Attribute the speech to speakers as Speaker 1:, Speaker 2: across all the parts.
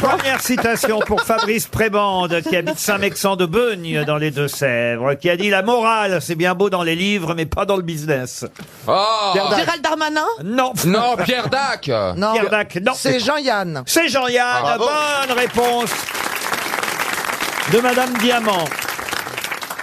Speaker 1: Première citation pour Fabrice Prébande, qui habite Saint-Mexan de Beugne, dans les Deux-Sèvres, qui a dit La morale, c'est bien beau dans les livres, mais pas dans le business.
Speaker 2: Oh
Speaker 3: Pierre Dac.
Speaker 4: Gérald Darmanin
Speaker 1: Non.
Speaker 2: Non, Pierre Dac
Speaker 3: Non,
Speaker 1: Pierre Dac, non.
Speaker 3: c'est Jean-Yann.
Speaker 1: C'est Jean-Yann.
Speaker 2: Ah, bravo.
Speaker 1: Bonne réponse de Madame Diamant.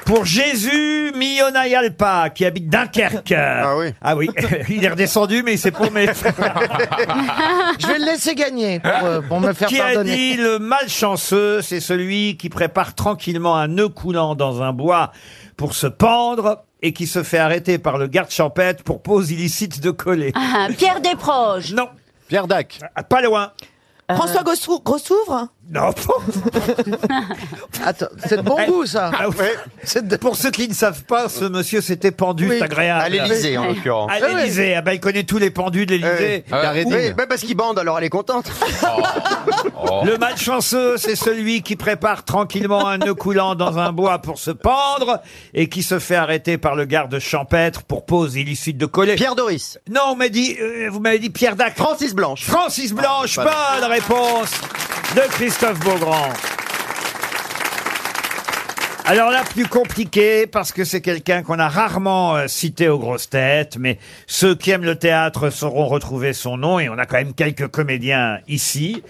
Speaker 1: Pour Jésus Mionayalpa, qui habite Dunkerque. Ah
Speaker 5: oui.
Speaker 1: Ah oui. Il est redescendu, mais il s'est paumé.
Speaker 3: Je vais le laisser gagner pour, euh, pour me faire
Speaker 1: qui a
Speaker 3: pardonner.
Speaker 1: dit le malchanceux, c'est celui qui prépare tranquillement un nœud coulant dans un bois pour se pendre et qui se fait arrêter par le garde champêtre pour pose illicite de coller.
Speaker 6: Ah, Pierre Desproges. Euh.
Speaker 1: Non,
Speaker 5: Pierre Dac.
Speaker 1: ah, pas loin.
Speaker 4: François Grossou- Grossouvre
Speaker 1: Non.
Speaker 3: Attends, c'est de bon goût ça.
Speaker 1: Ah ouais.
Speaker 3: C'est de-
Speaker 1: Pour ceux qui ne savent pas, ce monsieur s'était pendu,
Speaker 3: Oui.
Speaker 1: c'est agréable.
Speaker 5: À l'Elysée, en l'occurrence.
Speaker 1: À l'Élysée. Ah ben, il connaît tous les pendus de l'Élysée.
Speaker 5: Il a arrêté. Oui, bah parce qu'il bande, alors elle est contente.
Speaker 1: Le malchanceux, c'est celui qui prépare tranquillement un nœud coulant dans un bois pour se pendre et qui se fait arrêter par le garde champêtre pour pose illicite de coller.
Speaker 5: Pierre Doris.
Speaker 1: Non, on m'a dit, euh, vous m'avez dit Pierre Dac.
Speaker 5: Francis Blanche.
Speaker 1: Francis Blanche,
Speaker 5: Ah,
Speaker 1: bonne réponse de Christophe Beaugrand. Alors là, plus compliqué, parce que c'est quelqu'un qu'on a rarement euh, cité aux grosses têtes, mais ceux qui aiment le théâtre sauront retrouver son nom, et on a quand même quelques comédiens ici.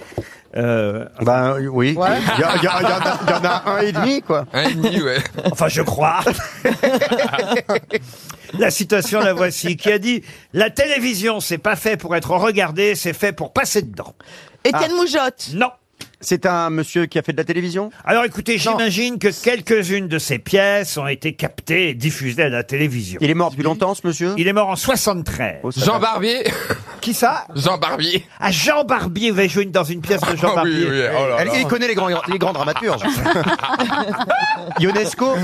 Speaker 1: Euh,
Speaker 5: Ben oui. Il
Speaker 3: Ouais.
Speaker 5: y, a- il y a- il y en a- il y en a un et demi, quoi.
Speaker 2: Un demi, ouais.
Speaker 1: Enfin, je crois. la citation, la voici, qui a dit « La télévision, c'est pas fait pour être regardée, c'est fait pour passer dedans. Ah.
Speaker 4: Étienne Moujotte »
Speaker 1: Non.
Speaker 5: C'est un monsieur qui a fait de la télévision
Speaker 1: Alors écoutez, j'imagine que quelques-unes de ses pièces ont été captées et diffusées à la télévision.
Speaker 5: Il est mort depuis longtemps, ce monsieur
Speaker 1: Il est mort en 73.
Speaker 5: Oh, ça
Speaker 2: Jean
Speaker 5: va.
Speaker 2: Barbier
Speaker 1: Qui ça
Speaker 2: Jean Barbier
Speaker 1: Ah, Jean Barbier, vous avez joué une- dans une pièce de Jean
Speaker 2: Ah oui,
Speaker 1: Barbier.
Speaker 2: oui, oh là
Speaker 5: Elle-
Speaker 2: là.
Speaker 5: il connaît les grands, les grands dramaturges. Ionesco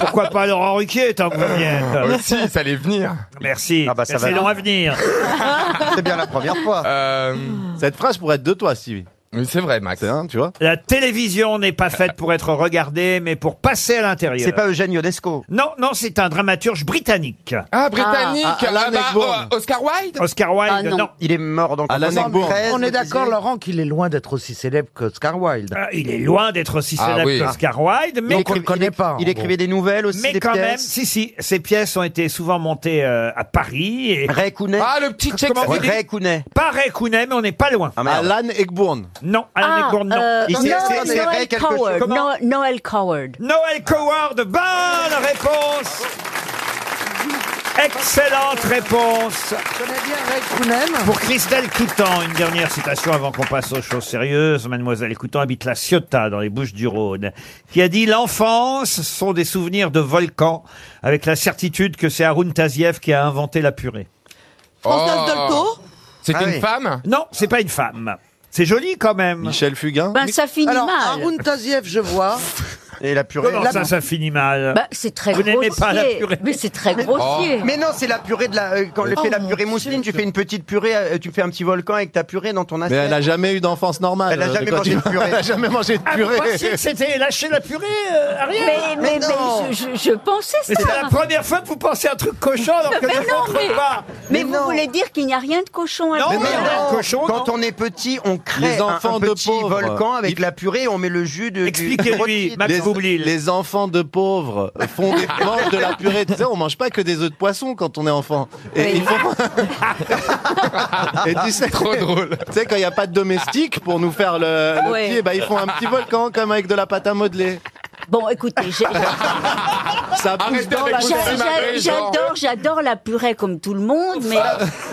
Speaker 1: Pourquoi pas Laurent Ruquier, tant que vous y êtes.
Speaker 2: Aussi, ça allait venir.
Speaker 1: Merci.
Speaker 5: Ah bah, ça
Speaker 1: C'est
Speaker 5: va.
Speaker 1: long à venir.
Speaker 5: C'est bien la première fois.
Speaker 2: Euh,
Speaker 7: Cette phrase pourrait être de toi, Stevie.
Speaker 2: oui, c'est vrai, Max.
Speaker 7: C'est un, tu vois.
Speaker 1: La télévision n'est pas faite pour être regardée, mais pour passer à l'intérieur.
Speaker 5: C'est pas Eugène Ionesco.
Speaker 1: Non, non, c'est un dramaturge britannique.
Speaker 2: Ah, britannique
Speaker 7: Ah, ah,
Speaker 2: ah,
Speaker 7: Alan
Speaker 2: bah,
Speaker 7: Ayckbourn.
Speaker 2: oh, Oscar Wilde
Speaker 1: Oscar Wilde,
Speaker 6: Ah, non.
Speaker 1: non.
Speaker 5: Il est mort dans
Speaker 7: Alan Ayckbourn.
Speaker 3: On est d'accord, Laurent, qu'il est loin d'être aussi célèbre que Oscar Wilde.
Speaker 1: Ah, Il est loin d'être aussi
Speaker 2: Ah
Speaker 1: célèbre
Speaker 2: oui.
Speaker 1: qu'Oscar Wilde, mais
Speaker 3: qu'on le connaît pas,
Speaker 5: Il
Speaker 3: en
Speaker 5: écrivait des nouvelles aussi,
Speaker 1: Mais
Speaker 5: des
Speaker 1: quand même,
Speaker 5: pièces.
Speaker 1: si, si, ces pièces ont été souvent montées euh, à Paris. Et...
Speaker 5: Ray Cooney.
Speaker 2: Ah, le petit check.
Speaker 1: Comment vous dites
Speaker 5: Ray Cooney.
Speaker 1: Pas Ray Kounet, mais on n'est pas loin.
Speaker 5: Ah, merde.
Speaker 7: Alan Egbourne.
Speaker 1: Non, Alan
Speaker 6: Ah,
Speaker 1: Ayckbourn, non.
Speaker 6: euh,
Speaker 5: Il s'est-
Speaker 6: Noël-
Speaker 5: c'est- c'est vrai
Speaker 6: Noël
Speaker 5: quelque chose.
Speaker 6: Coward.
Speaker 1: Comment
Speaker 6: No- Noël Coward.
Speaker 1: Noël Coward, bonne réponse Excellente réponse
Speaker 3: Je connais bien Ray Kounen.
Speaker 1: pour Christelle Coutan. Une dernière citation avant qu'on passe aux choses sérieuses. Mademoiselle Coutan habite la Ciotat, dans les Bouches-du-Rhône, qui a dit « L'enfance sont des souvenirs de volcans, avec la certitude que c'est Haroun Taziev qui a inventé la purée.
Speaker 4: Françoise
Speaker 2: Oh.
Speaker 4: Dolto
Speaker 2: C'était
Speaker 5: Ah
Speaker 2: une
Speaker 5: oui.
Speaker 2: femme »
Speaker 1: Non, c'est pas une femme. C'est joli quand même.
Speaker 7: Michel Fugain.
Speaker 6: Ben, ça finit
Speaker 3: Alors,
Speaker 6: mal.
Speaker 3: Haroun Taziev, je vois.
Speaker 5: Et la purée.
Speaker 1: Comment
Speaker 5: La-
Speaker 1: ça, ça finit mal
Speaker 6: Ben, c'est très
Speaker 1: Vous n'aimez
Speaker 6: grossier.
Speaker 1: pas la purée.
Speaker 6: Mais c'est très
Speaker 5: Oh.
Speaker 6: grossier.
Speaker 5: Mais non, c'est la purée de la. euh, quand
Speaker 3: Oh,
Speaker 5: on fait la purée mousseline, tu fais une petite purée, euh, tu fais un petit volcan avec ta purée dans ton
Speaker 8: Ah,
Speaker 7: Mais
Speaker 5: assiette.
Speaker 7: elle n'a jamais eu d'enfance normale.
Speaker 5: Elle a
Speaker 7: euh,
Speaker 5: jamais
Speaker 7: quand
Speaker 5: mangé
Speaker 7: tu-
Speaker 5: de purée.
Speaker 7: Elle a jamais mangé de
Speaker 1: Ah,
Speaker 5: Ah,
Speaker 7: purée.
Speaker 1: c'était lâcher la purée, euh, Ariel
Speaker 6: Mais, mais,
Speaker 5: non.
Speaker 6: mais je, je- je pensais
Speaker 1: Mais c'est
Speaker 6: ça.
Speaker 1: la première fois que vous pensez à un truc cochon alors que
Speaker 6: Mais
Speaker 1: des fois, on
Speaker 6: non,
Speaker 1: trouve
Speaker 6: mais-
Speaker 1: pas.
Speaker 6: Mais,
Speaker 5: Mais
Speaker 6: vous
Speaker 5: non.
Speaker 6: voulez dire qu'il n'y a rien de cochon à
Speaker 1: Non,
Speaker 6: la
Speaker 1: mais
Speaker 6: purée.
Speaker 1: non. cochon,
Speaker 5: Quand
Speaker 1: non
Speaker 5: on est petit, on crée
Speaker 7: Les
Speaker 5: un- un,
Speaker 7: enfants de
Speaker 5: petit
Speaker 7: pauvres.
Speaker 5: volcan avec
Speaker 7: Ils-
Speaker 5: la purée et on met le jus de. du-
Speaker 1: Expliquez-lui,
Speaker 5: du-
Speaker 1: Max
Speaker 7: Les,
Speaker 1: Boublil.
Speaker 7: les enfants de pauvres font des, mangent de la purée. Tu sais, on mange pas que des œufs de poisson quand on est enfant. Et,
Speaker 6: Oui.
Speaker 7: ils font- Et tu sais,
Speaker 2: Trop drôle.
Speaker 7: tu sais, quand il n'y a pas de domestique pour nous faire le, le
Speaker 6: Ouais.
Speaker 7: petit, eh ben, ils font un petit volcan comme avec de la pâte à modeler.
Speaker 6: Bon, écoutez, j'ai-
Speaker 7: Ça pousse
Speaker 2: Arrêtez
Speaker 7: dans
Speaker 2: avec
Speaker 7: la
Speaker 2: vos
Speaker 6: j'a-
Speaker 2: C'est ma vraie
Speaker 6: j'a- j'adore, j'adore la purée comme tout le monde, mais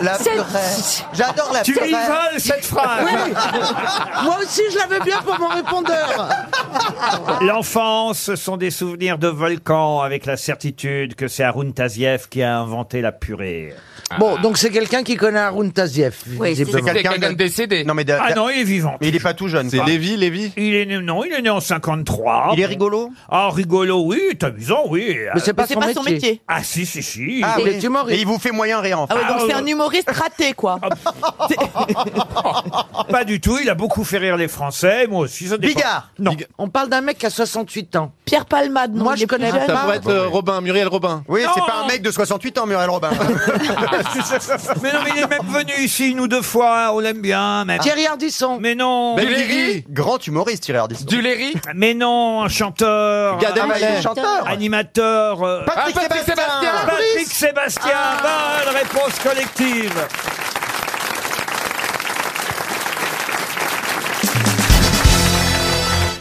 Speaker 5: La
Speaker 6: C'est-
Speaker 5: purée. J'adore la
Speaker 1: Tu
Speaker 5: purée.
Speaker 1: rigoles cette phrase
Speaker 3: Moi aussi, je l'avais bien pour mon répondeur.
Speaker 1: L'enfance ce sont des souvenirs de volcans avec la certitude que c'est Haroun Taziev qui a inventé la purée.
Speaker 3: Bon, donc c'est quelqu'un qui connaît Haroun Taziev.
Speaker 6: Oui, c'est
Speaker 3: visiblement.
Speaker 2: C'était
Speaker 5: Quelqu'un
Speaker 2: quelqu'un
Speaker 5: de-
Speaker 2: de décédé.
Speaker 5: Non mais, de-
Speaker 1: Ah
Speaker 5: de-
Speaker 1: non, il est vivant.
Speaker 5: mais il est pas tout jeune.
Speaker 7: C'est
Speaker 5: quoi.
Speaker 7: Lévi, Lévi.
Speaker 1: Il est né, non, il est né en 53.
Speaker 5: Il est rigolo
Speaker 9: rigolo
Speaker 1: Ah, rigolo, oui, c'est amusant, oui.
Speaker 9: Mais c'est pas,
Speaker 10: c'est
Speaker 9: son,
Speaker 10: pas
Speaker 9: métier.
Speaker 10: son métier.
Speaker 1: Ah, si, si, si.
Speaker 11: Ah,
Speaker 9: Il
Speaker 11: oui.
Speaker 9: est humoriste.
Speaker 11: Mais il vous fait moyen rire, en fait.
Speaker 10: Ah ouais, donc
Speaker 1: Ah,
Speaker 10: c'est
Speaker 1: euh.
Speaker 10: un humoriste raté, quoi.
Speaker 1: Pas du tout, il a beaucoup fait rire les Français, moi aussi, ça dépend.
Speaker 9: Bigard.
Speaker 1: Non.
Speaker 9: On parle d'un mec qui a 68 ans.
Speaker 10: Pierre Palmade, non,
Speaker 9: Moi,
Speaker 10: il
Speaker 9: je
Speaker 10: est plus
Speaker 9: connais
Speaker 10: jeune.
Speaker 9: pas.
Speaker 12: Ça pourrait être euh, Robin, Muriel Robin.
Speaker 11: Oui, c'est
Speaker 1: Non.
Speaker 11: pas un mec de 68 ans, Muriel Robin.
Speaker 1: mais non, mais il est même venu ici une ou deux fois, hein, on l'aime bien, même.
Speaker 9: Thierry Ardisson.
Speaker 1: Ah, Mais non,
Speaker 12: Ben
Speaker 11: Ah. Duléry, Grand humoriste, Thierry Ardisson.
Speaker 13: Du Léry
Speaker 1: mais non, un chanteur,
Speaker 12: Gad
Speaker 11: Ah, bah, il est
Speaker 12: Elmaleh.
Speaker 11: chanteur.
Speaker 1: animateur. euh,
Speaker 13: Ah, Patrick Sébastien Ah.
Speaker 1: Patrick Sébastien, bonne réponse collective.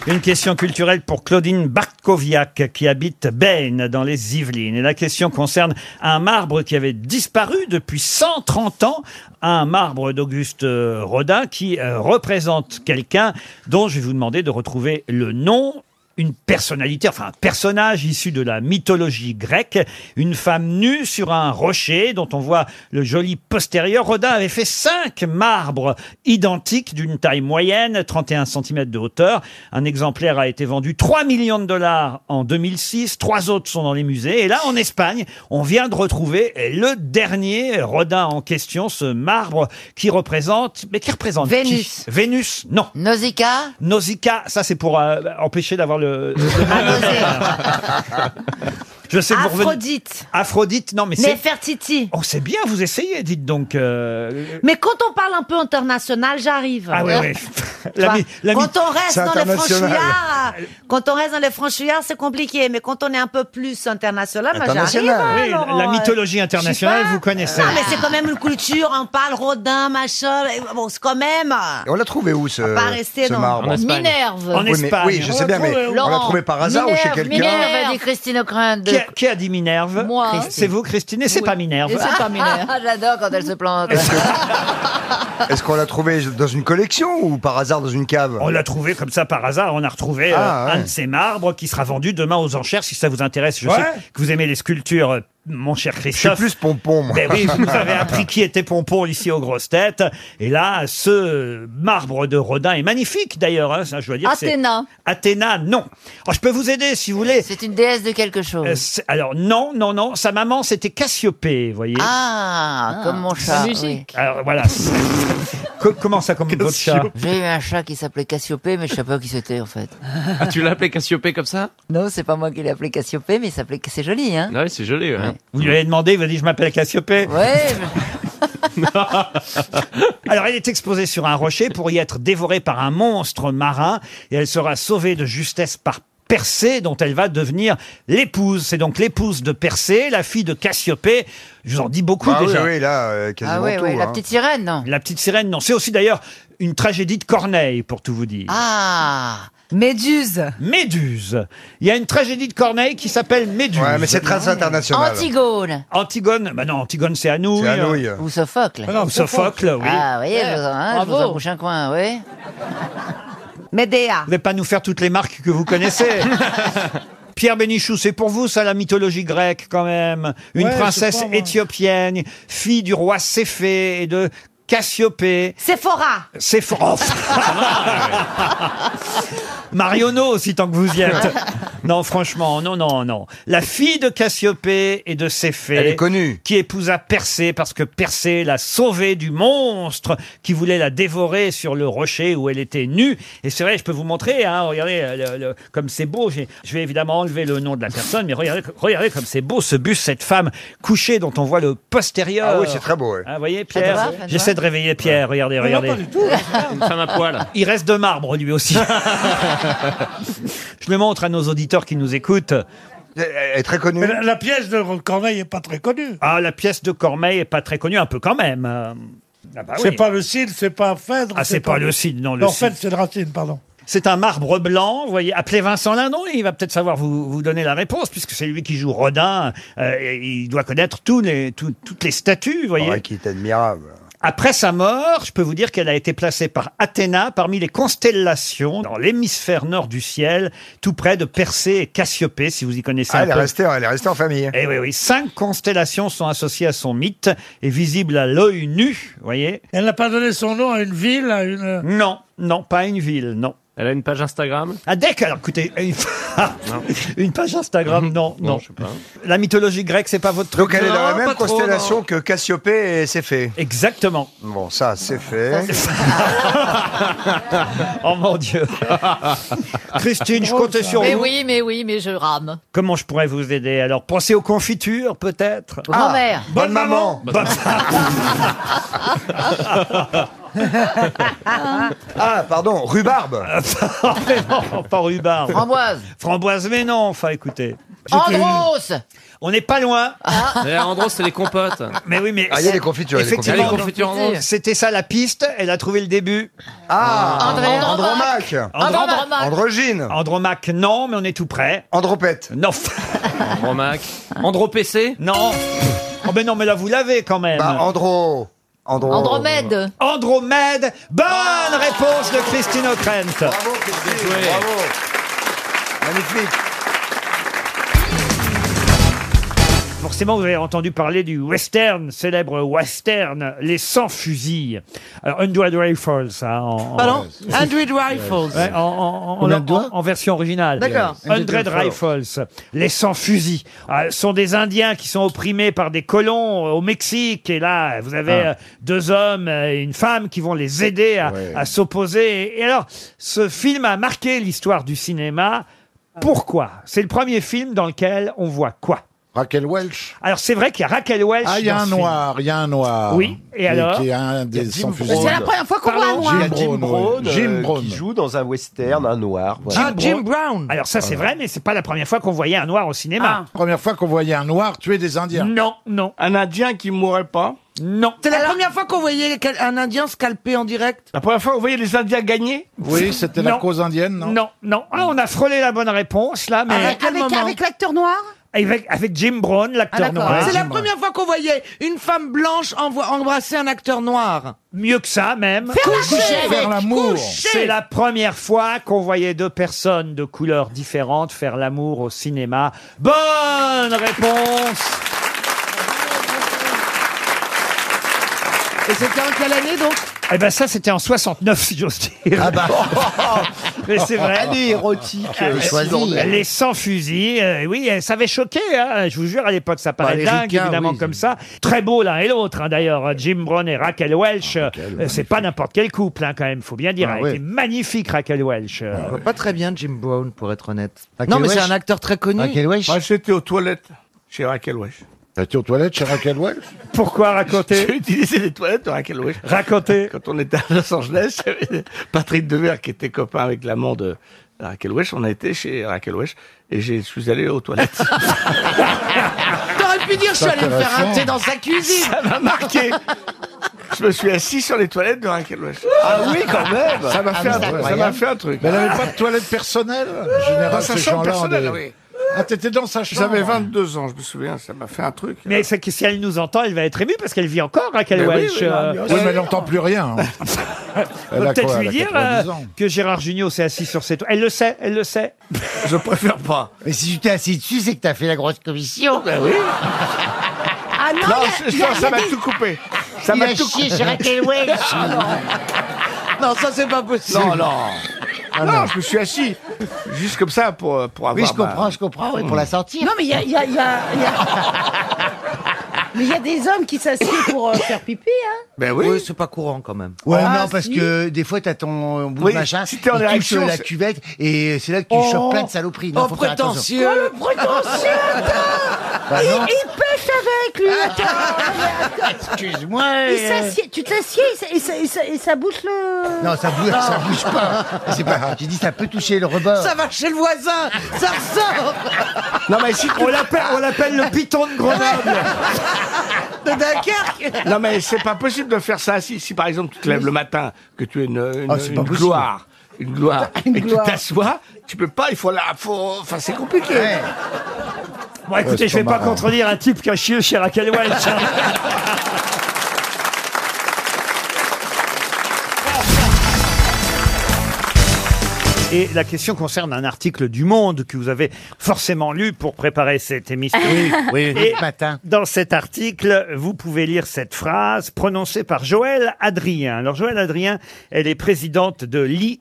Speaker 1: Une question culturelle pour Claudine Barkoviak qui habite Baine dans les Yvelines. Et la question concerne un marbre qui avait disparu depuis 130 ans, un marbre d'Auguste euh, Rodin qui euh, représente quelqu'un dont je vais vous demander de retrouver le nom, une personnalité, enfin un personnage issu de la mythologie grecque, une femme nue sur un rocher dont on voit le joli postérieur. Rodin avait fait cinq marbres identiques d'une taille moyenne, 31 cm de hauteur. Un exemplaire a été vendu 3 millions de dollars en 2006, trois autres sont dans les musées. Et là, en Espagne, on vient de retrouver le dernier Rodin en question, ce marbre qui représente, mais qui représente qui
Speaker 14: Vénus.
Speaker 1: Vénus, non.
Speaker 14: Nausicaa
Speaker 1: Nausicaa, ça c'est pour euh, empêcher d'avoir le. le
Speaker 14: Ah,
Speaker 1: mal de mer. Je sais que vous revenez-
Speaker 14: Aphrodite.
Speaker 1: Aphrodite, non mais c'est.
Speaker 14: Nefertiti.
Speaker 1: Oh, c'est bien, vous essayez, dites donc. euh,
Speaker 14: Mais quand on parle un peu international, j'arrive.
Speaker 1: Ah oui, oui.
Speaker 14: Tu vois,
Speaker 1: L'ami- l'ami-
Speaker 14: quand on reste
Speaker 11: C'est
Speaker 14: dans les
Speaker 11: international.
Speaker 14: franchouillards, quand on reste dans les franchouillards, c'est compliqué. Mais quand on est un peu plus international, moi, j'arrive.
Speaker 11: International,
Speaker 14: hein,
Speaker 1: oui,
Speaker 14: Laurent,
Speaker 1: la
Speaker 14: euh,
Speaker 1: mythologie internationale,
Speaker 14: je sais pas.
Speaker 1: vous connaissez.
Speaker 14: Non, mais c'est quand même une culture. On parle Rodin, machin. et Bon, c'est quand même. euh,
Speaker 11: Et on l'a trouvé où, ce,
Speaker 14: pas rester
Speaker 11: ce
Speaker 14: dans-
Speaker 11: marbre
Speaker 1: En
Speaker 15: Minerve.
Speaker 11: oui, mais-
Speaker 1: Espagne.
Speaker 11: oui, je sais bien, mais on l'a
Speaker 15: Laurent.
Speaker 11: trouvé par hasard ou chez quelqu'un
Speaker 15: Minerve dit Christine O'Crinde.
Speaker 1: qui, a, qui a dit Minerve
Speaker 15: Moi. Christine.
Speaker 1: C'est vous, Christine Et c'est pas Minerve.
Speaker 15: Et c'est pas Minerve. Ah, J'adore quand elle se plante.
Speaker 11: Est-ce qu'on l'a trouvé dans une collection ou par hasard dans une cave
Speaker 1: On l'a trouvé comme ça par hasard. On a retrouvé euh,
Speaker 11: Ah, ouais.
Speaker 1: un de ces marbres qui sera vendu demain aux enchères. Si ça vous intéresse, je sais que vous aimez les sculptures, euh, mon cher
Speaker 11: Je suis
Speaker 1: Christophe.
Speaker 11: plus pompon, moi.
Speaker 1: Ben oui, vous avez appris qui était Pompon ici aux grosses têtes. Et là, ce marbre de Rodin est magnifique d'ailleurs, hein, ça je dois
Speaker 6: Ah,
Speaker 1: dire. c'est-
Speaker 15: Athéna.
Speaker 1: Athéna, non. Alors, je peux vous aider si vous voulez.
Speaker 15: C'est une déesse de quelque chose.
Speaker 1: Euh, c'est- alors non, non, non. Sa maman c'était Cassiopée, vous voyez.
Speaker 15: Ah, comme mon chat. oui.
Speaker 1: Alors voilà. Co- comment ça, comme votre chat
Speaker 15: J'ai eu un chat qui s'appelait Cassiopée, mais je savais pas qui c'était en fait.
Speaker 4: Ah, tu l'as appelé Cassiopée comme ça
Speaker 15: Non, c'est pas moi qui l'ai appelé Cassiopée, mais il s'appelait. C'est joli, hein
Speaker 4: Ah Ouais, c'est joli. Ouais.
Speaker 1: Vous lui avez demandé, il vous a dit je m'appelle Cassiopée.
Speaker 15: Ouais.
Speaker 1: Alors elle est exposée sur un rocher pour y être dévorée par un monstre marin et elle sera sauvée de justesse par Persée dont elle va devenir l'épouse. C'est donc l'épouse de Persée, la fille de Cassiopée. Je vous en dis beaucoup
Speaker 11: Ah oui,
Speaker 1: déjà.
Speaker 11: oui, là, euh,
Speaker 15: Ah
Speaker 11: quasiment
Speaker 15: ouais,
Speaker 11: tout.
Speaker 15: ouais, la
Speaker 11: hein.
Speaker 15: petite sirène, non
Speaker 1: La petite sirène, non. C'est aussi d'ailleurs une tragédie de Corneille, pour tout vous dire.
Speaker 15: Ah, Méduse.
Speaker 1: Méduse. Il y a une tragédie de Corneille qui s'appelle Méduse.
Speaker 11: Ouais, mais c'est
Speaker 1: Ah,
Speaker 11: très international.
Speaker 15: Antigone.
Speaker 1: Antigone, bah non, Antigone c'est Anouilh.
Speaker 11: C'est Anouille.
Speaker 15: Ou Sophocle.
Speaker 1: Ou Sophocle, oui.
Speaker 15: Ah, vous voyez, je, vous en- hein, je vous
Speaker 14: Bravo.
Speaker 15: en bouche un coin, oui. Médéa.
Speaker 1: Vous n'allez pas nous faire toutes les marques que vous connaissez. Pierre Bénichou, c'est pour vous ça la mythologie grecque quand même. Une princesse éthiopienne, fille du roi Céphée et de Cassiopée.
Speaker 15: Sephora.
Speaker 1: C'est fort. Marionneau aussi tant que vous y êtes. Non, franchement, non, non, non. La fille de Cassiopée et de Céphée.
Speaker 11: Elle est connue.
Speaker 1: Qui épousa Persée parce que Persée l'a sauvée du monstre qui voulait la dévorer sur le rocher où elle était nue. Et c'est vrai, je peux vous montrer, hein, regardez euh, le- le- comme c'est beau. J'ai- Je vais évidemment enlever le nom de la personne, mais regardez, regardez comme c'est beau ce buste, cette femme couchée dont on voit le postérieur.
Speaker 11: Ah oui, c'est très beau. ouais.
Speaker 1: Ah, vous voyez,
Speaker 15: va,
Speaker 1: Pierre,
Speaker 15: ça te
Speaker 1: j'essaie de réveiller Pierre. Regardez, regardez.
Speaker 4: Une femme à poil.
Speaker 1: Il reste de marbre, lui aussi. Je le montre à nos auditeurs qui nous écoutent.
Speaker 11: Elle elle est très connue.
Speaker 16: pièce de Corneille est pas très connue.
Speaker 1: Ah, la pièce de Cormeille est pas très connue, un peu quand même. Euh, Ah bah oui.
Speaker 16: C'est pas le cid, c'est pas Phèdre.
Speaker 1: Ah, c'est pas le cid, non, le
Speaker 16: En
Speaker 1: cid.
Speaker 16: fait, c'est de Racine, pardon.
Speaker 1: C'est un marbre blanc, vous voyez. Appelez Vincent Lindon, il va peut-être savoir vous, vous donner la réponse, puisque c'est lui qui joue Rodin. Euh, et il doit connaître tous les, tout- toutes les statues, vous voyez.
Speaker 11: Ouais, qui est admirable.
Speaker 1: Après sa mort, je peux vous dire qu'elle a été placée par Athéna parmi les constellations dans l'hémisphère nord du ciel, tout près de Persée et Cassiopée, si vous y connaissez
Speaker 11: Ah,
Speaker 1: un
Speaker 11: elle, est
Speaker 1: peu.
Speaker 11: restée, elle est restée en famille.
Speaker 1: Eh oui, oui, cinq constellations sont associées à son mythe et visibles à l'œil nu, vous voyez
Speaker 16: Elle n'a pas donné son nom à une ville, à une.
Speaker 1: Non, non, pas une ville, non.
Speaker 17: Elle a une page Instagram
Speaker 1: Ah, dès que- alors écoutez, une, une page Instagram, non, non.
Speaker 17: je sais pas.
Speaker 1: La mythologie grecque, c'est pas votre truc.
Speaker 18: Donc elle est dans la même constellation que Cassiopée et c'est fait.
Speaker 1: Exactement. Ah,
Speaker 18: Bon, ça, c'est fait.
Speaker 1: oh mon Dieu. Christine, je comptais sur
Speaker 19: Oh, Mais
Speaker 1: vous.
Speaker 19: oui, mais oui, mais je rame.
Speaker 1: Comment je pourrais vous aider Alors, pensez aux confitures, peut-être
Speaker 19: Grand-mère.
Speaker 1: Ah, bonne maman Bonne-
Speaker 18: Ah, pardon, rhubarbe
Speaker 1: Mais non, pas rhubarbe.
Speaker 15: Framboise.
Speaker 1: Framboise, mais non, enfin, écoutez.
Speaker 15: Andros
Speaker 1: On n'est pas loin.
Speaker 17: En gros, c'est les compotes.
Speaker 1: Mais oui, mais.
Speaker 18: Ah, il y a les confitures, il y a les confitures.
Speaker 1: Effectivement,
Speaker 18: Il y a les confitures
Speaker 17: en rose.
Speaker 1: C'était ça la piste, elle a trouvé le début.
Speaker 18: Ah,
Speaker 1: André-
Speaker 18: Andromaque
Speaker 1: Andromaque.
Speaker 18: Androgyne
Speaker 1: Andromaque, non, mais on est tout près.
Speaker 18: Andropète
Speaker 1: Non.
Speaker 17: Andromaque. Andro-PC
Speaker 1: Non. Oh, mais non, mais là, vous l'avez quand même.
Speaker 18: Bah, Andro... Andro...
Speaker 19: Andromède.
Speaker 1: Andromède. Bonne réponse de Christine O'Krent.
Speaker 18: Bravo, Christine, bravo Magnifique
Speaker 1: Forcément, vous avez entendu parler du western, célèbre western, Les 100 fusils. Alors, Hundred Rifles, hein, en, en-
Speaker 3: Pardon Android Rifles.
Speaker 1: Ouais, en, en- en-
Speaker 3: Combien de
Speaker 1: en-
Speaker 3: doigts
Speaker 1: en version originale.
Speaker 3: D'accord.
Speaker 1: Hundred Rifles, les 100 fusils, Ah, sont des Indiens qui sont opprimés par des colons euh, au Mexique. Et là, vous avez
Speaker 20: Ah.
Speaker 1: euh, deux hommes euh, et une femme qui vont les aider à
Speaker 20: Ouais.
Speaker 1: à s'opposer. Et- Et alors, ce film a marqué l'histoire du cinéma. Pourquoi C'est le premier film dans lequel on voit quoi
Speaker 13: Raquel Welch.
Speaker 1: alors c'est vrai qu'il y a Raquel Welch.
Speaker 13: Ah, il y a
Speaker 1: dans
Speaker 13: un
Speaker 1: ce film.
Speaker 13: noir, il y a un noir.
Speaker 1: Oui, et
Speaker 13: Qui-
Speaker 1: alors
Speaker 13: Qui est un des sans fusil.
Speaker 3: fois qu'on voit un
Speaker 7: Il y a
Speaker 13: Jim
Speaker 7: Jim
Speaker 13: Brown,
Speaker 7: Brown,
Speaker 13: oui. Jim
Speaker 7: euh,
Speaker 13: Brown. Ah,
Speaker 7: qui joue dans un western, un noir. voilà.
Speaker 1: Brown. Alors ça c'est vrai, mais c'est pas la première fois qu'on voyait un noir au cinéma.
Speaker 13: Ah. Première fois qu'on voyait un noir tuer des Indiens.
Speaker 1: Non, non.
Speaker 13: Un Indien qui mourrait pas.
Speaker 1: Non.
Speaker 3: C'est la première fois qu'on voyait quel- un Indien scalpé en direct.
Speaker 13: La première fois, vous voyez les Indiens gagner Oui, c'était la
Speaker 1: Non.
Speaker 13: cause indienne, non
Speaker 1: Non, non. Ah, on a frôlé la bonne réponse là, mais
Speaker 3: Avec, avec, avec l'acteur noir
Speaker 1: avec, avec Jim Brown, l'acteur
Speaker 3: Ah, d'accord.
Speaker 1: noir.
Speaker 3: C'est la première fois qu'on voyait une femme blanche envo- embrasser un acteur noir.
Speaker 1: Mieux que ça même.
Speaker 3: Faire la Coucher, fête. faire l'amour. Coucher.
Speaker 1: C'est la première fois qu'on voyait deux personnes de couleurs différentes faire l'amour au cinéma. Bonne réponse.
Speaker 3: Et c'était en quelle année donc
Speaker 1: Eh ben ça c'était en 69 si j'ose dire. Ah bah. Mais c'est vrai.
Speaker 7: Allez, érotique.
Speaker 9: Ah,
Speaker 7: euh, islandais.
Speaker 1: Les sans fusils, euh, oui, euh, ça avait choqué, hein, je vous jure, à l'époque, ça paraît
Speaker 13: les
Speaker 1: dingue,
Speaker 13: Ricains,
Speaker 1: évidemment,
Speaker 13: oui,
Speaker 1: comme ça. Très beau l'un et l'autre, hein, d'ailleurs, euh, Jim Brown et Raquel Welch, euh, euh, c'est pas n'importe quel couple, hein, quand même, faut bien dire.
Speaker 21: Ah,
Speaker 1: Elle
Speaker 21: ouais.
Speaker 1: était magnifique, Raquel Welch. euh.
Speaker 21: Je vois pas très bien Jim Brown, pour être honnête.
Speaker 13: Raquel
Speaker 21: non, mais c'est
Speaker 13: Welch.
Speaker 21: un acteur très connu.
Speaker 13: Raquel Welch.
Speaker 5: Moi, j'étais aux toilettes chez Raquel Wesh.
Speaker 13: T'as été aux toilettes chez Raquel Welch
Speaker 1: Pourquoi raconter
Speaker 5: J'ai utilisé les toilettes de Raquel Wesh.
Speaker 1: Raconter
Speaker 5: Quand on était à Los Angeles, j'avais Patrick Dever, qui était copain avec l'amant de Raquel Wesh, on a été chez Raquel Wesh et j'ai- je suis allé aux toilettes.
Speaker 3: T'aurais pu dire je suis allé me faire un thé dans sa cuisine.
Speaker 5: Ça m'a marqué. Je me suis assis sur les toilettes de Raquel Wesh. Ah oui, quand même Ça m'a
Speaker 13: Ah,
Speaker 5: fait,
Speaker 13: mais c'est
Speaker 5: un truc, ça
Speaker 13: incroyable.
Speaker 5: m'a fait un truc. Euh,
Speaker 13: Mais elle n'avait pas de toilette personnelle En
Speaker 5: Dans
Speaker 13: Général,
Speaker 5: sa
Speaker 13: ces
Speaker 5: chambre
Speaker 13: gens-là ont
Speaker 5: personnelle,
Speaker 13: des-
Speaker 5: oui.
Speaker 13: Ah, t'étais dans sa chambre
Speaker 5: J'avais 22 ans, je me souviens, ça m'a fait un truc.
Speaker 1: Mais c'est que si elle nous entend, elle va être émue parce qu'elle vit encore, Raquel
Speaker 5: Mais oui,
Speaker 1: Welch.
Speaker 5: oui,
Speaker 1: euh.
Speaker 5: oui,
Speaker 13: Oui, mais elle n'entend plus rien. hein.
Speaker 1: On
Speaker 13: Elle
Speaker 1: peut
Speaker 13: a
Speaker 1: peut-être
Speaker 13: quoi,
Speaker 1: lui
Speaker 13: elle a
Speaker 1: dire
Speaker 13: 90
Speaker 1: euh,
Speaker 13: ans.
Speaker 1: que Gérard Jugnot s'est assis sur ses toits. Elle le sait, elle le sait.
Speaker 5: Je préfère pas.
Speaker 7: Mais si tu t'es assis dessus, c'est que t'as fait la grosse commission.
Speaker 5: Ben oui.
Speaker 7: Ah non,
Speaker 5: Non,
Speaker 7: il y a-
Speaker 5: je-
Speaker 7: il y a-
Speaker 5: non,
Speaker 7: il y
Speaker 5: ça
Speaker 7: a
Speaker 5: m'a
Speaker 7: des-
Speaker 5: tout coupé. Ça
Speaker 7: Il
Speaker 5: m'a
Speaker 7: a
Speaker 5: tout
Speaker 7: chié
Speaker 5: coupé.
Speaker 7: chez Raquel Welch.
Speaker 5: Ah, non.
Speaker 3: Non, ça c'est pas possible.
Speaker 5: Non, non.
Speaker 13: Ah,
Speaker 5: non, je me suis assis juste comme ça pour, pour avoir.
Speaker 7: Oui, je
Speaker 5: ma- Hmm.
Speaker 7: comprends, je comprends, oui, pour la sortir.
Speaker 19: Non, mais il y a, il y a- il y a- il y a- Mais il y a des hommes qui s'assiedent pour euh, faire pipi, hein.
Speaker 5: Ben oui.
Speaker 21: c'est pas courant quand même.
Speaker 7: Ouais,
Speaker 19: Ah,
Speaker 7: non, parce
Speaker 19: si.
Speaker 7: que des fois, t'as ton euh, bout
Speaker 5: Oui,
Speaker 7: de machin,
Speaker 5: si
Speaker 7: qui
Speaker 5: t'es en
Speaker 7: touche
Speaker 5: réaction,
Speaker 7: la
Speaker 5: c'est-
Speaker 7: cuvette, et c'est là que tu
Speaker 21: Oh,
Speaker 7: chopes plein de saloperies. Non,
Speaker 21: oh,
Speaker 7: faut faire attention.
Speaker 21: prétentieux.
Speaker 19: Oh, le prétentieux, attends
Speaker 7: Bah
Speaker 19: il,
Speaker 7: non.
Speaker 19: il pêche avec, lui, attends, mais attends.
Speaker 7: Excuse-moi.
Speaker 19: ah, Il
Speaker 7: euh,
Speaker 19: s'assied- Tu t'assieds et ça- et ça, et ça- et ça bouche le... Ah.
Speaker 7: Non, ça bouge, ça bouge pas. C'est pas. J'ai dit, ça peut toucher le rebord.
Speaker 3: Ça va chez le voisin, ça ressort
Speaker 5: Non, mais si tu-
Speaker 1: On l'appelle, on l'appelle le piton de Grenoble.
Speaker 3: de Dunkerque.
Speaker 5: Non, mais c'est pas possible de faire ça assis. Si par exemple, tu te lèves le matin, que tu es une, une,
Speaker 7: Ah, c'est
Speaker 5: une
Speaker 7: pas possible.
Speaker 5: gloire. Une gloire.
Speaker 19: Une
Speaker 5: et que tu
Speaker 19: gloire.
Speaker 5: t'assois, tu peux pas, il faut la. Faut... Enfin, c'est compliqué.
Speaker 7: Ouais.
Speaker 1: Bon, écoutez,
Speaker 13: c'est
Speaker 1: je vais
Speaker 13: pas
Speaker 1: pas
Speaker 13: marrant.
Speaker 1: contredire un type qui a chié chez Raquel Welch. hein. Et la question concerne un article du Monde que vous avez forcément lu pour préparer cette émission.
Speaker 7: Oui, oui,
Speaker 1: Et
Speaker 7: ce matin.
Speaker 1: Dans cet article, vous pouvez lire cette phrase prononcée par Joël Adrien. Alors Joël Adrien, elle est présidente de l'INSV.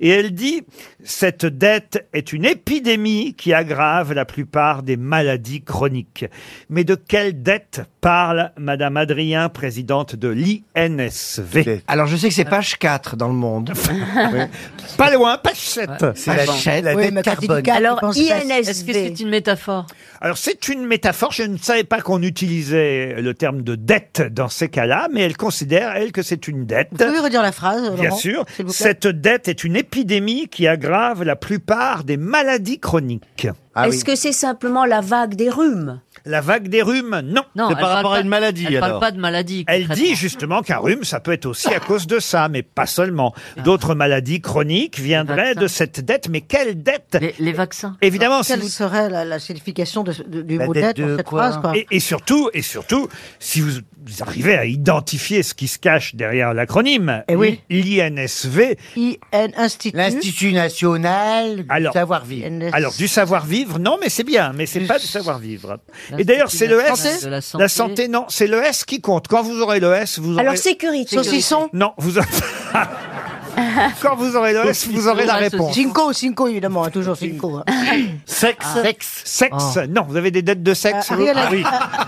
Speaker 1: Et elle dit, cette dette est une épidémie qui aggrave la plupart des maladies chroniques. Mais de quelle dette parle Madame Adrien, présidente de l'INSV
Speaker 5: Alors je sais que c'est page 4 dans le monde.
Speaker 1: Pas loin, page 7.
Speaker 5: C'est la chaîne, la dette carbone.
Speaker 6: Alors, INSV. Est-ce que c'est
Speaker 1: une métaphore Alors, c'est une métaphore. Je ne savais pas qu'on utilisait le terme de dette dans ces cas-là, mais elle considère, elle, que c'est une dette.
Speaker 22: Vous pouvez redire la phrase, Laurent,
Speaker 1: Bien sûr.
Speaker 22: s'il vous plaît
Speaker 1: Cette dette est une épidémie qui aggrave la plupart des maladies chroniques.
Speaker 6: Est-ce que c'est simplement la vague des rhumes
Speaker 1: La vague des rhumes, non.
Speaker 6: Non, C'est elle par parle rapport à pas- une maladie, elle parle alors. pas de
Speaker 1: maladie. Elle dit justement qu'un rhume, ça peut être aussi à cause de ça, mais pas seulement.
Speaker 6: Ah.
Speaker 1: D'autres maladies chroniques viendraient de cette dette, mais quelle dette les, vaccins. Évidemment, si
Speaker 22: Quelle
Speaker 1: vous-
Speaker 22: serait la, la signification de, de- du
Speaker 1: La
Speaker 22: mot
Speaker 1: dette
Speaker 22: dette dans
Speaker 1: de
Speaker 22: cette
Speaker 1: quoi
Speaker 22: phrase quoi
Speaker 1: et, et surtout, et surtout, si vous vous arrivez à identifier ce qui se cache derrière l'acronyme,
Speaker 22: oui.
Speaker 1: l'INSV,
Speaker 22: IN Institut.
Speaker 7: L'Institut national du
Speaker 1: Alors-
Speaker 7: savoir-vivre.
Speaker 1: Alors du savoir vivre, non, mais c'est bien, mais c'est pas du savoir vivre. Et d'ailleurs, c'est le
Speaker 7: L'Institut
Speaker 1: S,
Speaker 7: national de la santé.
Speaker 1: la santé, non, c'est le S qui compte. Quand vous aurez le S, vous aurez.
Speaker 6: Alors, sécurité. Saucisson
Speaker 1: Non, vous. aurez- Quand vous aurez le S, vous aurez la réponse.
Speaker 22: Cinco, cinco évidemment, hein, toujours cinco. hein.
Speaker 1: Sexe. Sexe. Sexe. Non, vous avez des dettes de sexe.
Speaker 22: Euh, Ariel,
Speaker 1: vous Ah
Speaker 22: a,
Speaker 1: oui.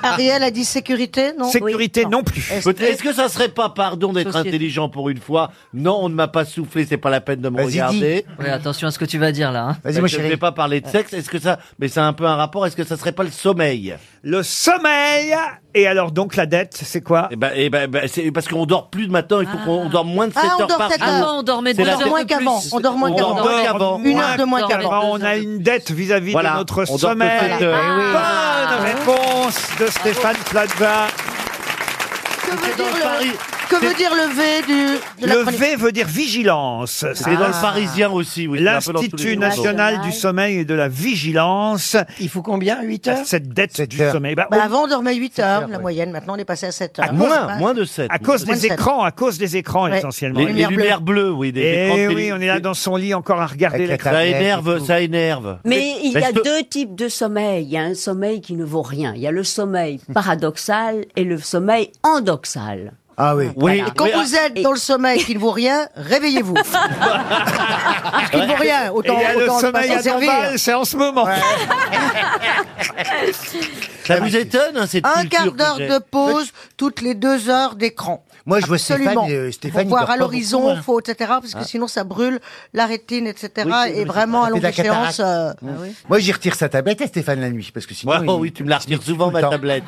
Speaker 22: a- Ariel a dit sécurité, non
Speaker 1: Sécurité non plus.
Speaker 23: Peut- Est-ce que ça serait pas, pardon d'être
Speaker 22: Société.
Speaker 23: intelligent pour une fois Non, on ne m'a pas soufflé, c'est pas la peine de me
Speaker 7: Vas-y, dis.
Speaker 23: regarder.
Speaker 7: Oui,
Speaker 23: attention à ce que tu vas dire là. hein.
Speaker 7: Vas-y, moi,
Speaker 23: je
Speaker 7: chérie.
Speaker 23: ne vais pas parler de sexe. Est-ce que ça Mais c'est un peu un rapport. Est-ce que ça serait pas le sommeil
Speaker 1: Le sommeil. Et alors donc la dette, c'est quoi
Speaker 23: Eh ben, eh ben, ben, c'est parce qu'on dort plus de matin. Il faut qu'on dort moins de 7
Speaker 22: Ah, on
Speaker 23: heures
Speaker 22: dort
Speaker 23: par jour.
Speaker 22: sept heures. Avant, on dormait deux
Speaker 23: C'est la
Speaker 22: heures de
Speaker 23: dette
Speaker 22: moins
Speaker 23: de plus.
Speaker 22: qu'avant. On dort moins
Speaker 23: On
Speaker 22: qu'avant.
Speaker 23: dort moins qu'avant.
Speaker 22: Une heure de moins qu'avant.
Speaker 1: On a une dette vis-à-vis
Speaker 23: Voilà,
Speaker 1: de notre
Speaker 23: on dort
Speaker 1: sommeil.
Speaker 23: peut-être, euh,
Speaker 1: Bonne
Speaker 23: eh oui. Ah.
Speaker 1: réponse de Stéphane Plaza.
Speaker 22: Que veut dire le, que veut dire le V du, de la
Speaker 1: Le
Speaker 22: chronique
Speaker 1: V veut dire vigilance. Ah.
Speaker 23: C'est dans le Parisien aussi, oui, c'est un peu dans tous les
Speaker 1: L'Institut
Speaker 23: journaux.
Speaker 1: national du sommeil et de la vigilance. Il faut combien 8
Speaker 22: heures
Speaker 1: Cette dette du sommeil. Bah,
Speaker 22: Bah,
Speaker 1: au-
Speaker 22: Avant, on dormait 8 heures, la
Speaker 1: ouais.
Speaker 22: moyenne. Maintenant, on est passé à 7
Speaker 1: à
Speaker 22: heures.
Speaker 1: cause- À cause des écrans, à cause des écrans
Speaker 22: Ouais.
Speaker 1: essentiellement.
Speaker 22: Les- les Lumière bleue. lumières
Speaker 23: bleues, oui, des écrans de
Speaker 1: Et oui,
Speaker 23: télé-
Speaker 1: on est là dans son lit encore à regarder
Speaker 23: Avec la
Speaker 1: l'écran.
Speaker 23: tablette et Ça énerve, tout. ça énerve.
Speaker 6: Mais il y
Speaker 23: Mais je
Speaker 6: a
Speaker 23: peux-
Speaker 6: deux types de sommeil. Il y a un sommeil qui ne vaut rien. Il y a le sommeil paradoxal et le sommeil endoxal.
Speaker 7: Ah oui.
Speaker 23: Oui.
Speaker 22: Quand vous êtes dans le sommeil qui ne vaut rien, réveillez-vous. Parce qu'il ne vaut rien,
Speaker 1: Et
Speaker 22: autant,
Speaker 1: il y a le
Speaker 22: autant ne pas
Speaker 1: sommeil
Speaker 22: s'en
Speaker 1: à
Speaker 22: servir.
Speaker 1: tombales, c'est en ce moment.
Speaker 23: Ça vous étonne hein, cette
Speaker 22: Un
Speaker 23: culture
Speaker 22: quart
Speaker 23: que
Speaker 22: d'heure
Speaker 23: j'ai
Speaker 22: de pause toutes les deux heures d'écran.
Speaker 7: Moi, je vois
Speaker 22: Absolument.
Speaker 7: Stéphane, euh, Stéphane, il
Speaker 22: faut voir
Speaker 7: dort
Speaker 22: à
Speaker 7: pas beaucoup,
Speaker 22: l'horizon,
Speaker 7: hein.
Speaker 22: faut etc. Parce que
Speaker 7: Ah.
Speaker 22: sinon ça brûle la rétine, etc.
Speaker 7: Oui, c'est-
Speaker 22: et
Speaker 7: oui,
Speaker 22: vraiment
Speaker 7: c'est-
Speaker 22: à longue
Speaker 7: c'est de la
Speaker 22: échéance. euh,
Speaker 7: cataracte. Mmh. Ah Moi, j'y retire sa tablette à Stéphane la nuit, parce que sinon.
Speaker 23: Ouais, oh oui, tu me la retires souvent, ma tablette.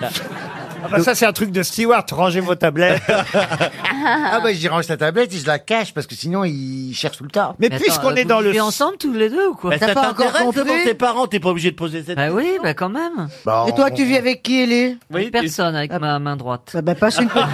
Speaker 1: Ah bah ça, c'est un truc de Stewart. Rangez vos tablettes.
Speaker 7: Ah bah j'y range sa tablette et je la cache parce que sinon il cherche tout le temps.
Speaker 1: Mais Mais attends, puisqu'on euh, est vous dans le- vivez ensemble
Speaker 7: tous les deux ou
Speaker 23: Bah, ça t'intéresse devant tes parents, t'es pas obligé de poser cette
Speaker 17: Ah oui, bah quand même.
Speaker 22: Et toi, tu vis avec qui, Elie
Speaker 17: Personne avec ma main droite.
Speaker 22: Bah, bah, passe une petite-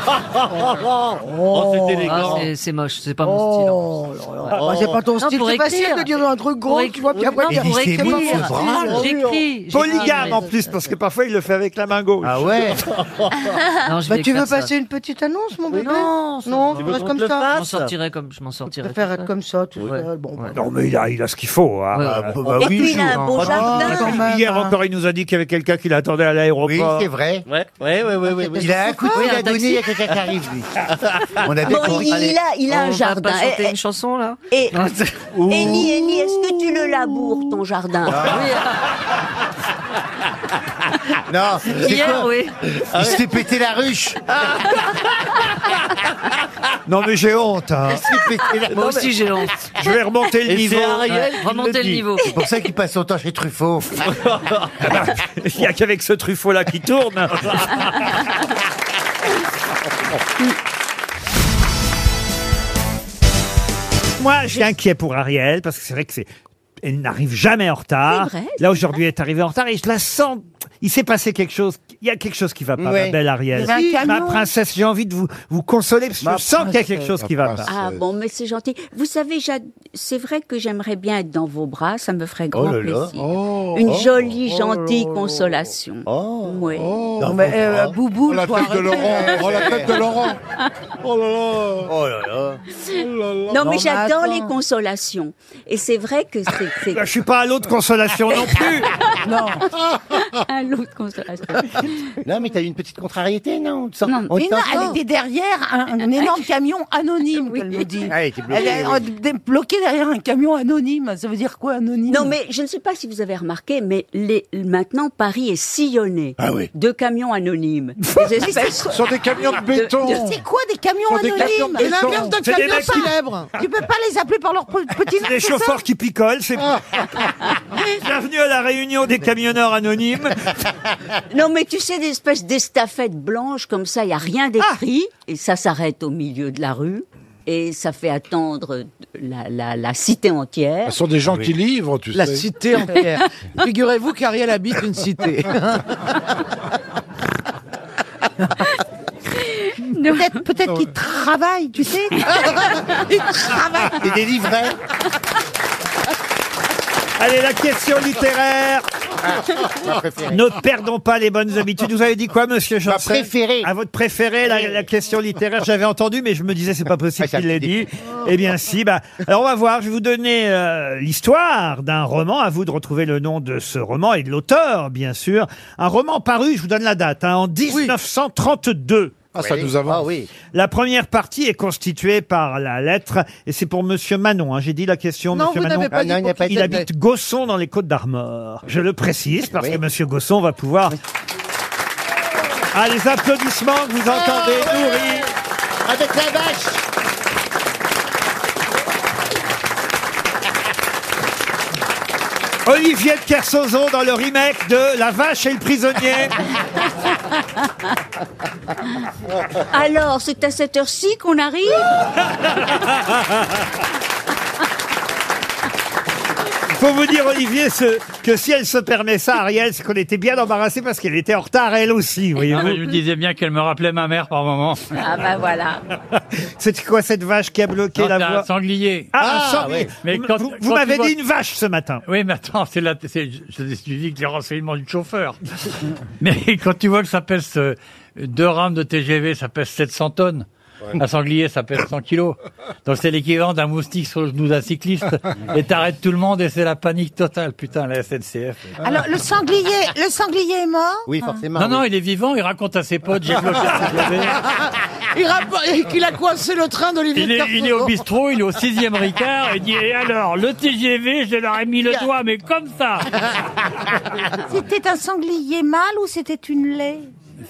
Speaker 17: Oh,
Speaker 22: c'est élégant.
Speaker 17: c'est- Oh, C'est moche, c'est pas mon style. en plus. Ouais.
Speaker 22: Bah, c'est pas ton
Speaker 17: Non,
Speaker 22: style.
Speaker 17: pour
Speaker 22: C'est facile
Speaker 17: écrire.
Speaker 22: de dire un truc gros, tu vois, puis après,
Speaker 17: non,
Speaker 22: dire-
Speaker 17: pour
Speaker 22: c'est pas
Speaker 17: écrire.
Speaker 22: mon style.
Speaker 17: J'écris.
Speaker 1: Polygame en plus, parce que parfois il le fait avec la main gauche. Ah
Speaker 7: ouais
Speaker 17: je
Speaker 22: Bah,
Speaker 17: vais
Speaker 22: tu veux
Speaker 17: faire ça.
Speaker 22: passer une petite annonce, mon bébé
Speaker 17: Non, ça
Speaker 22: non,
Speaker 17: va.
Speaker 22: tu restes comme ça.
Speaker 17: Je m'en sortirai comme je m'en
Speaker 22: Je
Speaker 17: sortirai.
Speaker 22: préfère
Speaker 17: comme
Speaker 22: être
Speaker 17: ça.
Speaker 22: comme ça, tout seul. Bon, bah,
Speaker 1: Non, mais il a, il a ce qu'il faut. hein.
Speaker 7: bah, bah, Et oui, puis, il a un beau
Speaker 22: jardin. quand même,
Speaker 1: Hier
Speaker 22: hein.
Speaker 1: encore, il nous a dit qu'il y avait quelqu'un qui l'attendait à l'aéroport.
Speaker 7: Oui, c'est vrai.
Speaker 23: Ouais, ouais, ouais, ouais, ouais, ouais.
Speaker 7: Il a un coup de
Speaker 23: Ouais,
Speaker 7: fil
Speaker 23: un
Speaker 7: à donner, il y a
Speaker 23: taxi.
Speaker 7: quelqu'un qui arrive lui.
Speaker 23: On
Speaker 7: a bien
Speaker 6: Bon, il, il a, il a un jardin.
Speaker 19: Eh,
Speaker 17: chanter
Speaker 6: une chanson Ah, là Et Élie, Élie, est-ce que tu le laboures ton jardin
Speaker 7: Non, c'est
Speaker 6: Hier,
Speaker 7: quoi
Speaker 6: oui.
Speaker 7: Il s'est pété la ruche.
Speaker 1: Non, mais j'ai honte. hein.
Speaker 7: Il s'est pété la-
Speaker 17: Moi aussi, j'ai honte.
Speaker 1: Je vais remonter le
Speaker 7: Et
Speaker 1: niveau.
Speaker 7: c'est
Speaker 17: Ouais,
Speaker 7: Ariel qui
Speaker 17: remontez
Speaker 7: dit.
Speaker 17: le niveau.
Speaker 7: C'est pour ça qu'il passe son temps chez Truffaut.
Speaker 1: Il n'y a qu'avec ce truffaut-là qui tourne. Moi, je suis inquiet pour Ariel, parce que c'est vrai que c'est elle n'arrive jamais en retard.
Speaker 24: C'est vrai, c'est
Speaker 1: Là, aujourd'hui, elle est arrivée en retard et je la sens. Il s'est passé quelque chose. Il y a quelque chose qui va
Speaker 5: Ah,
Speaker 1: pas, ma
Speaker 6: Ouais.
Speaker 1: belle Ariel.
Speaker 6: Il y a un
Speaker 1: ma
Speaker 6: camion.
Speaker 1: princesse, j'ai envie de vous, vous consoler parce que
Speaker 6: Ma
Speaker 1: je sens qu'il y a quelque
Speaker 6: princesse.
Speaker 1: chose qui
Speaker 6: Ma
Speaker 1: va pas.
Speaker 6: Ah bon, mais c'est gentil. Vous savez, j'ad- c'est vrai que j'aimerais bien être dans vos bras, ça me ferait
Speaker 3: Oh
Speaker 6: grand
Speaker 1: là là.
Speaker 6: plaisir. Une
Speaker 1: oh,
Speaker 6: jolie, gentille consolation. oui.
Speaker 1: Non, mais, euh, Boubou, Oh, la faut tête de arrêter. Laurent. Oh, la tête de Laurent.
Speaker 12: Oh là là Oh là là
Speaker 6: Non, mais j'adore les consolations. Et c'est vrai que c'est. c'est-
Speaker 1: Je suis pas à l'autre consolation non plus.
Speaker 6: non. Un lot de consolation.
Speaker 7: Non, mais t'as eu une petite contrariété, non,
Speaker 19: Mais non, eh, elle était derrière un, un énorme camion anonyme, qu'elle nous dit.
Speaker 7: Ah, elle était bloquée,
Speaker 19: Elle est
Speaker 7: oui.
Speaker 19: euh, dé- bloquée derrière un camion anonyme. Ça veut dire quoi, anonyme
Speaker 6: Non, mais je ne sais pas si vous avez remarqué, mais les, maintenant, Paris est sillonné
Speaker 12: Ah
Speaker 6: de camions anonymes. Des espèces-
Speaker 2: Sur des camions de béton.
Speaker 19: C'est quoi des camions
Speaker 6: Sur des
Speaker 19: anonymes
Speaker 6: camions de
Speaker 19: Et
Speaker 6: béton.
Speaker 19: l'inverse d'un
Speaker 6: C'est des
Speaker 19: camion
Speaker 6: mecs qui-
Speaker 19: célèbre. Tu peux pas les appeler par leur pe- petit nom.
Speaker 1: Des
Speaker 19: c'est ça Ah.
Speaker 1: chauffeurs qui picolent, c'est Bienvenue à la réunion des camionneurs anonymes.
Speaker 6: Non, mais tu sais, des espèces d'estafettes blanches comme ça, il n'y a rien d'écrit. Et ça s'arrête au milieu de la rue. Et ça fait attendre la, la- la cité entière.
Speaker 2: Ce sont des gens qui livrent, tu
Speaker 6: La
Speaker 2: sais.
Speaker 6: cité entière.
Speaker 10: Figurez-vous qu'Ariel habite une cité.
Speaker 19: Peut-être peut-être qu'ils travaillent, tu sais. Ils travaillent.
Speaker 1: Et des livrets. Allez, la question littéraire.
Speaker 7: ma préférée.
Speaker 1: ne perdons pas les bonnes habitudes. Vous avez dit quoi, monsieur Janssen
Speaker 7: préférée.
Speaker 1: À votre préférée, la, la question littéraire. J'avais entendu, mais je me disais, c'est pas possible qu'il l'ait dit. Eh bien, si. Bah, alors, on va voir. Je vais vous donner euh, l'histoire d'un roman. À vous de retrouver le nom de ce roman et de l'auteur, bien sûr. Un roman paru, je vous donne la date, hein, en 1932.
Speaker 2: Ah, ça Oui. nous avance. Ah oui.
Speaker 1: La première partie est constituée par la lettre, et c'est pour Monsieur Manon. hein. J'ai dit la question,
Speaker 9: Non,
Speaker 1: Monsieur
Speaker 9: vous
Speaker 1: Manon.
Speaker 9: n'avez pas Ah dit non, il pour n'a pas qui
Speaker 1: il
Speaker 9: été-
Speaker 1: habite Gosson dans les Côtes d'Armor. Je le précise parce
Speaker 9: Oui.
Speaker 1: que Monsieur Gosson va pouvoir. Ah, les applaudissements que vous entendez
Speaker 19: Ah,
Speaker 9: Ah.
Speaker 1: nourrir.
Speaker 7: Avec la vache
Speaker 1: Olivier de Kersozo dans le remake de La vache et le prisonnier.
Speaker 6: Alors, c'est à cette heure-ci qu'on arrive
Speaker 1: Faut vous dire, Olivier, ce- que si elle se permet ça, Ariel, c'est qu'on était bien embarrassé parce qu'elle était en retard, elle aussi,
Speaker 25: Ah, mais je
Speaker 1: voyez-vous.
Speaker 25: me disais bien qu'elle me rappelait ma mère par moment.
Speaker 6: Ah bah voilà.
Speaker 1: C'était quoi cette vache qui a bloqué
Speaker 25: Non,
Speaker 1: la
Speaker 25: c'est un
Speaker 1: voie
Speaker 25: sanglier.
Speaker 1: Ah, un sanglier.
Speaker 25: oui. Mais
Speaker 1: Vous-
Speaker 25: quand-
Speaker 1: vous-
Speaker 25: quand
Speaker 1: vous
Speaker 25: tu
Speaker 1: m'avez
Speaker 25: vois-
Speaker 1: dit une vache ce matin.
Speaker 25: Oui, mais attends, c'est là, c'est, je l'ai suivi que les renseignements du chauffeur. mais quand tu vois que ça pèse euh, deux rames de TGV, ça pèse 700 tonnes. Un sanglier, ça pèse 100 kilos. Donc c'est l'équivalent d'un moustique sur le genou d'un cycliste. Et t'arrêtes tout le monde et c'est la panique totale. Putain, la SNCF.
Speaker 19: Alors le sanglier, le sanglier est mort.
Speaker 25: Non, non, il est vivant, il raconte à ses potes, j'ai bloqué un TGV.
Speaker 10: Il rapporte qu'il a coincé le train d'Olivier
Speaker 25: Il
Speaker 10: de
Speaker 25: est,
Speaker 10: Kersauzon.
Speaker 25: il est au bistrot, il est au sixième Ricard, et dit, et alors, le TGV, je leur ai mis le doigt, mais comme ça
Speaker 19: C'était un sanglier mâle ou c'était une lait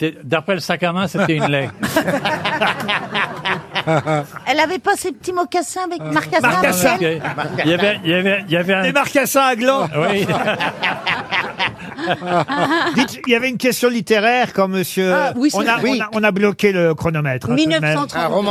Speaker 25: C'est- D'après le sac à main, c'était une lait.
Speaker 19: Elle avait pas ses petits mocassins avec
Speaker 1: Euh,
Speaker 19: marcassins.
Speaker 25: Marcassin.
Speaker 19: avec elle
Speaker 4: Ah,
Speaker 25: Il y avait, il y avait, il y avait un...
Speaker 1: Des marcassins à gland.
Speaker 25: Oui.
Speaker 1: Dites, il y avait une question littéraire quand monsieur.
Speaker 10: Ah, oui, c'est
Speaker 1: on, a,
Speaker 10: vrai.
Speaker 1: on, a, on a bloqué le chronomètre. hein, tout de même.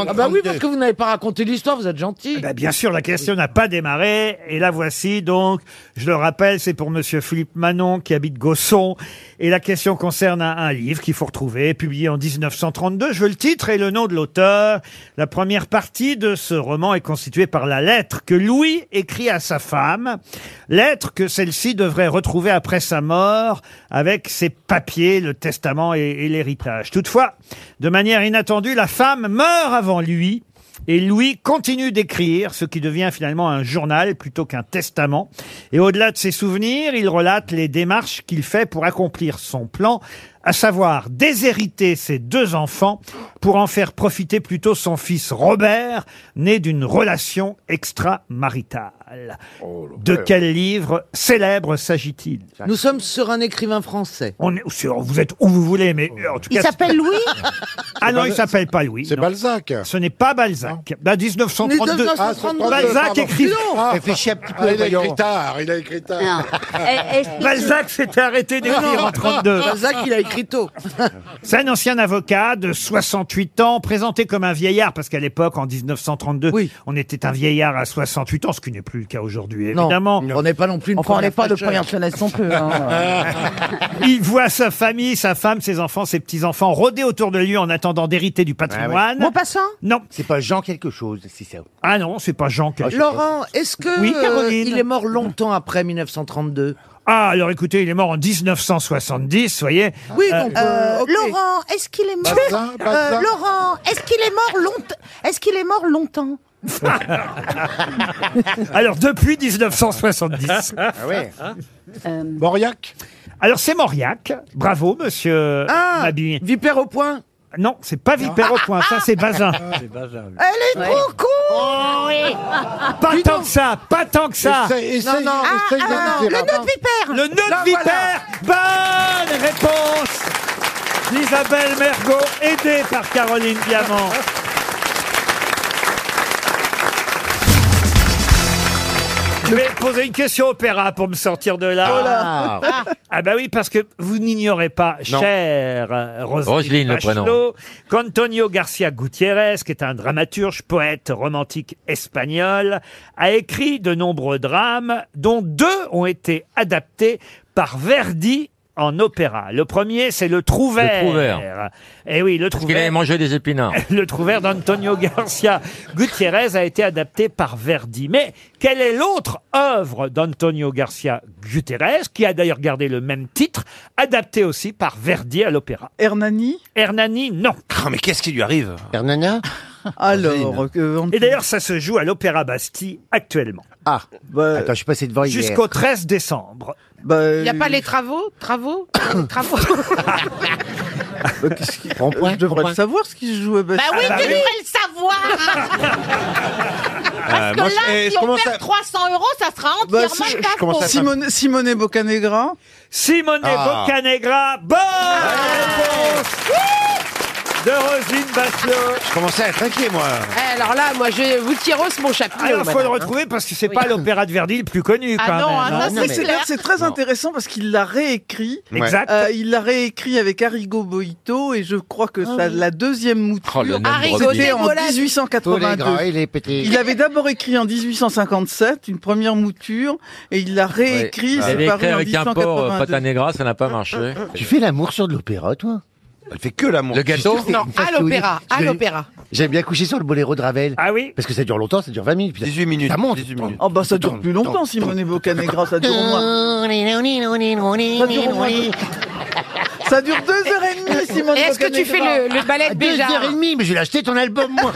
Speaker 10: Ah bah oui, parce que vous n'avez pas raconté l'histoire, vous êtes gentil.
Speaker 1: Bah, bien sûr, la question n'a pas démarré. Et la voici donc. Je le rappelle, c'est pour monsieur Philippe Manon qui habite Gosson. Et la question concerne un, un livre qu'il faut retrouver, publié en 1932. Je veux le titre et le nom de l'auteur. La première partie de ce roman est constituée par la lettre que Louis écrit à sa femme. Lettre que celle-ci devrait retrouver après sa mort avec ses papiers, le testament et- et l'héritage. Toutefois, de manière inattendue, la femme meurt avant lui. Et Louis continue d'écrire, ce qui devient finalement un journal plutôt qu'un testament. Et au-delà de ses souvenirs, il relate les démarches qu'il fait pour accomplir son plan, à savoir déshériter ses deux enfants pour en faire profiter plutôt son fils Robert, né d'une relation extramaritale.
Speaker 12: Oh,
Speaker 1: De quel livre célèbre s'agit-il
Speaker 10: Nous sommes sur un écrivain français.
Speaker 1: On est sur, vous êtes où vous voulez, mais euh, en tout
Speaker 10: Il
Speaker 1: cas.
Speaker 10: s'appelle Louis
Speaker 1: Ah non, il s'appelle pas Louis. C'est Balzac. Ce n'est pas Balzac. Bah, 1932.
Speaker 2: 1932,
Speaker 1: Balzac
Speaker 2: pardon.
Speaker 1: écrit.
Speaker 2: Ah, Réfléchis
Speaker 1: un
Speaker 2: petit peu, ah, il a voyons. écrit tard, il a écrit tard.
Speaker 17: Ah.
Speaker 2: Non. Eh, est-ce que-
Speaker 1: Balzac s'était arrêté d'écrire en 32.
Speaker 10: Balzac, il a écrit tôt.
Speaker 1: C'est un ancien avocat de 68 ans, présenté comme un vieillard, parce qu'à l'époque, en 1932, on était un vieillard à 68 ans, ce qui n'est plus plus le cas aujourd'hui,
Speaker 9: Non,
Speaker 1: évidemment. on n'est pas non plus
Speaker 9: une Enfin, on n'est première pas de fâcheuse. première jeunesse non plus, hein.
Speaker 19: Ah
Speaker 1: Il voit sa famille, sa femme, ses enfants, ses petits-enfants rôder autour de lui en attendant d'hériter du
Speaker 19: Ah
Speaker 1: patrimoine.
Speaker 9: Maupassant
Speaker 1: Non.
Speaker 7: C'est pas Jean quelque chose, si ça.
Speaker 1: Ah non, c'est pas Jean quelque
Speaker 9: Laurent, est-ce que
Speaker 1: Oui,
Speaker 9: euh,
Speaker 1: Caroline.
Speaker 9: il est mort longtemps après 1932
Speaker 1: Ah, alors écoutez, il est mort en 1970, voyez.
Speaker 19: Oui,
Speaker 1: Euh,
Speaker 19: donc, euh, Laurent, est-ce qu'il est mort
Speaker 1: Bazin, Bazin.
Speaker 19: Euh, Laurent, est-ce qu'il est mort longtemps Est-ce qu'il est mort longtemps
Speaker 9: euh,
Speaker 1: Alors, depuis 1970.
Speaker 19: Ah ouais.
Speaker 9: Euh,
Speaker 1: Mauriac Alors, c'est Mauriac. Bravo, monsieur
Speaker 9: Ah,
Speaker 1: Mabille.
Speaker 9: Vipère au point
Speaker 1: Non, c'est pas Vipère au point, ça, c'est Bazin.
Speaker 25: C'est bazar. lui.
Speaker 19: Elle est
Speaker 1: Ouais.
Speaker 19: trop con
Speaker 1: Pas tant que ça, pas tant que ça.
Speaker 19: Essaye, essaye, Non, non, ah, essaye ah, de le dire, nœud de avant. vipère.
Speaker 1: Le nœud de vipère. Bonne réponse d'Isabelle Mergot, aidée par Caroline Diamant. Je vais poser une question opéra pour me sortir de là.
Speaker 8: Oh là.
Speaker 1: Ah. Ah bah oui, parce que vous n'ignorez pas,
Speaker 8: Non.
Speaker 1: cher euh, Roselyne,
Speaker 8: Roselyne, le
Speaker 1: Bachelot,
Speaker 8: prénom.
Speaker 1: qu'Antonio Garcia Gutiérrez, qui est un dramaturge, poète romantique espagnol, a écrit de nombreux drames, dont deux ont été adaptés par Verdi en opéra. Le premier, c'est Le Trouvert.
Speaker 24: Le Trouvert.
Speaker 1: Eh oui, Le
Speaker 24: qu'il avait
Speaker 1: Trouvert.
Speaker 24: mangé des épinards.
Speaker 1: Le Trouvert d'Antonio Garcia Gutiérrez a été adapté par Verdi. Mais quelle est l'autre œuvre d'Antonio Garcia Gutiérrez, qui a d'ailleurs gardé le même titre, adaptée aussi par Verdi à l'opéra Hernani Hernani, non.
Speaker 12: mais qu'est-ce qui lui arrive
Speaker 1: Hernania
Speaker 12: Alors,
Speaker 1: Et d'ailleurs, ça se joue à l'Opéra Bastille actuellement.
Speaker 7: Ah, attends, je suis passé devant hier.
Speaker 1: Jusqu'au 13 décembre.
Speaker 7: Bah,
Speaker 19: Il n'y a pas les travaux Travaux Les Travaux
Speaker 9: Euh,
Speaker 7: Je devrais le
Speaker 9: savoir ce qui se joue à
Speaker 19: Bah oui, Ah,
Speaker 8: Ah, bah
Speaker 19: tu
Speaker 8: oui.
Speaker 19: devrais le savoir
Speaker 9: Euh,
Speaker 19: Parce
Speaker 8: Parce
Speaker 19: que là, si on perd 300 euros, ça sera
Speaker 9: Bah,
Speaker 19: entièrement de ta faute.
Speaker 8: Simone, Simone Bocanegra
Speaker 1: Simone
Speaker 8: Ah.
Speaker 1: Bocanegra, bonne
Speaker 19: Ah.
Speaker 1: réponse de Rosine Bachelot.
Speaker 12: Je commençais à être inquiet, moi.
Speaker 23: Eh, alors là, moi, je vous tire mon chapeau.
Speaker 1: Alors, Ah, faut le
Speaker 23: madame, hein.
Speaker 1: retrouver parce que c'est
Speaker 23: Oui.
Speaker 1: pas l'opéra de Verdi le plus connu,
Speaker 23: Ah
Speaker 1: quand
Speaker 23: non,
Speaker 1: même.
Speaker 23: hein, ça,
Speaker 1: hein.
Speaker 23: c'est
Speaker 8: C'est clair, c'est très
Speaker 1: Non.
Speaker 8: intéressant parce qu'il l'a réécrit.
Speaker 1: Ouais. Exact.
Speaker 8: Euh, il l'a réécrit avec Arrigo Boito et je crois que
Speaker 23: Ah
Speaker 8: ça,
Speaker 23: oui.
Speaker 8: la deuxième
Speaker 7: Oh, le nombre
Speaker 8: mouture,
Speaker 7: de
Speaker 8: c'était
Speaker 7: petits. Tous
Speaker 8: en
Speaker 7: les grands
Speaker 8: 1882.
Speaker 7: et les petits.
Speaker 8: Il avait d'abord écrit en 1857 une première mouture et il l'a réécrit.
Speaker 24: Il
Speaker 8: c'est
Speaker 24: avait
Speaker 8: paru
Speaker 24: écrit
Speaker 8: en
Speaker 24: avec un porc euh,
Speaker 8: 1882.
Speaker 24: pata negra, ça n'a pas marché.
Speaker 7: Tu fais l'amour sur de l'opéra, toi
Speaker 12: Elle fait que l'amour. Le
Speaker 7: gâteau
Speaker 23: Non, à l'opéra, à l'opéra.
Speaker 7: J'aime bien coucher sur le boléro de Ravel.
Speaker 1: Ah oui
Speaker 7: Parce que ça dure longtemps, ça dure 20 minutes. 18 minutes. Ça monte. Euh. 18 minutes.
Speaker 8: Oh bah ça dure plus longtemps, Simone Bocanegra, ça dure au moins. Ça dure au moins deux- Ça dure deux heures et demie, Simone
Speaker 23: Et est-ce que tu
Speaker 8: Bocanegra.
Speaker 23: fais le- le ballet de Béjart
Speaker 7: Deux heures et demie, mais je vais acheté ton album, moi.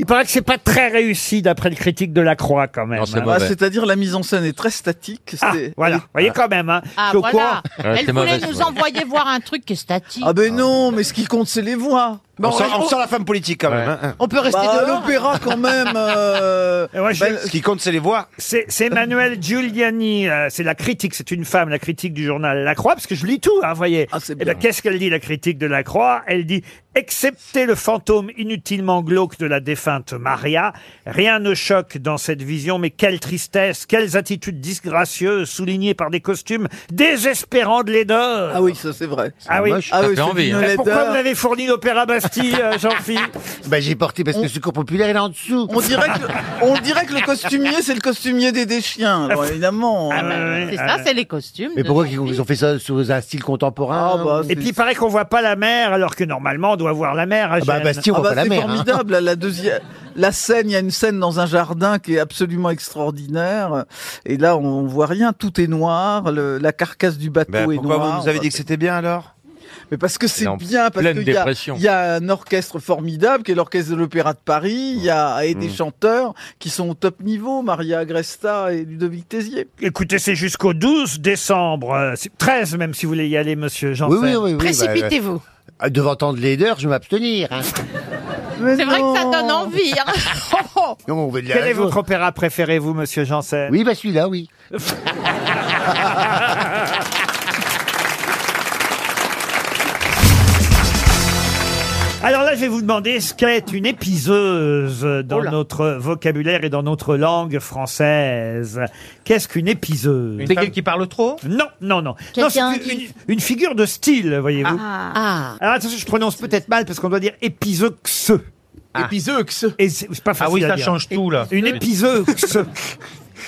Speaker 1: Il paraît que c'est pas très réussi d'après le critique de la Croix, quand même. hein.
Speaker 8: Ah, C'est-à-dire la mise en scène est très statique.
Speaker 1: Ah,
Speaker 8: c'est-
Speaker 1: voilà, vous voyez quand même. Hein,
Speaker 19: Ah
Speaker 1: je suis au
Speaker 19: voilà
Speaker 1: courant.
Speaker 19: Elle voulait nous envoyer voir un truc qui est statique.
Speaker 8: Ah ben non, mais ce qui compte, c'est les voix.
Speaker 12: on, sent, on sent la femme politique quand même. hein.
Speaker 8: peut rester
Speaker 12: Bah,
Speaker 8: de l'opéra quand même. euh,
Speaker 1: euh,
Speaker 12: Ce qui compte, c'est les voix.
Speaker 1: C'est c'est Emmanuel Giuliani, euh, c'est la critique, c'est une femme, la critique du journal La Croix, parce que je lis tout, hein, vous
Speaker 8: Ah,
Speaker 1: voyez. Eh ben, Qu'est-ce qu'elle dit, la critique de La Croix Elle dit « Excepté le fantôme inutilement glauque de la défunte Maria, rien ne choque dans cette vision, mais quelle tristesse, quelles attitudes disgracieuses soulignées par des costumes désespérants de laideur !»
Speaker 8: Ah oui, ça c'est vrai.
Speaker 1: Ah oui,
Speaker 7: Moche. Ça fait
Speaker 1: c'est
Speaker 7: envie,
Speaker 1: une
Speaker 7: hein.
Speaker 1: laideur. Eh, Pourquoi
Speaker 7: laideur.
Speaker 1: vous m'avez fourni l'opéra Bastille, euh, Jean-Philippe
Speaker 7: Ben, j'ai porté parce que le secours populaire, il est en dessous.
Speaker 8: On dirait que, on dirait que le costumier, c'est le costumier des, des chiens. Alors évidemment.
Speaker 1: bah,
Speaker 7: Ah,
Speaker 8: euh,
Speaker 7: ouais,
Speaker 19: bah, C'est
Speaker 7: ah
Speaker 19: ça,
Speaker 7: ouais.
Speaker 19: c'est les costumes.
Speaker 7: Mais
Speaker 19: de-
Speaker 7: pourquoi ils ils ont fait ça sous un style contemporain
Speaker 1: Et puis il paraît qu'on voit pas la mer, alors que normalement on doit voir la hein, mer. à
Speaker 7: bah,
Speaker 1: Gênes.
Speaker 7: Bastille, on
Speaker 8: Ah bah, c'est
Speaker 12: hein.
Speaker 8: formidable. La deuxième, la scène, il y a une scène dans un jardin qui est absolument extraordinaire. Et là, on voit rien. Tout est noir. le- la carcasse du bateau
Speaker 12: Ben,
Speaker 8: est
Speaker 12: pourquoi
Speaker 8: noire.
Speaker 12: vous nous avez dit que c'était bien alors
Speaker 8: Mais parce que c'est
Speaker 12: en
Speaker 8: bien, parce
Speaker 12: pleine
Speaker 8: qu'il y, a-
Speaker 12: dépression.
Speaker 8: il y a un orchestre formidable qui est l'orchestre de l'Opéra de Paris. Il y
Speaker 12: Mmh.
Speaker 8: a et des
Speaker 1: Mm.
Speaker 8: chanteurs qui sont au top niveau. Maria Agresta et Ludovic Tézier.
Speaker 1: Écoutez, c'est jusqu'au 12 décembre, euh, c'est 13 même si vous voulez y aller, monsieur Janssen.
Speaker 7: Oui, oui, oui. oui bah, euh, devant tant de laideur, je vais m'abstenir. hein.
Speaker 19: C'est vrai que ça donne envie. hein.
Speaker 7: Non, on veut de la
Speaker 1: Quel est
Speaker 7: raison.
Speaker 1: votre opéra préféré, vous, monsieur Janssen
Speaker 7: Oui, bah celui-là, oui.
Speaker 1: Alors là, je vais vous demander ce qu'est une épiseuse
Speaker 5: Oh
Speaker 1: dans notre vocabulaire et dans notre langue française. Qu'est-ce qu'une épiseuse
Speaker 4: Une femme qui
Speaker 1: parle trop Non, non, non. Non, c'est
Speaker 4: Quelqu'un
Speaker 1: une,
Speaker 4: qui-
Speaker 1: une- une figure de style, voyez-vous.
Speaker 4: Ah.
Speaker 1: Alors attention, je prononce peut-être mal parce qu'on doit dire épiseuse. Épizeux. Et c'est c'est pas facile.
Speaker 5: Ah. oui,
Speaker 1: à
Speaker 5: ça
Speaker 1: dire.
Speaker 5: change tout, là.
Speaker 1: Une épizeux.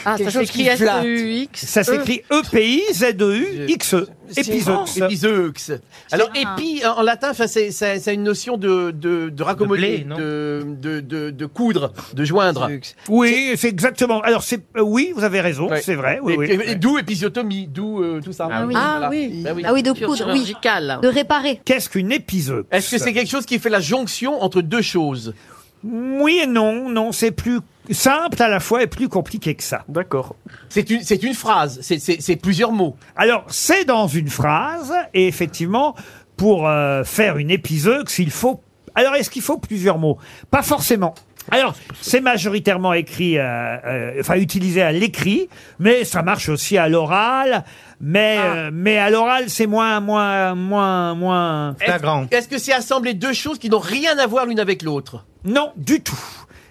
Speaker 19: Ah, ça s'écrit S-E-U-X.
Speaker 4: E.
Speaker 1: Ça s'écrit E E-P-I-Z-E-U-X-E. Épizeux.
Speaker 5: Épizeux. Alors,
Speaker 19: Ah.
Speaker 5: épi, en latin, enfin, c'est- ça ça a une notion de, de, de raccommoder,
Speaker 1: blé, non
Speaker 5: de, de, de- de coudre, de joindre.
Speaker 1: Oui, c'est exactement. Alors, c'est euh, oui, vous avez raison,
Speaker 5: Ouais.
Speaker 1: c'est vrai. Oui,
Speaker 5: Et-
Speaker 1: oui.
Speaker 5: et- et d'où épisiotomie, d'où euh, tout ça.
Speaker 1: Ah oui.
Speaker 5: Voilà.
Speaker 22: Ah oui.
Speaker 5: Bah oui.
Speaker 22: Ah oui, de coudre, oui. De réparer.
Speaker 1: Qu'est-ce qu'une épiseuse
Speaker 5: Est-ce que c'est quelque chose qui fait la jonction entre deux choses
Speaker 1: Oui et non, non, c'est plus simple à la fois et plus compliqué que ça. D'accord.
Speaker 5: C'est une, c'est une phrase, c'est- c'est c'est plusieurs mots.
Speaker 1: Alors, c'est dans une phrase, et effectivement, pour euh, faire une épiseux, il faut... Alors, est-ce qu'il faut plusieurs mots Pas forcément. Alors, c'est majoritairement écrit, euh, euh, enfin utilisé à l'écrit, mais ça marche aussi à l'oral. Mais euh, mais à l'oral, c'est moins moins moins moins.
Speaker 5: Est-ce- Est-ce que c'est assembler deux choses qui n'ont rien à voir l'une avec l'autre
Speaker 1: Non, du tout.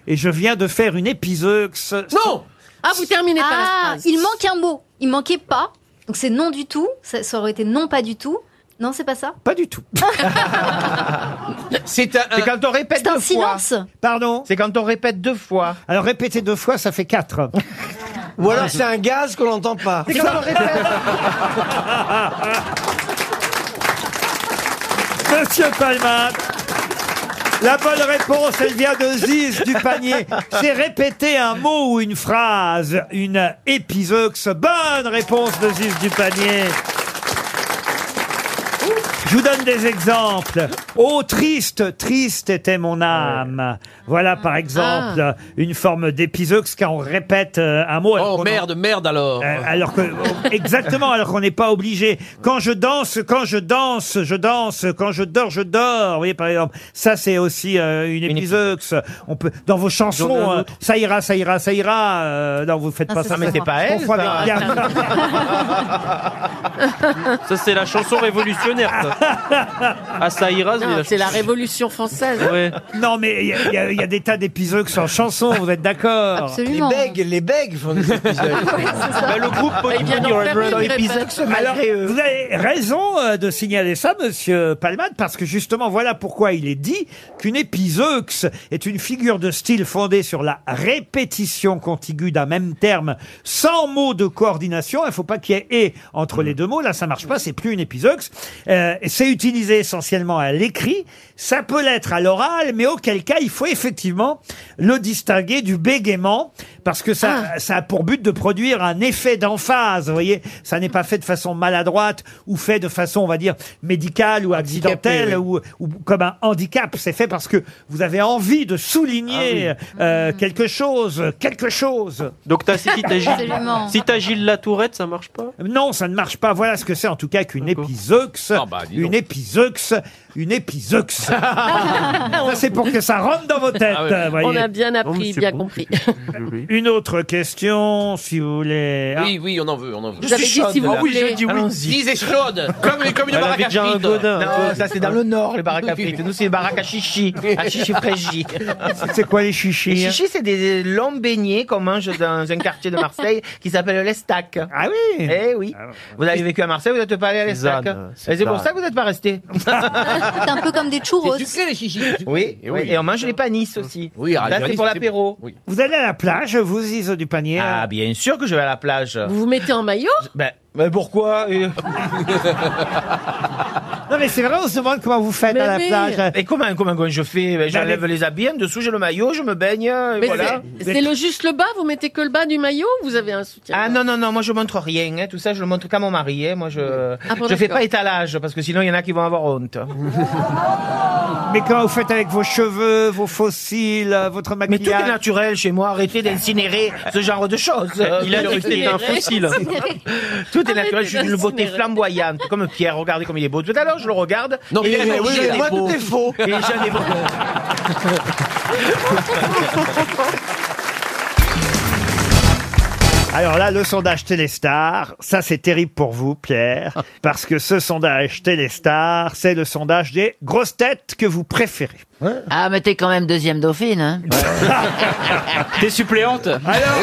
Speaker 1: Et je viens de faire une épiseux.
Speaker 5: Non.
Speaker 26: Ah, vous terminez
Speaker 1: pas la phrase.
Speaker 26: Il manque un mot. Il manquait pas. Donc c'est non du tout. Ça, ça aurait été non pas du tout. Non, c'est pas ça.
Speaker 1: Pas du tout.
Speaker 5: C'est un,
Speaker 1: quand on répète
Speaker 26: C'est un deux fois. silence.
Speaker 1: Pardon
Speaker 5: C'est quand on répète deux fois.
Speaker 1: Alors répéter deux fois, ça fait quatre.
Speaker 10: Ou alors c'est un gaz qu'on n'entend pas.
Speaker 1: C'est comme Monsieur Palma. La bonne réponse, elle vient de Ziz du panier. C'est répéter un mot ou une phrase, une épiseux. Bonne réponse de Ziz du panier. Je vous donne des exemples. Oh, triste, triste était mon âme. Voilà, par exemple, une forme d'épiseux car on répète euh, un mot. alors
Speaker 5: Ah. Oh
Speaker 1: qu'on en-
Speaker 5: merde, merde alors.
Speaker 1: euh, alors que exactement, alors qu'on n'est pas obligé. Quand je danse, quand je danse, je danse. Quand je dors, je dors. Vous voyez par exemple, ça c'est aussi euh, une épiseux. On peut dans vos chansons,
Speaker 5: J'en ai un
Speaker 1: euh,
Speaker 5: autre.
Speaker 1: ça ira, ça ira, ça ira. Euh, non, vous faites
Speaker 5: Ah,
Speaker 1: pas
Speaker 5: ça,
Speaker 1: ça.
Speaker 5: c'est Mais c'est moi. pas elle,
Speaker 1: On fera
Speaker 5: ça.
Speaker 1: avec Yann.
Speaker 4: Ça, c'est la chanson révolutionnaire. ça. Ah, ça ira,
Speaker 19: Non, c'est la révolution française.
Speaker 1: Non, mais il y, a- il y a- il y a des tas d'épiseux en chansons. Vous êtes d'accord
Speaker 19: Absolument. Les bègues,
Speaker 1: les bègues font des
Speaker 19: Bah, le groupe Eh Polygon bien, Your leur Brother permis de Episodes, répondre. malgré eux.
Speaker 1: Vous avez raison euh, de signaler ça, monsieur Palman, parce que justement, voilà pourquoi il est dit qu'une épiseux est une figure de style fondée sur la répétition contiguë d'un même terme sans mot de coordination. Il ne faut pas qu'il y ait et entre
Speaker 19: Mm.
Speaker 1: les deux mots. Là, ça marche pas, c'est plus une épiseux. Euh, c'est utilisé essentiellement à l'écrit. Ça peut l'être à l'oral, mais auquel cas, il faut effectivement le distinguer du bégaiement, parce que ça, ça a pour but de produire un effet d'emphase. Vous voyez, ça n'est pas fait de façon maladroite ou fait de façon, on va dire, médicale ou accidentelle ou, ou comme un handicap. C'est fait parce que vous avez envie de souligner euh, quelque chose, quelque chose.
Speaker 4: Donc, t'as, si t'as Gilles,
Speaker 1: Absolument.
Speaker 4: si t'as Gilles Latourette, ça marche pas
Speaker 1: Non, ça ne marche pas. Voilà ce que c'est en tout cas qu'une épiseux. une épiseux. Une épiseux. ça, c'est pour que ça rentre dans vos têtes. euh,
Speaker 19: Ah ouais.
Speaker 7: euh,
Speaker 1: voyez.
Speaker 19: On a
Speaker 23: Oh,
Speaker 19: bien appris, bien compris.
Speaker 1: Une autre question, si vous voulez. Ah.
Speaker 5: Oui, oui, on en veut, on en veut.
Speaker 19: Vous avez dit si vous
Speaker 5: Ah oui,
Speaker 19: voulez.
Speaker 5: je dis oui.
Speaker 19: Allons-y.
Speaker 5: Dis, c'est chaude. Comme les communes
Speaker 19: Elle avait déjà un godin, un
Speaker 5: Non,
Speaker 19: godin.
Speaker 5: ça c'est dans le nord, les baraques à frites. Nous, c'est les baraques à chichi. À chichi fraîchi.
Speaker 1: C'est quoi les chichis
Speaker 5: Les
Speaker 1: hein
Speaker 5: chichis,
Speaker 11: c'est des longs beignets qu'on mange dans un quartier de Marseille qui s'appelle l'Estac.
Speaker 1: Ah oui
Speaker 11: Eh oui. Vous avez vécu à Marseille, vous n'êtes pas allé à l'Estac.
Speaker 5: Zan, c'est
Speaker 11: Et c'est pour
Speaker 5: Zan.
Speaker 11: ça que vous n'êtes pas resté.
Speaker 26: C'est un peu comme des churros.
Speaker 11: oui,
Speaker 5: Et
Speaker 11: et
Speaker 5: oui.
Speaker 11: oui. Et on mange les panisses aussi.
Speaker 5: Oui,
Speaker 11: Là,
Speaker 5: radio-
Speaker 11: c'est pour l'apéro.
Speaker 1: Vous allez à la plage, vous, Iso du panier
Speaker 11: Ah, bien sûr que je vais à la plage.
Speaker 19: Vous vous mettez en maillot
Speaker 11: Ben, mais pourquoi euh
Speaker 1: Non, mais c'est vrai, on se demande comment vous faites
Speaker 19: Mais à la oui. plage.
Speaker 11: Et comment, comment, comment je fais Ben, J'enlève les habits, en dessous j'ai le maillot, je me baigne, et
Speaker 19: Mais
Speaker 11: voilà.
Speaker 19: c'est- c'est le juste le bas, vous mettez que le bas du maillot ou vous avez un soutien
Speaker 11: Ah non, non, non, moi je montre rien, hein, tout ça je le montre qu'à mon mari, hein, moi je
Speaker 19: Ah, bon,
Speaker 11: je fais
Speaker 19: d'accord.
Speaker 11: pas étalage, parce que sinon il y en a qui vont avoir honte.
Speaker 1: Mais comment vous faites avec vos cheveux, vos fossiles, euh, votre
Speaker 11: Mais tout est
Speaker 1: maquillage
Speaker 11: naturel chez moi, arrêtez d'incinérer ce genre de choses.
Speaker 3: Euh,
Speaker 1: Il a dit que c'était un fossile.
Speaker 11: Tout est
Speaker 1: Arrêtez
Speaker 11: naturel, je suis d'une beauté
Speaker 1: d'incinérer.
Speaker 11: flamboyante, comme Pierre, regardez comme il est beau. Tout à l'heure je le regarde,
Speaker 5: Non,
Speaker 11: et
Speaker 3: euh,
Speaker 5: Pierre,
Speaker 11: je-
Speaker 5: oui,
Speaker 11: je-
Speaker 5: il est
Speaker 11: moi,
Speaker 5: beau.
Speaker 11: tout est faux. Et j'en ai beau.
Speaker 1: Alors là, le sondage Téléstar, ça c'est terrible pour vous, Pierre, parce que ce sondage Téléstar, c'est le sondage des grosses têtes que vous préférez.
Speaker 15: Ah, mais t'es quand même deuxième dauphine, hein
Speaker 1: T'es suppléante Alors,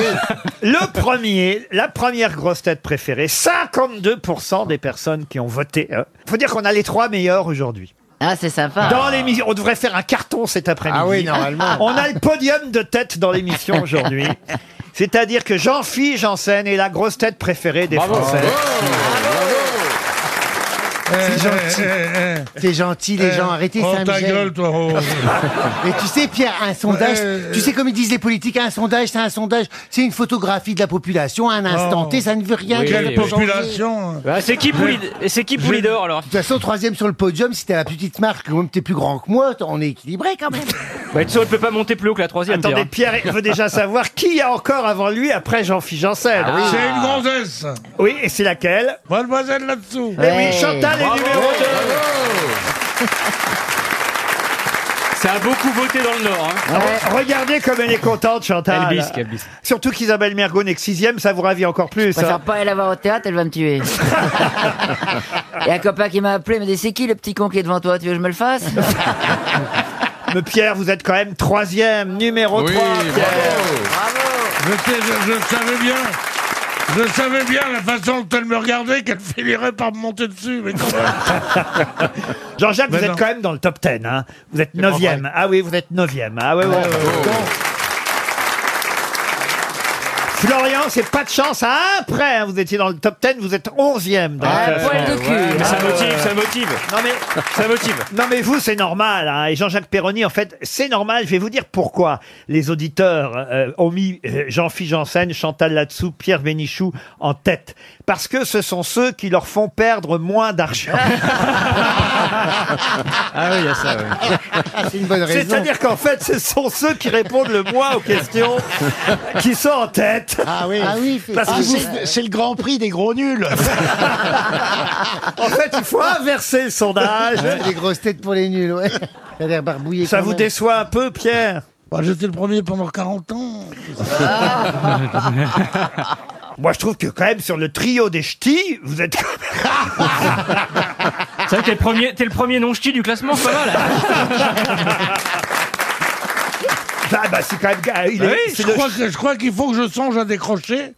Speaker 1: le premier, la première grosse tête préférée, 52% des personnes qui ont voté. hein. Faut dire qu'on a les trois meilleurs aujourd'hui.
Speaker 15: Ah, c'est sympa.
Speaker 1: Dans l'émission, on devrait faire un carton cet après-midi.
Speaker 15: Ah oui, normalement.
Speaker 1: On a le podium de tête dans l'émission aujourd'hui. C'est-à-dire que Jean-Philippe Janssen est la grosse tête préférée des Français.
Speaker 7: C'est gentil. C'est gentil, les
Speaker 1: eh,
Speaker 7: gens. Arrêtez,
Speaker 1: oh,
Speaker 7: ça me
Speaker 1: ta
Speaker 7: gêne.
Speaker 1: gueule, toi, oh. Eh,
Speaker 7: Mais tu sais, Pierre, un sondage, tu sais comme ils disent les politiques, un sondage, c'est un sondage, c'est une photographie de la population à un instant
Speaker 4: Oh.
Speaker 7: T, ça ne veut rien
Speaker 4: Oui,
Speaker 7: dire.
Speaker 4: Quelle population Bah, c'est qui Pouli- et c'est qui Poulidor, alors
Speaker 7: De toute façon, troisième sur le podium, si t'es la petite marque, ou même t'es plus grand que moi, on est équilibré quand même.
Speaker 4: Bah, tu sais, on ne peut pas monter plus haut que la troisième.
Speaker 1: Attendez, Pierre veut déjà savoir qui y a encore avant lui après Jean-Philippe Janssen.
Speaker 4: Ah oui. C'est une
Speaker 1: gonzesse. Oui, et c'est laquelle Mademoiselle là-dessous. Eh
Speaker 4: Ouais.
Speaker 1: oui, Chantal est
Speaker 4: Bravo.
Speaker 1: numéro 2.
Speaker 4: Ça a beaucoup voté dans le Nord. hein.
Speaker 1: Eh, Regardez comme elle est contente, Chantal.
Speaker 4: Elle bisque, elle bisque.
Speaker 1: Surtout qu'Isabelle Mergo n'est que sixième, ça vous ravit encore plus.
Speaker 15: Je préfère
Speaker 1: hein.
Speaker 15: pas aller la voir au théâtre, elle va me tuer. Il y a un copain qui m'a appelé, il m'a dit C'est qui le petit con qui est devant toi Tu veux que je me le fasse
Speaker 1: Mais Pierre, vous êtes quand même troisième, numéro 3.
Speaker 2: Je, sais, je, je savais bien. Je savais bien la façon dont elle me regardait qu'elle finirait par me monter dessus. Mais quand même.
Speaker 1: Jean-Jacques, vous
Speaker 2: Mais
Speaker 1: êtes
Speaker 2: non.
Speaker 1: quand même dans le top 10. Hein. Vous êtes
Speaker 2: pas
Speaker 1: 9e. Ah oui, vous êtes 9e. Ah ouais, ouais, ouais, ouais. Florian, c'est pas de chance. Ah, Après, hein, vous étiez dans le top 10, vous êtes euh, 11e. dans
Speaker 4: Ah,
Speaker 1: le classement.
Speaker 4: poil de cul. Ouais, mais ça motive, ça motive.
Speaker 1: Non mais,
Speaker 4: Ça motive.
Speaker 1: Non mais vous, c'est normal. hein. Et Jean-Jacques Perroni, en fait, c'est normal. Je vais vous dire pourquoi les auditeurs euh, ont mis euh, Jean-Philippe Janssen, Chantal Latsou, Pierre Bénichou en tête. Parce que ce sont ceux qui leur font perdre moins d'argent.
Speaker 5: Ah oui, il y a ça,
Speaker 7: C'est une bonne raison.
Speaker 1: C'est-à-dire qu'en fait, ce sont ceux qui répondent le moins aux questions qui sont en tête.
Speaker 7: Ah oui. Ah oui, fait-
Speaker 1: Parce que
Speaker 7: Ah,
Speaker 1: vous-
Speaker 7: c'est-
Speaker 1: le grand prix des gros nuls. en fait, il faut inverser le sondage.
Speaker 7: Des grosses têtes pour les nuls, ouais. Ça a l'air barbouillé.
Speaker 1: Ça
Speaker 7: quand
Speaker 1: vous
Speaker 7: même.
Speaker 1: déçoit un peu, Pierre
Speaker 2: Bah, J'étais le premier pendant 40 ans.
Speaker 8: Ah.
Speaker 1: Moi, je trouve que quand même, sur le trio des ch'tis, vous êtes...
Speaker 4: C'est vrai que t'es le premier, t'es le premier non ch'ti du classement, c'est pas mal.
Speaker 1: Ah bah c'est quand même... ah, il est- c'est
Speaker 2: je,
Speaker 1: le-
Speaker 2: crois que- je crois qu'il faut que je songe à décrocher.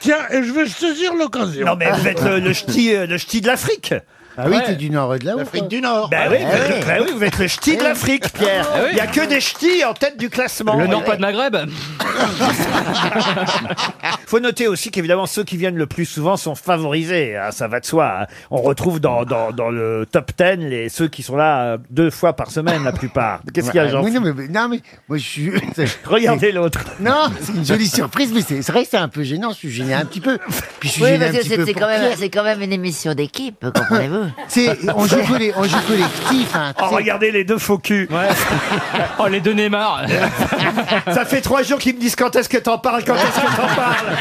Speaker 2: Tiens, et je vais saisir l'occasion.
Speaker 1: Non, mais vous êtes le, le ch'ti, euh, le ch'ti de l'Afrique.
Speaker 7: Ah oui, t'es du nord et de là
Speaker 1: L'Afrique du Nord. Bah
Speaker 7: Ah
Speaker 1: oui, vous êtes le- bah oui, vous êtes le ch'ti de l'Afrique, Pierre.
Speaker 4: Ah oui.
Speaker 1: Il n'y a que des ch'tis en tête du classement.
Speaker 4: Le Nord, pas de Maghreb.
Speaker 1: faut noter aussi qu'évidemment, ceux qui viennent le plus souvent sont favorisés. hein, ça va de soi. hein. On retrouve dans, dans, dans le top 10 les, ceux qui sont là euh, deux fois par semaine, la plupart. Qu'est-ce qu'il y a,
Speaker 7: Ouais,
Speaker 1: Jean
Speaker 7: oui, non, mais, non, mais moi je suis.
Speaker 1: Regardez l'autre.
Speaker 7: Non, c'est une jolie surprise, mais c'est c'est vrai que c'est un peu gênant. Je suis gêné un petit peu. Puis je suis
Speaker 15: Oui,
Speaker 7: gêné
Speaker 15: parce
Speaker 7: un
Speaker 15: que
Speaker 7: petit
Speaker 15: c'est
Speaker 7: peu
Speaker 15: c'est
Speaker 7: pour
Speaker 15: quand, même-
Speaker 7: Pierre.
Speaker 15: c'est quand même une émission d'équipe, comprenez-vous
Speaker 7: C'est- on joue que les- on joue collectif. Hein, tu
Speaker 1: Oh,
Speaker 7: sais.
Speaker 1: regardez les deux faux culs.
Speaker 4: Oh, les deux Neymar.
Speaker 1: Ça fait trois jours qu'ils me disent quand est-ce que t'en parles, quand est-ce que t'en parles.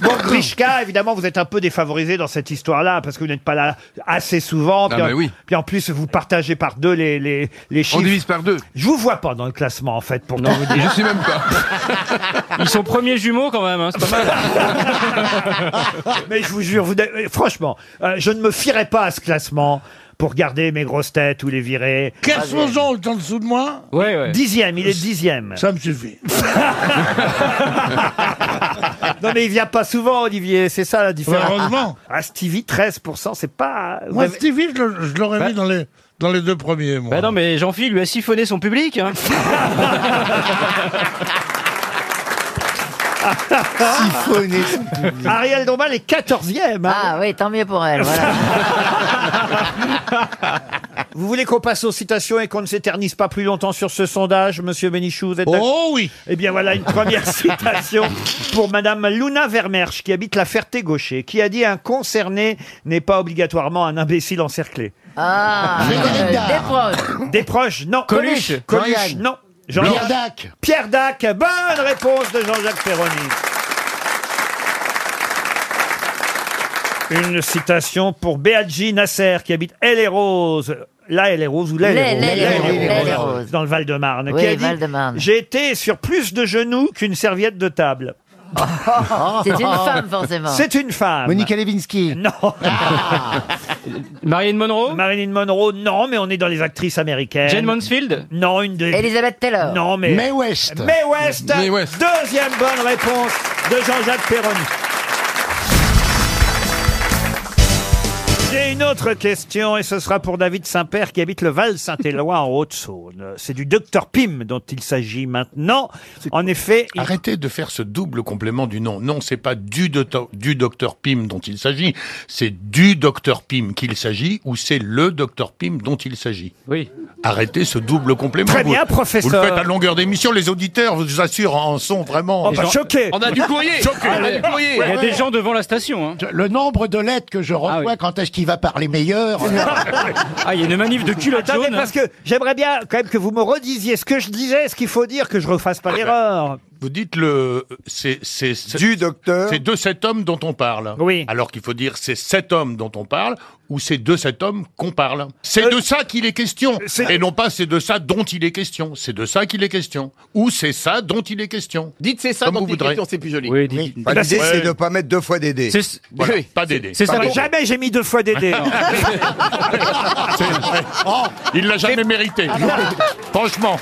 Speaker 1: Bon, Grishka, évidemment, vous êtes un peu défavorisé dans cette histoire-là, parce que vous n'êtes pas là assez souvent.
Speaker 13: Ah,
Speaker 1: Puis, en-
Speaker 13: mais oui.
Speaker 1: puis en plus, vous partagez par deux les, les, les chiffres.
Speaker 13: divise par deux.
Speaker 1: Je vous vois pas dans le classement, en fait, pour tout vous dire.
Speaker 13: Je suis même pas.
Speaker 4: Ils sont premiers jumeaux quand même, hein, c'est pas mal.
Speaker 1: Mais je vous jure, vous n'avez- franchement, euh, je ne me fierai pas à ce classement pour garder mes grosses têtes ou les virer.
Speaker 2: Kersozon est en dessous de moi.
Speaker 4: Ouais, ouais.
Speaker 1: Dixième, il est dixième.
Speaker 2: Ça me suffit.
Speaker 1: Non mais il vient pas souvent, Olivier, c'est ça la différence.
Speaker 2: Ouais, heureusement.
Speaker 1: Ah, Stevie, 13%, c'est pas... vous
Speaker 2: Moi,
Speaker 1: avez-
Speaker 2: Stevie, je le- je l'aurais
Speaker 4: Bah.
Speaker 2: mis dans les, dans les deux premiers. Moi.
Speaker 4: Bah non, mais Jean-Philippe lui a siphonné son public. Hein.
Speaker 7: Siphonner son public.
Speaker 1: Ariel Dombal est hein. 14e.
Speaker 15: Ah oui, tant mieux pour elle, voilà.
Speaker 1: Vous voulez qu'on passe aux citations et qu'on ne s'éternise pas plus longtemps sur ce sondage, monsieur Bénichou, vous êtes
Speaker 2: Oh oui
Speaker 1: Eh bien voilà une première citation pour madame Luna Vermersch, qui habite la Ferté-Gaucher, qui a dit « Un concerné n'est pas obligatoirement un imbécile encerclé
Speaker 15: Ah, euh, des proches. ».
Speaker 1: Des proches, non.
Speaker 4: Coluche.
Speaker 1: Coluche,
Speaker 4: Jean-Yann.
Speaker 1: non. Jean-
Speaker 4: Blanc. Pierre
Speaker 7: Dac.
Speaker 1: Pierre Dac, bonne réponse de Jean-Jacques Perroni. Une citation pour Béadji Nasser qui habite Elle et Rose. Là, elle est rose ou là, elle
Speaker 15: Les-
Speaker 1: est rose.
Speaker 15: les- les-
Speaker 1: Elle
Speaker 15: les-
Speaker 1: est rose.
Speaker 15: les- roses.
Speaker 1: Dans le Val-de-Marne.
Speaker 15: Oui,
Speaker 1: qui a dit
Speaker 15: Val-de-Marne.
Speaker 1: J'ai été sur plus de genoux qu'une serviette de table.
Speaker 15: C'est une femme, forcément.
Speaker 1: C'est une femme.
Speaker 7: Monica Lewinsky.
Speaker 1: Ah, bah. Non.
Speaker 4: Marilyn Monroe
Speaker 1: Marilyn Monroe, non, mais on est dans les actrices américaines.
Speaker 4: Jane Mansfield
Speaker 1: Non, une des.
Speaker 15: Elizabeth Taylor.
Speaker 1: Non, mais.
Speaker 7: Mae West.
Speaker 1: Mae West. Deuxième bonne réponse de Jean-Jacques Perroni. J'ai une autre question et ce sera pour David Saint-Père qui habite le Val-Saint-Éloi en Haute-Saône. C'est du docteur Pym dont il s'agit maintenant. En effet, il-
Speaker 13: Arrêtez de faire ce double complément du nom. Non, c'est pas du, docteur- du docteur Pym dont il s'agit, c'est du docteur Pym qu'il s'agit ou c'est le docteur Pym dont il s'agit.
Speaker 4: Oui.
Speaker 13: Arrêtez ce double complément.
Speaker 1: Très
Speaker 13: Vous-
Speaker 1: bien,
Speaker 13: Vous
Speaker 1: professeur.
Speaker 13: le faites à longueur d'émission, les auditeurs, je vous assure, en sont vraiment
Speaker 4: Oh, bah, choqués. On a du courrier.
Speaker 13: Choqués.
Speaker 4: On a du courrier. Ah, Il y a des gens devant la station. hein.
Speaker 14: Le nombre de lettres que je reçois, quand est-ce qu'il va parler meilleur
Speaker 4: Ah, il y a une manif de hein. culottes
Speaker 13: hein.
Speaker 1: Attendez,
Speaker 4: jaunes.
Speaker 1: parce que j'aimerais bien quand même que vous me redisiez ce que je disais, ce qu'il faut dire, que je refasse
Speaker 13: Ah, ben.
Speaker 1: pas l'erreur.
Speaker 13: Vous dites le c'est c'est du docteur. C'est de cet homme dont on parle.
Speaker 1: Oui.
Speaker 13: Alors qu'il faut dire c'est cet homme dont on parle ou c'est de cet homme qu'on parle. C'est de ça qu'il est question
Speaker 4: Euh,
Speaker 13: et non pas c'est de ça dont il est question. C'est de ça qu'il est question ou c'est ça dont il est question. Dites c'est
Speaker 11: ça dont il est question, c'est
Speaker 13: plus joli.
Speaker 11: Oui, dites- Oui. Bah, l'idée, c'est de pas
Speaker 13: mettre deux fois des dés. Voilà,
Speaker 11: Oui.
Speaker 13: pas des dés.
Speaker 1: C'est ça.
Speaker 13: Pas des dés.
Speaker 1: Jamais j'ai mis deux fois des dés.
Speaker 13: Ah, Oh, Il l'a jamais mérité.
Speaker 4: Ah,
Speaker 13: Franchement.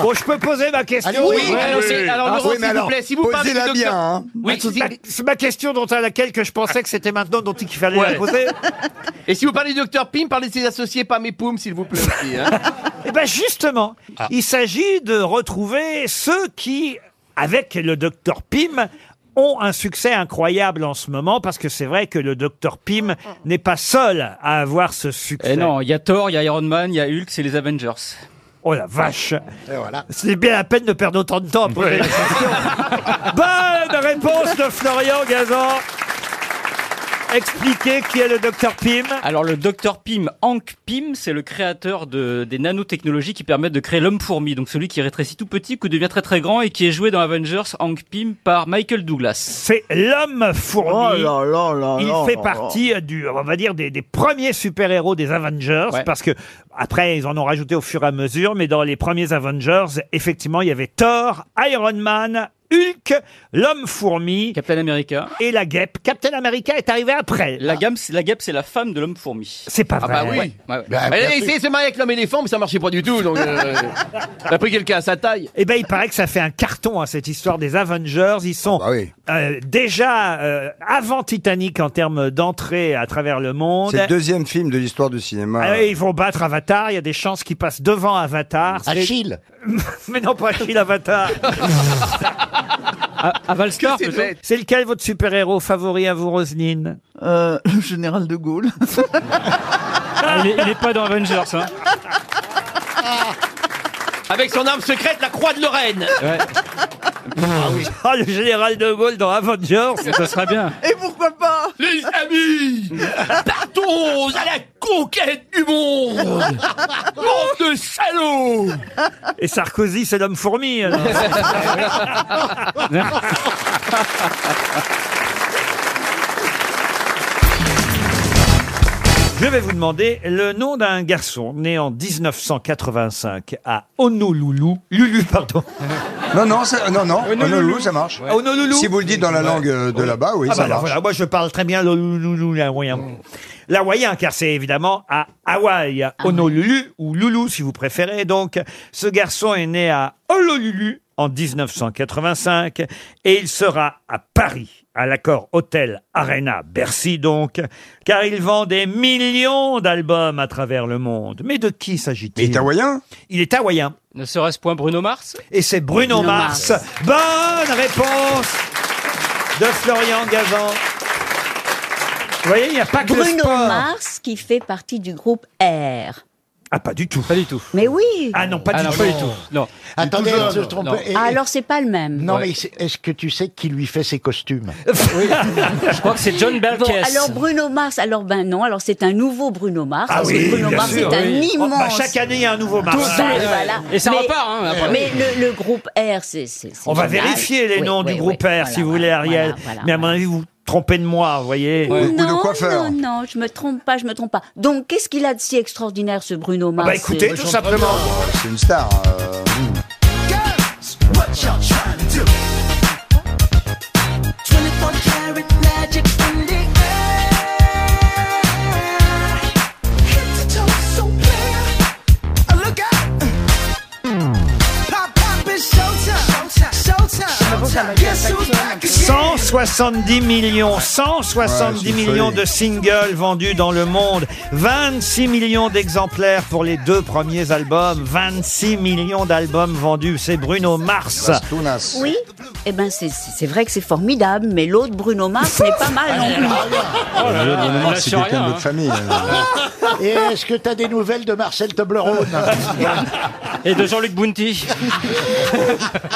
Speaker 1: Bon, je peux poser ma question.
Speaker 13: Allez, oui, Oui, alors, oui, c'est- oui. alors, Laurent, s'il vous plaît, si vous parlez du docteur-
Speaker 1: Oui, c'est ma, c'est ma question dont à laquelle que je pensais que c'était maintenant dont il fallait la
Speaker 5: Ouais.
Speaker 1: poser.
Speaker 5: Et si vous parlez du docteur Pim, parlez de ses associés, pas mes poums, s'il vous plaît. aussi, hein.
Speaker 1: Eh ben justement, il s'agit de retrouver ceux qui, avec le docteur Pym, ont un succès incroyable en ce moment parce que c'est vrai que le docteur Pym n'est pas seul à avoir ce succès.
Speaker 4: Eh non, il y a Thor, il y a Iron Man, il y a Hulk, c'est les Avengers.
Speaker 1: Oh la vache C'est bien la peine de perdre autant de temps à poser la question. Bonne réponse de Florian Gazan. Expliquez qui est le docteur Pym.
Speaker 4: Alors le docteur Pym, Hank Pym, c'est le créateur de, des nanotechnologies qui permettent de créer l'homme fourmi, donc celui qui rétrécit tout petit, qui devient très très grand et qui est joué dans Avengers, Hank Pym, par Michael Douglas.
Speaker 1: C'est l'homme fourmi.
Speaker 4: Oh là là là
Speaker 1: Il
Speaker 4: là
Speaker 1: fait
Speaker 4: là
Speaker 1: partie euh, du, on va dire, des, des premiers super-héros des Avengers, parce que après, ils en ont rajouté au fur et à mesure, mais dans les premiers Avengers, effectivement, il y avait Thor, Iron Man, Hulk, l'homme fourmi,
Speaker 4: Captain America
Speaker 1: et la guêpe. Captain America est arrivé après.
Speaker 4: La, gamme, c'est- la guêpe, c'est la femme de l'homme fourmi.
Speaker 1: C'est pas vrai.
Speaker 5: Ah oui. Elle a essayé de se marier avec l'homme éléphant, mais ça marchait pas du tout. Donc, euh, elle a pris quelqu'un à sa taille.
Speaker 1: Eh ben, il paraît que ça fait un carton, hein, cette histoire des Avengers. Ils sont
Speaker 17: Ah bah
Speaker 1: euh, déjà euh, avant Titanic en termes d'entrée à travers le monde.
Speaker 17: C'est le deuxième film de l'histoire du
Speaker 1: Ah
Speaker 17: cinéma.
Speaker 1: oui, ils vont battre Avatar, il y a des chances qu'ils passent devant Avatar. C'est-
Speaker 17: Achille.
Speaker 1: Mais non, pas Achille, Avatar.
Speaker 4: Ah,
Speaker 1: Avalstar,
Speaker 8: Qu'est-ce que c'est
Speaker 1: plutôt. C'est lequel votre super-héros favori à vous, Roselyne
Speaker 8: Euh, le général de Gaulle.
Speaker 4: Ah, il
Speaker 1: Ah,
Speaker 4: n'est pas dans Avengers, hein.
Speaker 5: Ah. Avec son arme secrète, la croix de Lorraine.
Speaker 1: Ah le général de Gaulle dans Avengers
Speaker 4: Ça serait bien.
Speaker 8: Et pourquoi pas
Speaker 5: Les amis, partons à la conquête du monde. Monde de salauds.
Speaker 1: Et Sarkozy, c'est l'homme fourmi. alors. Je vais vous demander le nom d'un garçon né en 1985 à Honolulu. Lulu, pardon.
Speaker 17: Non, non, ça- non, non, Honolulu, ça marche.
Speaker 1: Ah, Honolulu
Speaker 17: Si vous le dites dans la
Speaker 1: Ouais.
Speaker 17: langue euh, de
Speaker 1: Ouais.
Speaker 17: là-bas, oui,
Speaker 1: Ah
Speaker 17: ça
Speaker 1: bah alors
Speaker 17: marche. Mm.
Speaker 1: voilà, moi je parle très bien l'Honolulu, l'hawaïen. L'hawaïen, car c'est évidemment à Hawaï, à Honolulu, ou Loulou si vous préférez. Donc, ce garçon est né à Honolulu en 1985 et il sera à Paris, à l'accord Hôtel Arena Bercy donc, car il vend des millions d'albums à travers le monde. Mais de qui s'agit-il Il est hawaïen Il est hawaïen.
Speaker 4: Ne serait-ce point Bruno Mars
Speaker 1: Et c'est Bruno,
Speaker 4: Bruno
Speaker 1: Mars.
Speaker 4: Mars.
Speaker 1: Bonne réponse de Florian Gazan. Vous voyez, il n'y a pas que le
Speaker 6: Bruno
Speaker 1: sport.
Speaker 6: Mars qui fait partie du groupe R.
Speaker 1: Ah, pas du tout.
Speaker 4: Pas du tout.
Speaker 6: Mais oui
Speaker 1: Ah non, pas
Speaker 4: Ah
Speaker 1: du
Speaker 4: non,
Speaker 1: tout.
Speaker 4: pas du tout. Non.
Speaker 14: Attendez,
Speaker 4: Toujours,
Speaker 14: je
Speaker 4: non,
Speaker 14: trompe.
Speaker 4: non.
Speaker 14: Et-
Speaker 6: Ah, alors c'est pas le même.
Speaker 14: Non,
Speaker 6: Ouais.
Speaker 14: mais c'est- est-ce que tu sais qui lui fait ses costumes
Speaker 4: Je crois que c'est John Belkes.
Speaker 6: Bon, alors Bruno Mars, alors ben non, alors c'est un nouveau Bruno Mars.
Speaker 4: Ah
Speaker 6: parce que
Speaker 4: oui,
Speaker 6: Bruno
Speaker 4: bien
Speaker 6: Mars
Speaker 4: sûr,
Speaker 6: est un
Speaker 4: oui.
Speaker 6: immense.
Speaker 4: Oh, bah, chaque
Speaker 1: année, il y a un nouveau Mars.
Speaker 6: Tout ça,
Speaker 1: Ouais.
Speaker 6: voilà.
Speaker 4: Et ça
Speaker 6: mais,
Speaker 4: repart, hein, après.
Speaker 6: Mais le, le groupe R, c'est. c'est- c'est
Speaker 1: On va
Speaker 6: génial.
Speaker 1: vérifier les
Speaker 6: Oui,
Speaker 1: noms
Speaker 6: oui,
Speaker 1: du
Speaker 6: oui,
Speaker 1: groupe R,
Speaker 6: voilà,
Speaker 1: si vous voulez, Ariel.
Speaker 6: voilà,
Speaker 1: Mais à mon avis, vous vous trompez de moi, vous voyez.
Speaker 6: Non, non, non, je me trompe pas, je me trompe pas. Donc, qu'est-ce qu'il a de si extraordinaire, ce Bruno
Speaker 4: Ah
Speaker 6: Mars
Speaker 17: bah écoutez,
Speaker 6: euh,
Speaker 17: tout simplement. C'est une star. euh,
Speaker 1: Sens 70 millions, 170
Speaker 24: Ouais, c'est
Speaker 1: millions
Speaker 24: folie.
Speaker 1: de singles vendus dans le monde, 26 millions d'exemplaires pour les deux premiers albums, 26 millions d'albums vendus, c'est Bruno Mars.
Speaker 6: Oui, eh ben c'est- c'est c'est vrai que c'est formidable, mais l'autre Bruno Mars n'est pas mal non
Speaker 4: Ah,
Speaker 6: plus.
Speaker 17: c'est quelqu'un de notre famille.
Speaker 27: Et est-ce que t'as des nouvelles de Marcel Toblerone
Speaker 5: Et de Jean-Luc Bounty.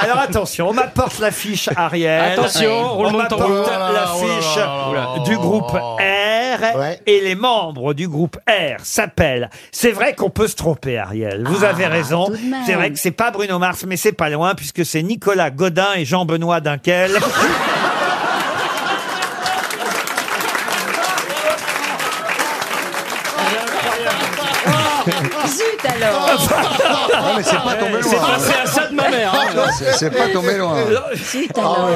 Speaker 1: Alors attention, on m'apporte l'affiche Ariel.
Speaker 5: Attention,
Speaker 1: on
Speaker 5: roulement de tambour. Oh
Speaker 1: m'apporte
Speaker 5: Oula,
Speaker 1: l'affiche du groupe R. Et les membres du groupe R s'appellent. C'est vrai qu'on peut se tromper, Ariel. Vous
Speaker 24: Ah,
Speaker 1: avez raison.
Speaker 24: tout de même.
Speaker 1: C'est vrai que c'est pas Bruno Mars, mais c'est pas loin puisque c'est Nicolas Godin et Jean-Benoît Dunkel.
Speaker 6: Ah. Zut alors
Speaker 17: Non, mais c'est pas tombé loin. hein.
Speaker 6: pas- c'est à ça de ma mère, hein.
Speaker 17: C'est- C'est pas tombé loin.
Speaker 6: Zut alors.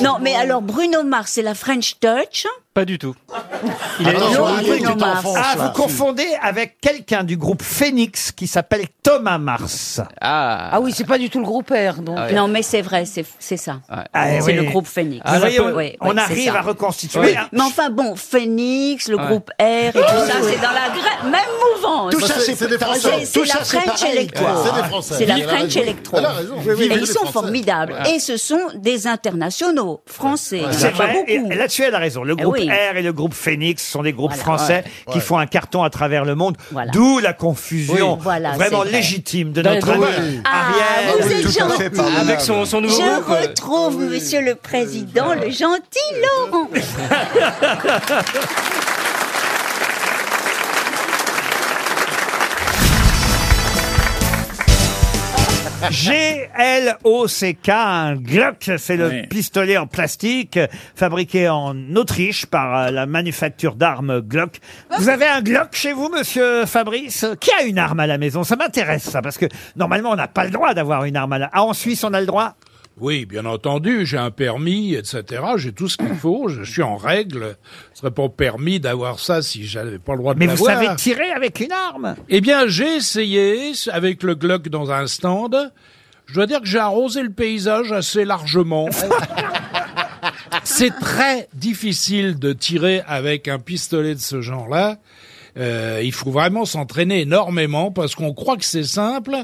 Speaker 6: Non, mais alors Bruno Mars, c'est la French Touch
Speaker 5: Pas du tout.
Speaker 1: Ah Il est
Speaker 6: Attention, Ariel, tu t'enfonces,
Speaker 1: Ah,
Speaker 6: là.
Speaker 1: vous confondez avec quelqu'un du groupe Phoenix qui s'appelle Thomas Mars.
Speaker 5: Ah.
Speaker 6: Ah oui, c'est pas du tout le groupe R, donc.
Speaker 1: Ah ouais.
Speaker 6: Non, mais c'est vrai, c'est c'est ça.
Speaker 1: Ah,
Speaker 6: c'est
Speaker 1: oui.
Speaker 6: le groupe Phoenix.
Speaker 1: Ah, Vous voyez, on-
Speaker 6: Ouais,
Speaker 1: on
Speaker 6: ouais,
Speaker 1: arrive
Speaker 6: c'est ça.
Speaker 1: à reconstituer.
Speaker 6: Mais,
Speaker 1: un-
Speaker 6: mais enfin bon, Phoenix, le
Speaker 1: Ouais. Ah,
Speaker 6: groupe R et tout
Speaker 24: Ouais,
Speaker 6: ça,
Speaker 24: ouais.
Speaker 6: c'est dans la gra- même mouvance.
Speaker 24: Tout ça, c'est- c'est des
Speaker 6: C'est-
Speaker 24: Français.
Speaker 6: C'est
Speaker 24: Tout
Speaker 6: la
Speaker 24: ça, c'est
Speaker 6: French
Speaker 24: pareil.
Speaker 6: Electro.
Speaker 24: Ouais, c'est des Français.
Speaker 6: C'est la
Speaker 24: Elle a
Speaker 6: French
Speaker 24: raison.
Speaker 6: Electro.
Speaker 24: Elle a raison. Oui, oui,
Speaker 6: Et
Speaker 24: oui,
Speaker 6: ils
Speaker 24: les
Speaker 6: sont
Speaker 24: Français.
Speaker 6: formidables.
Speaker 1: Ouais.
Speaker 6: Et ce sont des internationaux français. Il y en a
Speaker 1: C'est
Speaker 6: pas
Speaker 1: vrai, et
Speaker 6: beaucoup.
Speaker 1: là-dessus elle a raison. Le
Speaker 6: Eh
Speaker 1: groupe
Speaker 6: oui.
Speaker 1: R et le groupe Phoenix sont des groupes
Speaker 6: Voilà.
Speaker 1: français
Speaker 6: Ouais.
Speaker 1: qui
Speaker 6: Ouais.
Speaker 1: font un carton à travers le monde,
Speaker 6: Voilà.
Speaker 1: d'où la confusion
Speaker 6: Oui. Voilà,
Speaker 1: vraiment
Speaker 6: c'est vrai.
Speaker 1: légitime de
Speaker 6: Ben,
Speaker 1: notre
Speaker 6: donc,
Speaker 1: ami
Speaker 6: oui.
Speaker 1: Ariel.
Speaker 6: Ah, vous êtes gentil.
Speaker 5: Avec son- son nouveau
Speaker 6: Je
Speaker 5: groupe, ouais.
Speaker 6: retrouve, monsieur le président, le gentil Laurent.
Speaker 1: G-L-O-C-K, un Glock, c'est le pistolet en plastique euh, fabriqué en Autriche par euh, la manufacture d'armes Glock. Vous avez un Glock chez vous, monsieur Fabrice Qui a une arme à la maison Ça m'intéresse, ça, parce que normalement, on n'a pas le droit d'avoir une arme à la... Ah, en Suisse, on a le droit
Speaker 24: Oui, bien entendu, j'ai un permis, etc. J'ai tout ce qu'il faut, je suis en règle. Ce serait pas permis d'avoir ça si j'avais pas le droit de
Speaker 7: Bah
Speaker 1: Mais vous
Speaker 24: l'avoir.
Speaker 1: savez tirer avec une arme
Speaker 24: Eh bien, j'ai essayé avec le Glock dans un stand. Je dois dire que j'ai arrosé le paysage assez largement. C'est très difficile de tirer avec un pistolet de ce genre-là. Euh, il faut vraiment s'entraîner énormément parce qu'on croit que c'est simple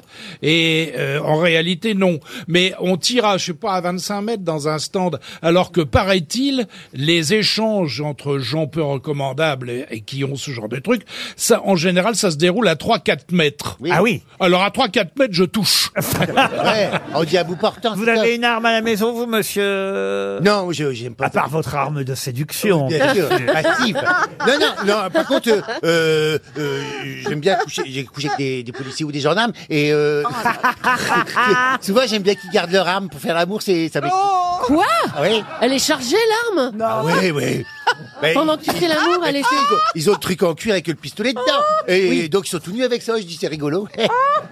Speaker 24: et euh, en réalité non. Mais on tire à, je sais pas, à 25 mètres dans un stand alors que paraît-il, les échanges entre gens peu recommandables et, et qui ont ce genre de truc, ça, en général, ça se déroule à 3-4 mètres.
Speaker 1: Ah oui.
Speaker 24: Alors à 3-4 mètres, je touche.
Speaker 1: Ouais,
Speaker 24: on dit à bout portant.
Speaker 1: Vous avez une arme à la maison, vous, monsieur
Speaker 24: Non, j'aime
Speaker 1: pas. À part votre arme de séduction.
Speaker 7: Bien sûr, active. Non, non, non, par contre, euh, euh, euh, j'aime bien coucher, j'ai couché avec des, des policiers ou des gendarmes, et euh,
Speaker 3: Oh,
Speaker 7: souvent j'aime bien qu'ils gardent leur arme pour faire l'amour, c'est ça
Speaker 3: Oh Quoi
Speaker 7: Oui.
Speaker 3: Elle est chargée, l'arme
Speaker 7: Ah oui, oui. Mais
Speaker 3: Pendant que tu fais l'amour, elle est...
Speaker 7: ils ont le truc en cuir avec le pistolet dedans. Et donc ils sont tout nus avec ça, Oh, je dis c'est rigolo.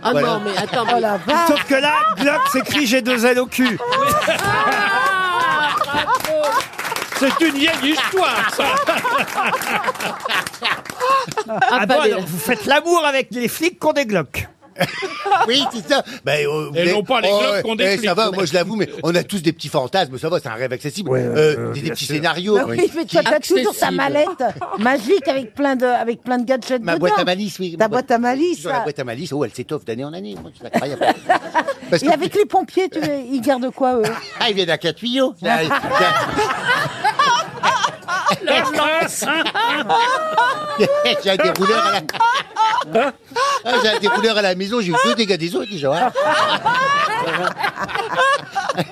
Speaker 3: Ah
Speaker 7: Voilà.
Speaker 3: non, mais attends.
Speaker 7: Oh la vache.
Speaker 1: Sauf que là, Glock s'écrit j'ai deux ailes au cul.
Speaker 24: C'est une vieille histoire, ça
Speaker 19: bah,
Speaker 1: Ah, bon, alors, vous faites l'amour avec les flics qu'on dégloque.
Speaker 7: Oui, c'est ça. Ben, euh,
Speaker 24: Et
Speaker 7: mais-
Speaker 24: non pas les
Speaker 7: oh,
Speaker 24: globes
Speaker 7: ouais,
Speaker 24: qu'on
Speaker 7: eh,
Speaker 24: déflique.
Speaker 7: Ça va, moi je l'avoue, mais on a tous des petits fantasmes, ça va, c'est un rêve accessible.
Speaker 24: Ouais,
Speaker 7: Euh,
Speaker 24: euh,
Speaker 7: des, des
Speaker 24: bien
Speaker 7: petits
Speaker 24: sûr.
Speaker 7: scénarios.
Speaker 19: Bah oui, mais toi, t'as toujours ta mallette magique avec plein de, avec plein de gadgets
Speaker 7: Ma
Speaker 19: dedans.
Speaker 7: boîte à malice, oui.
Speaker 19: Ta boîte à malice.
Speaker 7: Sur la
Speaker 19: ça.
Speaker 7: boîte à malice, oh, elle s'étoffe d'année en année. moi, c'est incroyable. Parce
Speaker 19: Et
Speaker 7: que-
Speaker 19: avec les pompiers, tu, ils gardent quoi, eux
Speaker 7: Ah, il vient d'un cas de tuyau. Là, il-
Speaker 24: La hein. chance
Speaker 7: J'ai un dérouleur à la... Ah, j'ai un dérouleur à la maison, j'ai eu deux dégâts des eaux déjà. hein.
Speaker 19: Ah,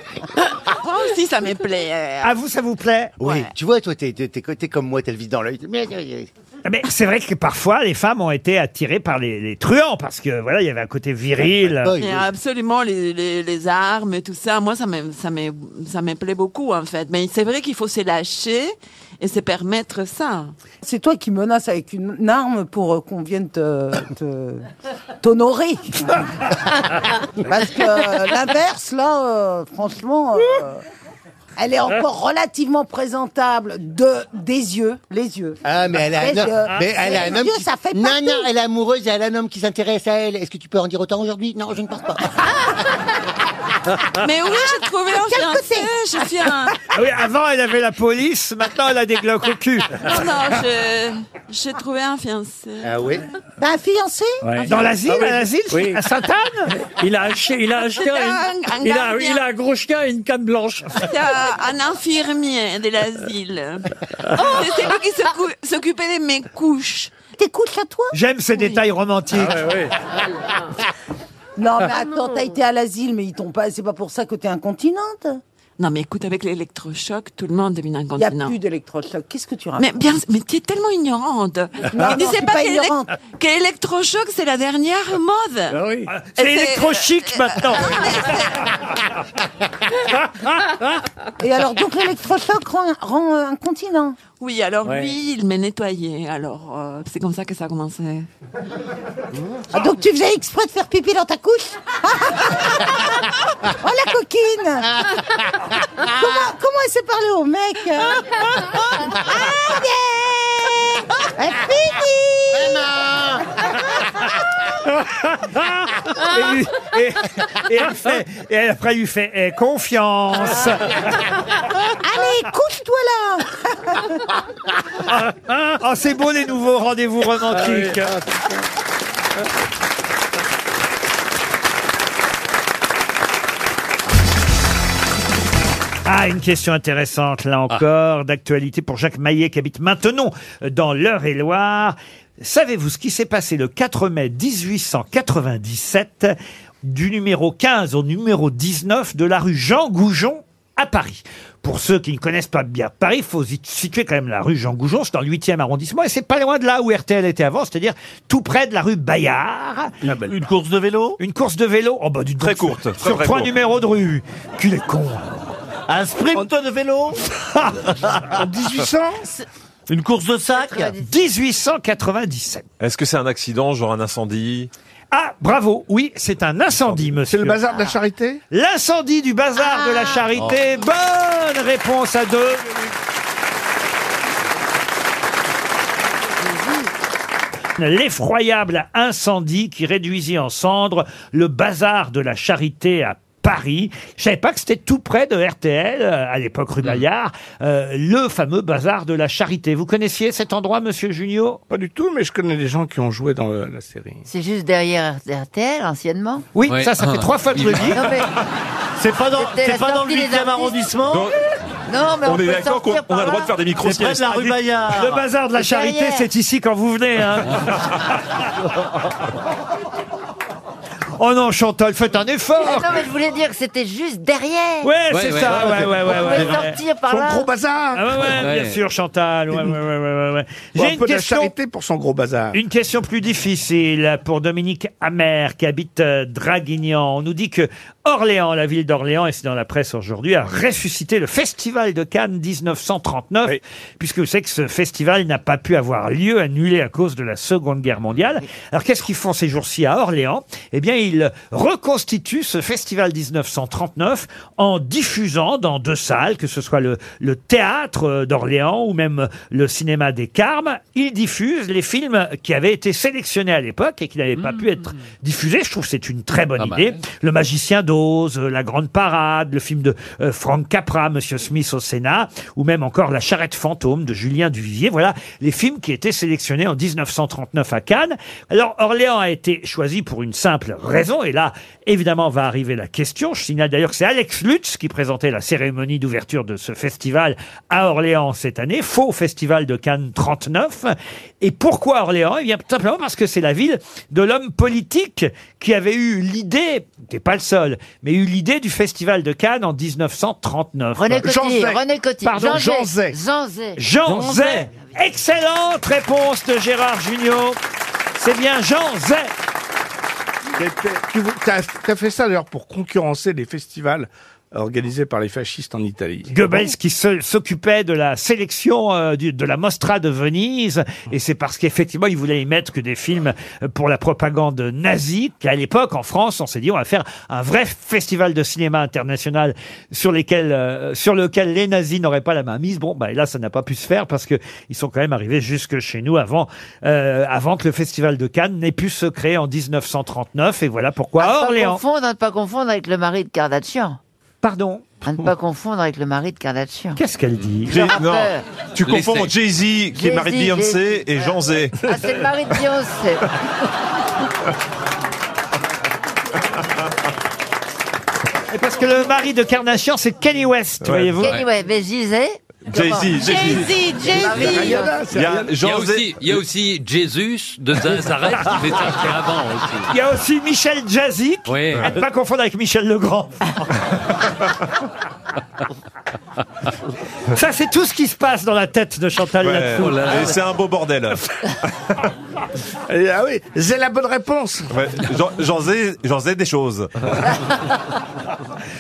Speaker 25: Moi aussi, ça me plaît. euh.
Speaker 1: À vous, ça vous plaît
Speaker 7: Oui, tu vois, toi, t'es t'es- t'es- t'es comme moi, t'as le vide dans l'œil. Mais, euh,
Speaker 1: Ah, Mais c'est vrai que parfois, les femmes ont été attirées par les, les truands parce que voilà, il y avait un côté
Speaker 7: Ah,
Speaker 1: viril.
Speaker 25: Et absolument, les, les- les armes et tout ça, moi, ça me, ça me, ça me plaît beaucoup, en fait. Mais c'est vrai qu'il faut se lâcher et se permettre ça.
Speaker 19: C'est toi qui menaces avec une arme pour euh, qu'on vienne te, te- t'honorer. Parce que euh, l'inverse, là, euh, franchement, euh, elle est encore relativement présentable de des yeux, les yeux.
Speaker 7: Ah, mais elle a
Speaker 19: Les
Speaker 7: un
Speaker 19: yeux.
Speaker 7: homme, mais elle a
Speaker 19: Les
Speaker 7: un homme
Speaker 19: yeux,
Speaker 7: qui...
Speaker 19: ça fait
Speaker 7: Non,
Speaker 19: partie.
Speaker 7: non, elle est amoureuse et elle a un homme qui s'intéresse à elle. Est-ce que tu peux en dire autant aujourd'hui Non, je ne pense pas.
Speaker 25: euh, Mais oui, j'ai trouvé un fiancé. Je suis un.
Speaker 1: Ah oui, avant, elle avait la police, maintenant, elle a des glauques au cul.
Speaker 25: Non, non, je- j'ai trouvé un fiancé.
Speaker 1: Ah oui
Speaker 19: Bah, Un fiancé
Speaker 1: Dans l'asile,
Speaker 5: Ah oui.
Speaker 1: à l'asile,
Speaker 5: Oui.
Speaker 1: à Sainte-Anne
Speaker 5: Il a acheté, il a acheté,
Speaker 25: C'était
Speaker 5: un-
Speaker 25: un- un
Speaker 5: il a,
Speaker 25: gardien.
Speaker 5: il a un gros chien et une canne blanche.
Speaker 25: C'était un un infirmier de l'asile. C'était lui qui s'occu- s'occupait de mes couches.
Speaker 19: Tes couches à toi
Speaker 1: J'aime ces détails romantiques.
Speaker 19: Ah Non, mais attends, t'as été à l'asile, mais ils t'ont pas. C'est pas pour ça que t'es incontinente.
Speaker 25: Non, mais écoute, avec l'électrochoc, tout le monde devient
Speaker 19: Il n'y a
Speaker 25: incontinent.
Speaker 19: plus d'électrochoc. Qu'est-ce que tu racontes
Speaker 25: Mais bien, mais tu es tellement ignorante.
Speaker 19: Non,
Speaker 25: tu
Speaker 19: non, je
Speaker 25: sais
Speaker 19: suis
Speaker 25: pas,
Speaker 19: pas
Speaker 25: que l'élec-
Speaker 19: ignorante.
Speaker 25: que l'électrochoc, c'est la dernière mode. Euh,
Speaker 1: Ah, C'est électrochic maintenant.
Speaker 25: euh,
Speaker 19: Et alors, donc l'électrochoc rend, rend euh, incontinent.
Speaker 25: Oui, alors
Speaker 19: Ouais.
Speaker 25: lui, il me nettoyait. Alors, euh, c'est comme ça que ça a commencé.
Speaker 19: Ah, donc tu faisais exprès de faire pipi dans ta couche Oh la coquine comment, comment elle s'est parlée au mec euh?
Speaker 3: Ah,
Speaker 19: Allez Elle finit
Speaker 1: et, lui- et- et elle fait- et elle- après, il lui fait eh, confiance.
Speaker 25: Ah,
Speaker 19: Allez, couche-toi là
Speaker 1: Oh, c'est beau les nouveaux rendez-vous romantiques. Ah, une question intéressante là encore, d'actualité pour Jacques Maillet qui habite maintenant dans l'Eure-et-Loire. Savez-vous ce qui s'est passé le 4 mai 1897 du numéro 15 au numéro 19 de la rue Jean Goujon à Paris pour ceux qui ne connaissent pas bien Paris, il faut y situer quand même la rue Jean Goujon, c'est dans le 8e arrondissement, et c'est pas loin de là où RTL était avant, c'est-à-dire tout près de la rue Bayard.
Speaker 11: Ah,
Speaker 1: Une course de vélo Une course de vélo, oh bah, dis donc,
Speaker 9: Très courte,
Speaker 1: sur-
Speaker 9: très,
Speaker 1: Sur
Speaker 9: très
Speaker 1: trois
Speaker 9: courte.
Speaker 1: numéros de rue. Qu'il est con. Un sprint de vélo En 1800 Une course de sac 1897.
Speaker 9: Est-ce que c'est un accident, genre un incendie
Speaker 1: Ah, bravo, oui, c'est un incendie, monsieur.
Speaker 9: le bazar de la
Speaker 1: charité L'incendie du bazar de
Speaker 24: Ah.
Speaker 1: la charité.
Speaker 9: Oh.
Speaker 1: Bonne réponse à deux. L'effroyable incendie qui réduisit en cendres le bazar de la charité à Paris. Je savais pas que c'était tout près de RTL, euh, à l'époque
Speaker 9: Hmm.
Speaker 1: rue Bayard, euh, le fameux bazar de la charité. Vous connaissiez cet endroit, monsieur Junio
Speaker 12: Pas du tout, mais je connais les gens qui ont joué dans le- la série.
Speaker 15: C'est juste derrière RTL, anciennement
Speaker 12: Oui, Ouais. ça, ça
Speaker 15: Ah.
Speaker 1: Ah.
Speaker 12: fait trois fois que je le dis.
Speaker 15: Non, mais-
Speaker 24: C'est pas dans,
Speaker 15: C'était la
Speaker 24: c'est pas dans le
Speaker 15: sortie des
Speaker 24: 8e
Speaker 15: artistes.
Speaker 24: arrondissement
Speaker 15: Non, mais on,
Speaker 9: On
Speaker 15: peut
Speaker 9: est d'accord qu'on
Speaker 15: sortir
Speaker 9: on a
Speaker 15: par
Speaker 9: le droit
Speaker 15: là.
Speaker 9: de faire des micros
Speaker 24: C'est près de la rue Bayard.
Speaker 1: Le bazar de la
Speaker 24: C'est
Speaker 1: charité,
Speaker 24: derrière.
Speaker 1: c'est ici quand vous venez. hein. oh non, Chantal, faites un effort.
Speaker 15: Attends, mais je voulais dire que c'était juste derrière.
Speaker 1: Oh. Ouais, c'est ça. Ouais, ouais, ouais, ouais,
Speaker 15: on
Speaker 1: ouais,
Speaker 15: peut
Speaker 1: ouais.
Speaker 15: sortir par là.
Speaker 12: bazar.
Speaker 1: Ah ouais, ouais, bien sûr, Chantal. Ouais, ouais, ouais, ouais, ouais.
Speaker 12: Bon, un
Speaker 1: J'ai une
Speaker 12: peu de la
Speaker 1: question.
Speaker 12: charité pour son gros bazar.
Speaker 1: Une question plus difficile pour Dominique Amer qui habite euh, Draguignan. On nous dit que Orléans, la ville d'Orléans, et c'est dans la presse aujourd'hui, a ressuscité le Festival de Cannes 1939, puisque vous savez que ce festival n'a pas pu avoir lieu, annulé à cause de la Seconde Guerre mondiale. Alors qu'est-ce qu'ils font ces jours-ci à Orléans Eh bien, ils reconstituent ce Festival 1939 en diffusant dans deux salles, que ce soit le, le théâtre euh, d'Orléans ou même le cinéma des Carmes, ils diffusent les films qui avaient été sélectionnés à l'époque et qui n'avaient pas pu être diffusés. Je trouve que c'est une très bonne idée. Le magicien d'Oz, euh, La Grande Parade, le film de euh, Frank Capra, Monsieur Smith au Sénat, ou même encore La Charrette Fantôme de Julien Duvivier. Voilà les films qui étaient sélectionnés en 1939 à Cannes. Alors, Orléans a été choisi pour une simple raison, Oh, et là, évidemment, va arriver la question. Je signale d'ailleurs que c'est Alex Lutz qui présentait la cérémonie d'ouverture de ce festival à Orléans cette année, faux festival de Cannes 39. Et pourquoi Orléans Eh bien, tout simplement parce que c'est la ville de l'homme politique qui avait eu l'idée, t'es pas le seul, mais eu l'idée du festival de Cannes en 1939.
Speaker 15: René Coty, René Coty.
Speaker 1: Pardon,
Speaker 15: Jean
Speaker 1: Jean
Speaker 15: Zay.
Speaker 1: Zay.
Speaker 15: Jean Zay.
Speaker 1: Jean Zay. Excellente réponse de Gérard Junior. C'est bien Jean Zay.
Speaker 12: Tu as, fait ça d'ailleurs pour concurrencer les festivals organisé par les fascistes en Italie.
Speaker 1: Goebbels qui se- s'occupait de la sélection euh, du- de la Mostra de Venise, et c'est parce qu'effectivement il voulait y mettre que des films euh, pour la propagande nazie, qu'à l'époque en France on s'est dit on va faire un vrai festival de cinéma international sur, lesquels, euh, sur lequel les nazis n'auraient pas la main mise. Bon, bah, et là ça n'a pas pu se faire parce que ils sont quand même arrivés jusque chez nous avant, euh, avant que le festival de Cannes n'ait pu se créer en 1939, et voilà pourquoi
Speaker 15: À ne pas
Speaker 1: Orléans.
Speaker 15: confondre, à ne pas confondre avec le mari de Kardashian.
Speaker 1: Pardon
Speaker 15: À ne pas confondre avec le mari de Kardashian.
Speaker 1: Qu'est-ce qu'elle dit
Speaker 15: J'ai peur.
Speaker 9: Non, tu
Speaker 15: Laissez.
Speaker 9: confonds Jay-Z, qui est marié de
Speaker 15: Jay-Z,
Speaker 9: Beyoncé,
Speaker 15: Jay-Z.
Speaker 9: et Jean Z.
Speaker 15: Ah, c'est le mari de Beyoncé.
Speaker 1: Et parce que le mari de Kardashian c'est Kenny West, voyez-vous.
Speaker 15: Kenny West, mais Jay-Z.
Speaker 1: Jay-Z, Jay-Z.
Speaker 15: Jay-Z,
Speaker 10: Il y, a, aussi, il y a aussi Jésus de Nazareth qui fait ça qui est avant aussi.
Speaker 1: Il y a aussi Michel Jazik,
Speaker 10: Oui.
Speaker 1: à ne pas confondre avec Michel Legrand. Ça, c'est tout ce qui se passe dans la tête de Chantal Ah
Speaker 9: Ouais.
Speaker 1: là-dessous.
Speaker 9: Et c'est un beau bordel.
Speaker 17: Ah
Speaker 12: Et, ah oui, c'est la bonne réponse.
Speaker 9: Ouais, Jean- Jean Z, Jean Z des choses.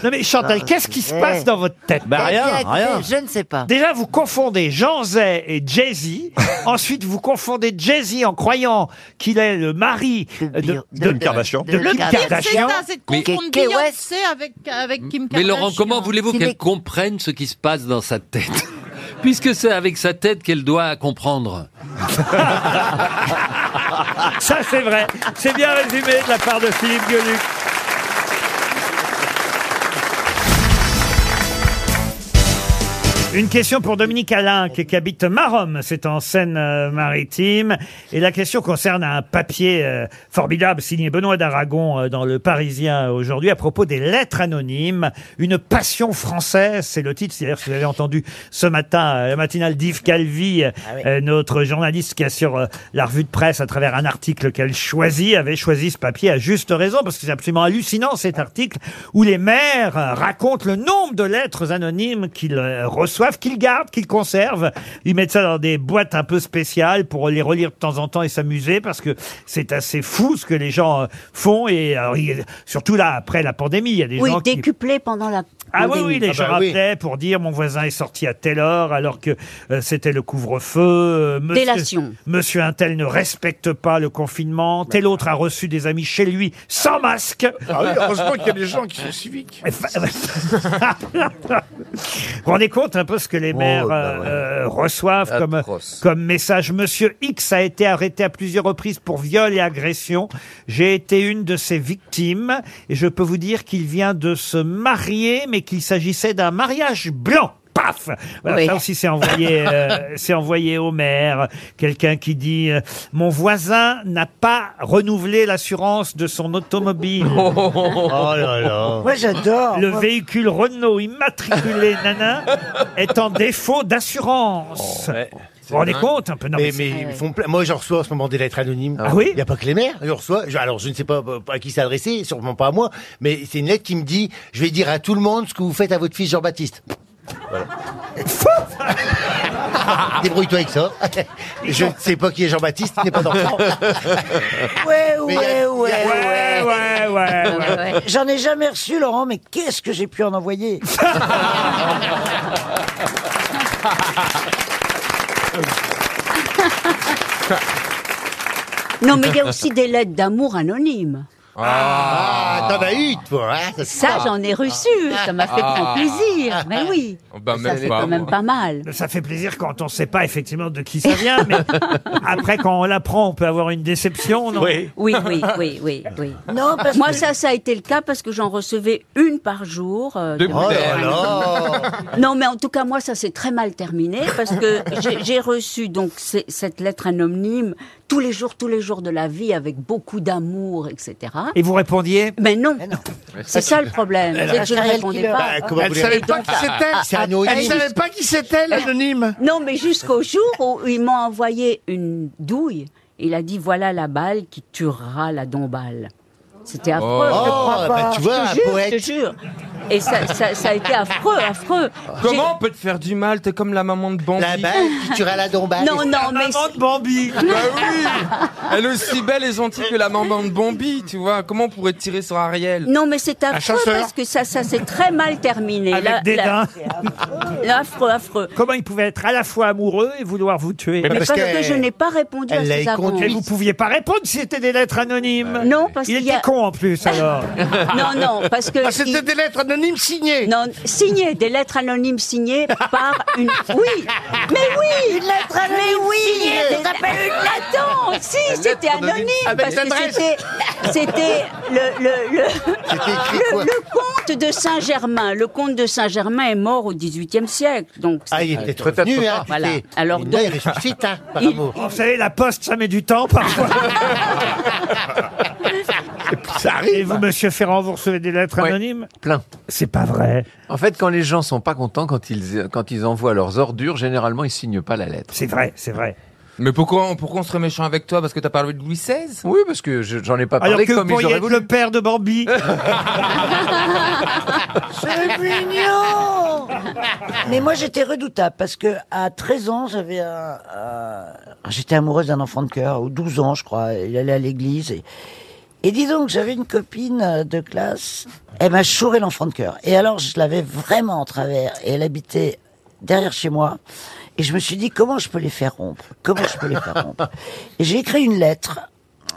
Speaker 1: Non mais Chantal, qu'est-ce qui se passe dans votre tête
Speaker 15: Bah, rien, Eh bien, écoutez, rien. je ne sais pas.
Speaker 1: Déjà, vous confondez Jean Zay et Jay-Z. Ensuite, vous confondez Jay-Z en croyant qu'il est le mari de,
Speaker 10: de Kim Kardashian.
Speaker 1: de Kim
Speaker 10: Le pire, c'est
Speaker 1: Kardashian.
Speaker 10: ça,
Speaker 23: c'est de
Speaker 10: Mais-
Speaker 23: confondre
Speaker 10: Kay
Speaker 23: Beyoncé avec, avec Kim Kardashian.
Speaker 10: Mais Laurent, comment voulez-vous
Speaker 23: Qu'il
Speaker 10: qu'elle
Speaker 23: est-
Speaker 10: comprenne ce qui se passe dans sa tête Puisque c'est avec sa tête qu'elle doit comprendre.
Speaker 1: Ça, c'est vrai. C'est bien résumé de la part de Philippe Gueluc. Une question pour Dominique Alain, qui, qui habite Marom, c'est en Seine-Maritime. Et la question concerne un papier euh, formidable signé Benoît d'Aragon euh, dans Le Parisien aujourd'hui à propos des lettres anonymes. Une passion française, c'est le titre. C'est-à-dire, si vous avez entendu ce matin, euh, la matinale d'Yves Calvi, euh, euh, notre journaliste qui assure euh, la revue de presse à travers un article qu'elle choisit, avait choisi ce papier à juste raison, parce que c'est absolument hallucinant cet article où les maires euh, racontent le nombre de lettres anonymes qu'ils euh, reçoivent, qu'ils gardent, qu'ils conservent. Ils mettent ça dans des boîtes un peu spéciales pour les relire de temps en temps et s'amuser parce que c'est assez fou ce que les gens euh, font et alors, il- surtout là après la pandémie, il y a des
Speaker 6: Oui,
Speaker 1: gens qui
Speaker 6: décuplé pendant la.
Speaker 1: ah oui,
Speaker 6: pandémie.
Speaker 1: oui, les gens
Speaker 24: bah
Speaker 1: rappelaient pour dire mon voisin est sorti à telle heure alors que euh, c'était le couvre-feu. euh, monsieur-
Speaker 6: Délation.
Speaker 1: Monsieur un tel ne respecte pas le confinement. Tel autre a reçu des amis chez lui sans masque.
Speaker 12: Ah oui, heureusement qu'il y a des gens qui sont civiques.
Speaker 1: Vous vous rendez compte un peu ce que
Speaker 12: Oh,
Speaker 1: les maires
Speaker 12: bah
Speaker 1: euh, euh, reçoivent comme, comme message Monsieur X a été arrêté à plusieurs reprises pour viol et agression. J'ai été une de ses victimes et je peux vous dire qu'il vient de se marier, mais qu'il s'agissait d'un mariage blanc. Paf voilà,
Speaker 22: Oui.
Speaker 1: Ça aussi, c'est envoyé, euh, c'est envoyé au maire. Quelqu'un qui dit euh, Mon voisin n'a pas renouvelé l'assurance de son automobile.
Speaker 5: Oh là là. Moi, j'adore.
Speaker 1: Le
Speaker 5: Moi-
Speaker 1: véhicule Renault immatriculé nana est en défaut d'assurance. Vous vous rendez compte un peu non,
Speaker 3: mais,
Speaker 1: mais-
Speaker 3: mais ils font plein- Moi, j'en reçois en ce moment des lettres anonymes.
Speaker 1: Ah oui
Speaker 3: Il n'y a pas que les maires. Je reçois. je- Alors, je ne sais pas euh, à qui s'adresser, sûrement pas à moi, mais c'est une lettre qui me dit je vais dire à tout le monde ce que vous faites à votre fils Jean-Baptiste. Voilà. Débrouille-toi avec ça. Je ne sais pas qui est Jean-Baptiste, il n'est pas d'enfant.
Speaker 26: Ouais, ouais, ouais, ouais,
Speaker 1: ouais,
Speaker 26: ouais. J'en ai jamais reçu, Laurent, mais qu'est-ce que j'ai pu en envoyer
Speaker 6: Non, mais il y a aussi des lettres d'amour anonymes.
Speaker 3: Ah, t'en as eu, toi. hein, se
Speaker 6: Ça,
Speaker 3: voit.
Speaker 6: j'en ai reçu. Ça m'a fait
Speaker 1: Ah.
Speaker 6: grand plaisir. Mais oui.
Speaker 9: Bah,
Speaker 6: ça
Speaker 9: même
Speaker 6: fait
Speaker 9: pas,
Speaker 6: quand même
Speaker 9: moi.
Speaker 6: pas mal.
Speaker 1: Ça fait plaisir quand on ne sait pas effectivement de qui ça vient, mais après quand on l'apprend, on peut avoir une déception, non
Speaker 9: Oui.
Speaker 6: Oui, oui, oui, oui, oui. Non,
Speaker 26: parce
Speaker 6: Moi,
Speaker 26: que-
Speaker 6: ça, ça a été le cas parce que j'en recevais une par jour. euh,
Speaker 26: De
Speaker 6: de-
Speaker 26: Oh là
Speaker 6: Non, mais en tout cas, moi, ça s'est très mal terminé parce que j'ai- j'ai reçu donc c- cette lettre anonyme tous les jours, tous les jours de la vie avec beaucoup d'amour, etc.
Speaker 1: Et vous répondiez
Speaker 6: Mais non. C'est ça le problème.
Speaker 26: Elle
Speaker 6: C'est que je ne
Speaker 26: a-
Speaker 6: répondais
Speaker 26: Bah,
Speaker 6: pas.
Speaker 26: comment Elle voulez- savait pas qui c'était. C'est anonyme. ah, Elle savait
Speaker 6: pas qui c'était, l'anonyme. Non, mais jusqu'au jour où ils m'ont envoyé une douille. Il a dit voilà la balle qui tuera la domballe. C'était affreux.
Speaker 26: Oh,
Speaker 6: je te crois
Speaker 26: bah,
Speaker 6: pas.
Speaker 26: tu vois,
Speaker 6: je te
Speaker 26: un
Speaker 6: jure,
Speaker 26: poète.
Speaker 6: Je te jure. Et ça, ça- ça a été affreux, affreux.
Speaker 2: Comment on peut te faire du mal T'es comme la maman de Bambi.
Speaker 6: La balle qui tuera la dombale. Non, non, La mais maman
Speaker 2: de Bambi. Bah oui. Elle est aussi belle et gentille que la maman de Bambi, tu vois. Comment on pourrait tirer sur Ariel
Speaker 6: Non, mais c'est affreux
Speaker 2: chasseur.
Speaker 6: parce que ça, ça s'est très mal terminé.
Speaker 2: Avec
Speaker 6: La-
Speaker 2: des
Speaker 6: la-
Speaker 2: dents.
Speaker 6: la- Affreux, affreux.
Speaker 1: Comment il pouvait être à la fois amoureux et vouloir vous tuer
Speaker 6: Mais parce que je n'ai pas répondu à
Speaker 1: Elle l'a
Speaker 6: ces avances.
Speaker 1: Et vous pouviez pas répondre si c'était des lettres anonymes.
Speaker 6: Non, parce
Speaker 1: Il
Speaker 6: qu'il y
Speaker 1: était
Speaker 6: a-
Speaker 1: con en plus alors.
Speaker 6: Non, non, parce que. Ah, c'était des lettres anonymes signées Non, signées, des lettres anonymes signées par une. Oui Mais oui
Speaker 26: Une lettre anonyme
Speaker 6: Mais oui
Speaker 26: signée,
Speaker 6: des-
Speaker 26: ça s'appelle une lettre.
Speaker 6: Attends, si, c'était anonyme
Speaker 26: Avec
Speaker 6: Parce que
Speaker 26: l'adresse.
Speaker 6: c'était. C'était le. le, le... Le, le comte de Saint-Germain, le comte de Saint-Germain est mort au XVIIIe siècle, donc.
Speaker 3: Ah, il était trop venu, hein.
Speaker 6: Voilà.
Speaker 3: tu t'es-
Speaker 6: Alors
Speaker 3: Mais là,
Speaker 6: donc-
Speaker 3: il ressuscite, hein, par
Speaker 6: Il-
Speaker 3: amour.
Speaker 1: Vous savez, la poste, ça met du temps parfois.
Speaker 7: Ça arrive.
Speaker 1: Et vous, monsieur Ferrand, vous recevez des lettres anonymes
Speaker 7: Plein.
Speaker 1: C'est pas vrai.
Speaker 7: En fait, quand les gens sont pas contents, quand ils, quand ils envoient leurs ordures, généralement, ils signent pas la lettre.
Speaker 1: C'est vrai, c'est vrai.
Speaker 2: Mais pourquoi, on- pourquoi on serait méchant avec toi Parce que t'as parlé de Louis XVI
Speaker 7: Oui, parce que je- j'en ai pas
Speaker 2: Alors
Speaker 7: parlé
Speaker 2: que vous
Speaker 7: comme ils
Speaker 2: pourriez
Speaker 7: auraient
Speaker 2: être
Speaker 7: voulu.
Speaker 1: le père de Bambi.
Speaker 26: C'est mignon Mais moi j'étais redoutable parce que à 13 ans j'avais un... un- J'étais amoureuse d'un enfant de cœur, ou 12 ans je crois, il allait à l'église et... Et dis donc, j'avais une copine euh, de classe, elle m'a chouré l'enfant de cœur. Et alors, je l'avais vraiment en travers. Et elle habitait derrière chez moi. Et je me suis dit, comment je peux les faire rompre Comment je peux les faire rompre Et j'ai écrit une lettre.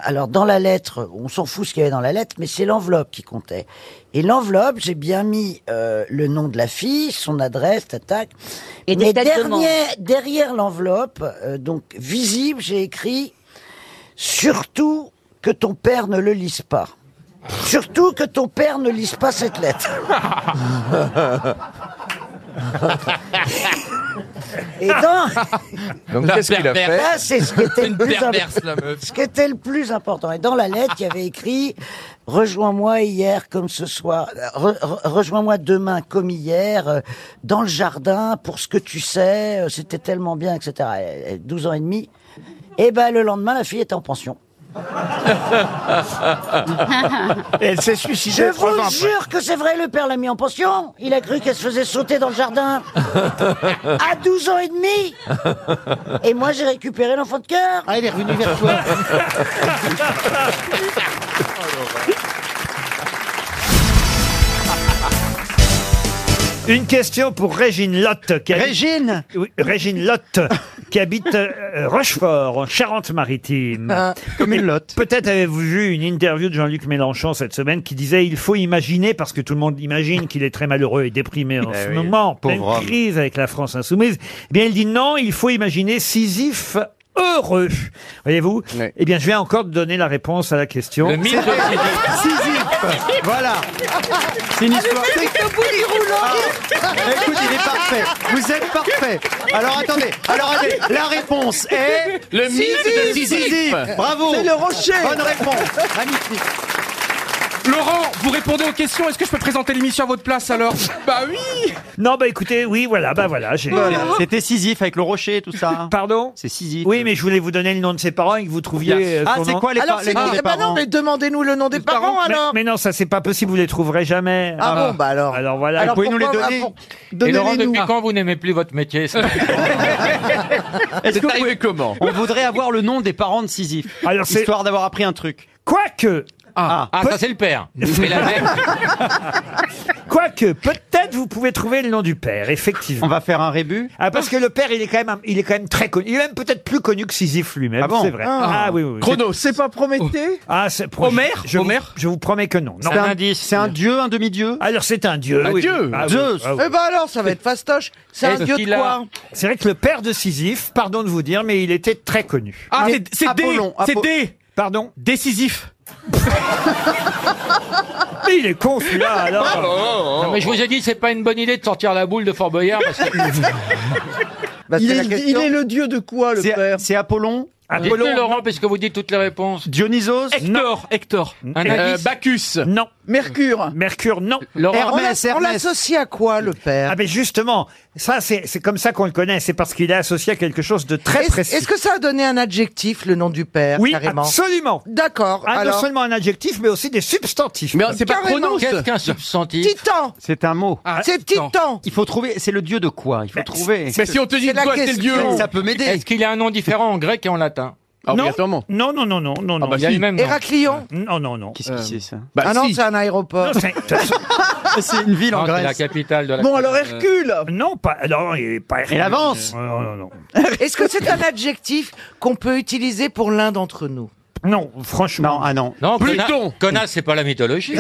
Speaker 26: Alors, dans la lettre, on s'en fout ce qu'il y avait dans la lettre, mais c'est l'enveloppe qui comptait. Et l'enveloppe, j'ai bien mis euh, le nom de la fille, son adresse, tac.
Speaker 6: Et des
Speaker 26: mais
Speaker 6: têtes de mort.
Speaker 26: derrière, derrière l'enveloppe, euh, donc visible, j'ai écrit Surtout que ton père ne le lise pas. Surtout que ton père ne lise pas cette lettre. Et dans,
Speaker 7: Donc, qu'est-ce qu'il a fait
Speaker 26: Là, Ah, c'est ce qui était le
Speaker 7: Une
Speaker 26: plus im-
Speaker 7: perverse, la meuf.
Speaker 26: ce qui était le plus important. Et dans la lettre, il y avait écrit Rejoins-moi hier comme ce soir, euh, Re- re- rejoins-moi demain comme hier, euh, dans le jardin, pour ce que tu sais, euh, c'était tellement bien, etc. Elle- elle- 12 ans et demi. Et ben le lendemain, la fille était en pension.
Speaker 5: Elle s'est
Speaker 26: Je vous jure que c'est vrai, le père l'a mis en pension. Il a cru qu'elle se faisait sauter dans le jardin à 12 ans et demi. Et moi, j'ai récupéré l'enfant de cœur. Ah, il est revenu vers toi.
Speaker 1: Une question pour Régine Lotte. Qui Régine Oui, Régine Lotte, qui habite euh, Rochefort, en Charente-Maritime. comme une Lotte. Peut-être avez-vous vu une interview de Jean-Luc Mélenchon cette semaine qui disait il faut imaginer, parce que tout le monde imagine qu'il est très malheureux et déprimé en
Speaker 7: Eh
Speaker 1: ce
Speaker 7: oui,
Speaker 1: moment, en pleine
Speaker 7: pauvre homme.
Speaker 1: crise avec la France insoumise. Eh bien, il dit non, il faut imaginer Sisyphe heureux. Voyez-vous Eh bien, je vais encore te donner la réponse à la question.
Speaker 5: Le mythe de Sisyphe.
Speaker 1: Sisyphe. Voilà.
Speaker 5: C'est une histoire.
Speaker 1: Avec
Speaker 5: le bouli
Speaker 3: ah,
Speaker 7: Ah.
Speaker 5: roulant.
Speaker 22: Écoute, il est parfait. Vous êtes parfait. Alors attendez, alors allez, la réponse est
Speaker 5: Le mythe
Speaker 22: Sisyphe.
Speaker 5: de Sisyphe.
Speaker 22: Sisyphe. Bravo.
Speaker 5: C'est le rocher.
Speaker 22: Bonne réponse. Magnifique.
Speaker 2: Laurent, vous répondez aux questions. Est-ce que je peux présenter l'émission à votre place alors Bah oui
Speaker 1: Non, bah écoutez, oui, voilà, bah voilà. j'ai-
Speaker 22: C'était Sisyphe avec le rocher, tout ça.
Speaker 1: Pardon
Speaker 22: C'est Sisyphe.
Speaker 1: Oui, mais je voulais vous donner le nom de ses parents et que vous trouviez. euh,
Speaker 22: Ah,
Speaker 1: son
Speaker 22: c'est
Speaker 1: nom.
Speaker 22: quoi les par- les
Speaker 5: Eh
Speaker 22: noms des
Speaker 5: ben
Speaker 1: bah
Speaker 22: parents
Speaker 1: demandez-nous le nom des
Speaker 22: parents,
Speaker 1: Mais-
Speaker 22: alors.
Speaker 1: Mais, non, ça c'est pas possible, vous les trouverez jamais.
Speaker 22: Ah bon, bah
Speaker 1: alors. Alors voilà.
Speaker 22: Alors, Vous pouvez nous pourquoi- les donner ah, pour-
Speaker 10: Et Laurent, depuis quand vous n'aimez plus votre métier ça
Speaker 22: Est-ce que vous-
Speaker 10: comment
Speaker 22: On voudrait avoir le nom des parents de Sisyphe.
Speaker 1: Alors, c'est-
Speaker 22: histoire d'avoir appris un truc.
Speaker 1: Quoique.
Speaker 22: Ah,
Speaker 10: Ah, ça c'est le père. Mais la mère,
Speaker 1: Quoique, peut-être vous pouvez trouver le nom du père, effectivement. On
Speaker 22: va faire un rébut
Speaker 1: Ah, parce que le père, il est quand même, un- il est quand même très connu. Il est même peut-être plus connu que Sisyphe lui-même,
Speaker 22: Ah bon
Speaker 1: c'est vrai.
Speaker 22: Ah.
Speaker 1: oui, oui. oui.
Speaker 22: Chronos.
Speaker 1: C'est pas Prométhée Ah, c'est Pro-
Speaker 22: Homère
Speaker 1: je, vous- je vous promets que non. non.
Speaker 22: C'est un, c'est un dieu, un demi-dieu
Speaker 1: Alors c'est un dieu.
Speaker 22: Un
Speaker 1: oui.
Speaker 22: dieu
Speaker 1: Ah, oui.
Speaker 22: Zeus.
Speaker 1: Ah, oui.
Speaker 22: Eh ben alors, ça va être
Speaker 19: fastoche. C'est un
Speaker 1: Est-ce
Speaker 19: dieu de
Speaker 1: qu'il a-
Speaker 19: quoi
Speaker 1: C'est vrai que le père de Sisyphe, pardon de vous dire, mais il était très connu.
Speaker 22: Ah, c'est- c'est D, Apollon, c'est Apo-
Speaker 1: D. Pardon
Speaker 22: Décisif.
Speaker 1: mais il est con celui-là alors.
Speaker 10: Non, mais je vous ai dit, c'est pas une bonne idée de sortir la boule de Fort Boyard. Parce que...
Speaker 12: Bah,
Speaker 22: il, est, le dieu de quoi, le père C'est Apollon
Speaker 5: Ah,
Speaker 10: Dites-le, Laurent, puisque vous dites toutes les réponses.
Speaker 22: Dionysos
Speaker 10: Hector. Hector. Un
Speaker 22: Euh,
Speaker 10: indice
Speaker 22: Bacchus
Speaker 1: Non. Mercure. Mercure, non.
Speaker 17: Hermès, On l'a- on Hermès.
Speaker 1: l'associe
Speaker 17: à quoi, le père
Speaker 1: Ah, mais justement, ça, c'est c'est comme ça qu'on le connaît. C'est parce qu'il est associé à quelque chose de très
Speaker 17: Est-ce-
Speaker 1: précis.
Speaker 17: Est-ce que ça a donné un adjectif, le nom du père
Speaker 1: Oui,
Speaker 17: carrément
Speaker 1: absolument.
Speaker 17: D'accord.
Speaker 1: Ah, non
Speaker 17: alors-
Speaker 1: seulement un adjectif, mais aussi des substantifs. Mais
Speaker 17: c'est pas Carrément. pronom,
Speaker 1: Qu'est-ce
Speaker 17: ça.
Speaker 1: qu'un substantif
Speaker 17: Titan
Speaker 5: C'est un mot.
Speaker 17: C'est Titan.
Speaker 5: Il faut trouver. C'est le dieu de quoi Il faut trouver.
Speaker 1: mais si on te dit C'est la toi, t'es le question. dieu.
Speaker 5: ça peut m'aider.
Speaker 1: Est-ce
Speaker 5: qu'il a un nom différent en grec et en latin
Speaker 1: non, non, non, non, non, non, non.
Speaker 5: bah Il y a si. le même nom.
Speaker 17: Ah, Héraclion
Speaker 1: Non, non, Euh, non.
Speaker 5: Qu'est-ce que c'est ça
Speaker 1: Bah,
Speaker 17: Ah non, c'est un aéroport.
Speaker 5: c'est une ville en Grèce.
Speaker 1: Ah, capitale de
Speaker 17: la- Bon, alors Hercule
Speaker 1: Euh, Non, pas, non, il est pas Hercule. Euh,
Speaker 17: Il avance.
Speaker 1: Non, non, non.
Speaker 17: Est-ce que c'est un adjectif qu'on peut utiliser pour l'un d'entre nous
Speaker 1: Non, franchement.
Speaker 5: Non, ah non.
Speaker 10: Non,
Speaker 5: Pluton.
Speaker 10: conna- Connasse, c'est pas la mythologie.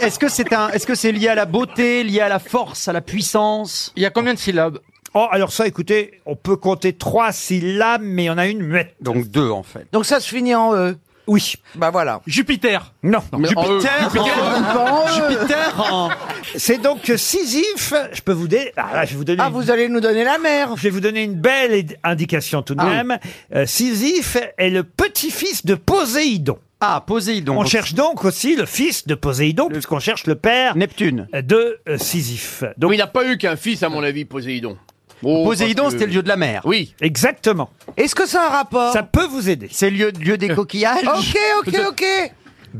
Speaker 5: Est-ce que c'est un Est-ce que c'est lié à la beauté, lié à la force, à la puissance
Speaker 1: Il y a combien de syllabes Oh, alors ça, écoutez, on peut compter trois syllabes, mais on a une muette.
Speaker 5: Donc deux, en fait.
Speaker 17: Donc ça se finit en E.
Speaker 1: Oui.
Speaker 17: Bah voilà.
Speaker 1: Jupiter. Non.
Speaker 5: Mais en E. Jupiter en E. Jupiter en-
Speaker 1: C'est donc que Sisyphe, je peux vous dire. Ah, là, je vais vous donner.
Speaker 17: Ah, vous allez nous donner la mer.
Speaker 1: Je vais vous donner une belle id- indication tout de
Speaker 5: Ah.
Speaker 1: même. Euh, Sisyphe est le petit-fils de Poséidon.
Speaker 5: Ah, Poséidon.
Speaker 1: On
Speaker 5: Donc-
Speaker 1: cherche donc aussi le fils de Poséidon, puisqu'on cherche le père
Speaker 5: Neptune
Speaker 1: de euh, Sisyphe. Donc,
Speaker 28: il n'a pas eu qu'un fils, à mon avis, Poséidon.
Speaker 5: Poséidon, c'était le dieu de la mer.
Speaker 28: Oh, Oui.
Speaker 1: Exactement.
Speaker 17: Est-ce que ça a un rapport
Speaker 1: Ça peut vous aider.
Speaker 5: C'est le lieu- dieu
Speaker 28: Euh.
Speaker 5: des coquillages
Speaker 17: Ok, ok, ok.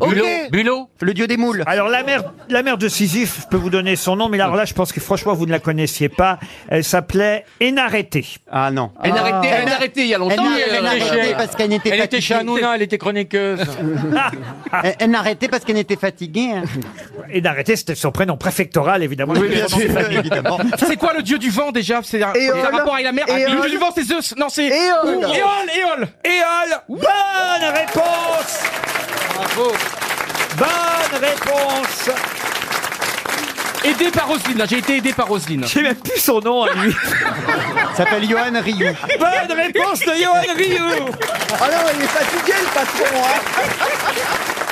Speaker 17: Ok.
Speaker 5: Le dieu des moules.
Speaker 1: Alors la mère, la mère de Sisyphe, je peux vous donner son nom, mais alors là, je pense que franchement, vous ne la connaissiez pas. Elle s'appelait Énarété.
Speaker 5: Ah non.
Speaker 28: Elle a arrêté, elle a arrêté il y a longtemps. euh,
Speaker 1: Elle a- elle a arrêté
Speaker 5: parce qu'elle n'était
Speaker 28: Elle
Speaker 5: pas
Speaker 28: était chez
Speaker 5: touchée.
Speaker 28: Hanouna, elle était chroniqueuse.
Speaker 5: elle elle n'arrêtait parce qu'elle était fatiguée. hein.
Speaker 1: Énarété, c'était son prénom préfectoral, évidemment.
Speaker 5: Oui, bien sûr, évidemment.
Speaker 8: C'est quoi le dieu du vent déjà C'est un, c'est un
Speaker 1: Éole.
Speaker 8: rapport avec la mer. Ah,
Speaker 28: euh,
Speaker 1: Éole.
Speaker 8: Le dieu du vent, c'est Zeus. Non, c'est.
Speaker 1: Éole.
Speaker 8: Éole, Éole.
Speaker 1: Éole. Bonne réponse.
Speaker 8: Bravo.
Speaker 1: Bonne réponse.
Speaker 8: Aidé par Roselyne. là, J'ai été aidé par Roselyne.
Speaker 1: J'ai même plus son nom à lui.
Speaker 5: s'appelle Johan Ryu.
Speaker 1: Bonne réponse de Johan Ryu.
Speaker 17: Ah non, il est fatigué le patron. Hein.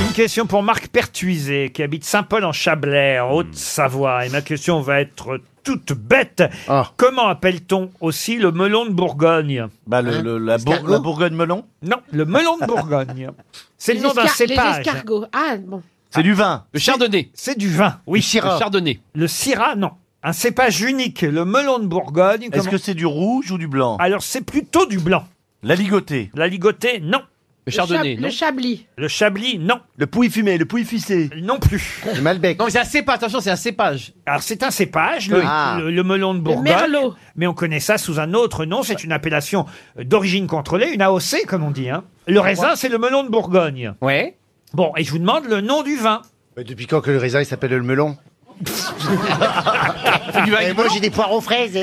Speaker 1: Une question pour Marc Pertuiset, qui habite Saint-Paul en Chablais, en Haute-Savoie. Et ma question va être toute bête.
Speaker 19: Ah.
Speaker 1: Comment appelle-t-on aussi le melon de Bourgogne bah,
Speaker 19: le- le- la Bour- L'escargot la
Speaker 1: Bourgogne melon Non, le melon de Bourgogne. C'est le
Speaker 19: Les
Speaker 1: nom d'un
Speaker 19: escar- Les
Speaker 1: cépage.
Speaker 19: escargots. Ah, bon.
Speaker 1: C'est du vin. Le chardonnay. C'est du vin, oui. Le chardonnay. Le syrah, non. Un cépage unique, le melon de Bourgogne.
Speaker 19: Est-ce que
Speaker 1: c'est du rouge ou du blanc Alors c'est plutôt du blanc. La ligotée. La ligotée, non. Le
Speaker 19: chab- Le chablis.
Speaker 1: le chablis, non. Le pouille fumé, le pouille ficé. Non plus. Le malbec. Non, c'est un cépage, attention, c'est un cépage. Alors, c'est un cépage, le,
Speaker 19: Oui. Ah.
Speaker 1: le- le melon de Bourgogne.
Speaker 19: merlot.
Speaker 1: Mais on connaît ça sous un autre nom, c'est une appellation d'origine contrôlée, une AOC, comme on dit. hein. Le raisin, c'est le melon de Bourgogne. Ouais. Bon, et je vous demande le nom du vin.
Speaker 7: depuis quand que le raisin il s'appelle le melon
Speaker 1: Ah, Et moi, j'ai des poireaux fraises.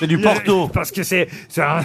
Speaker 1: c'est du Porto. Bah, Parce que c'est c'est un.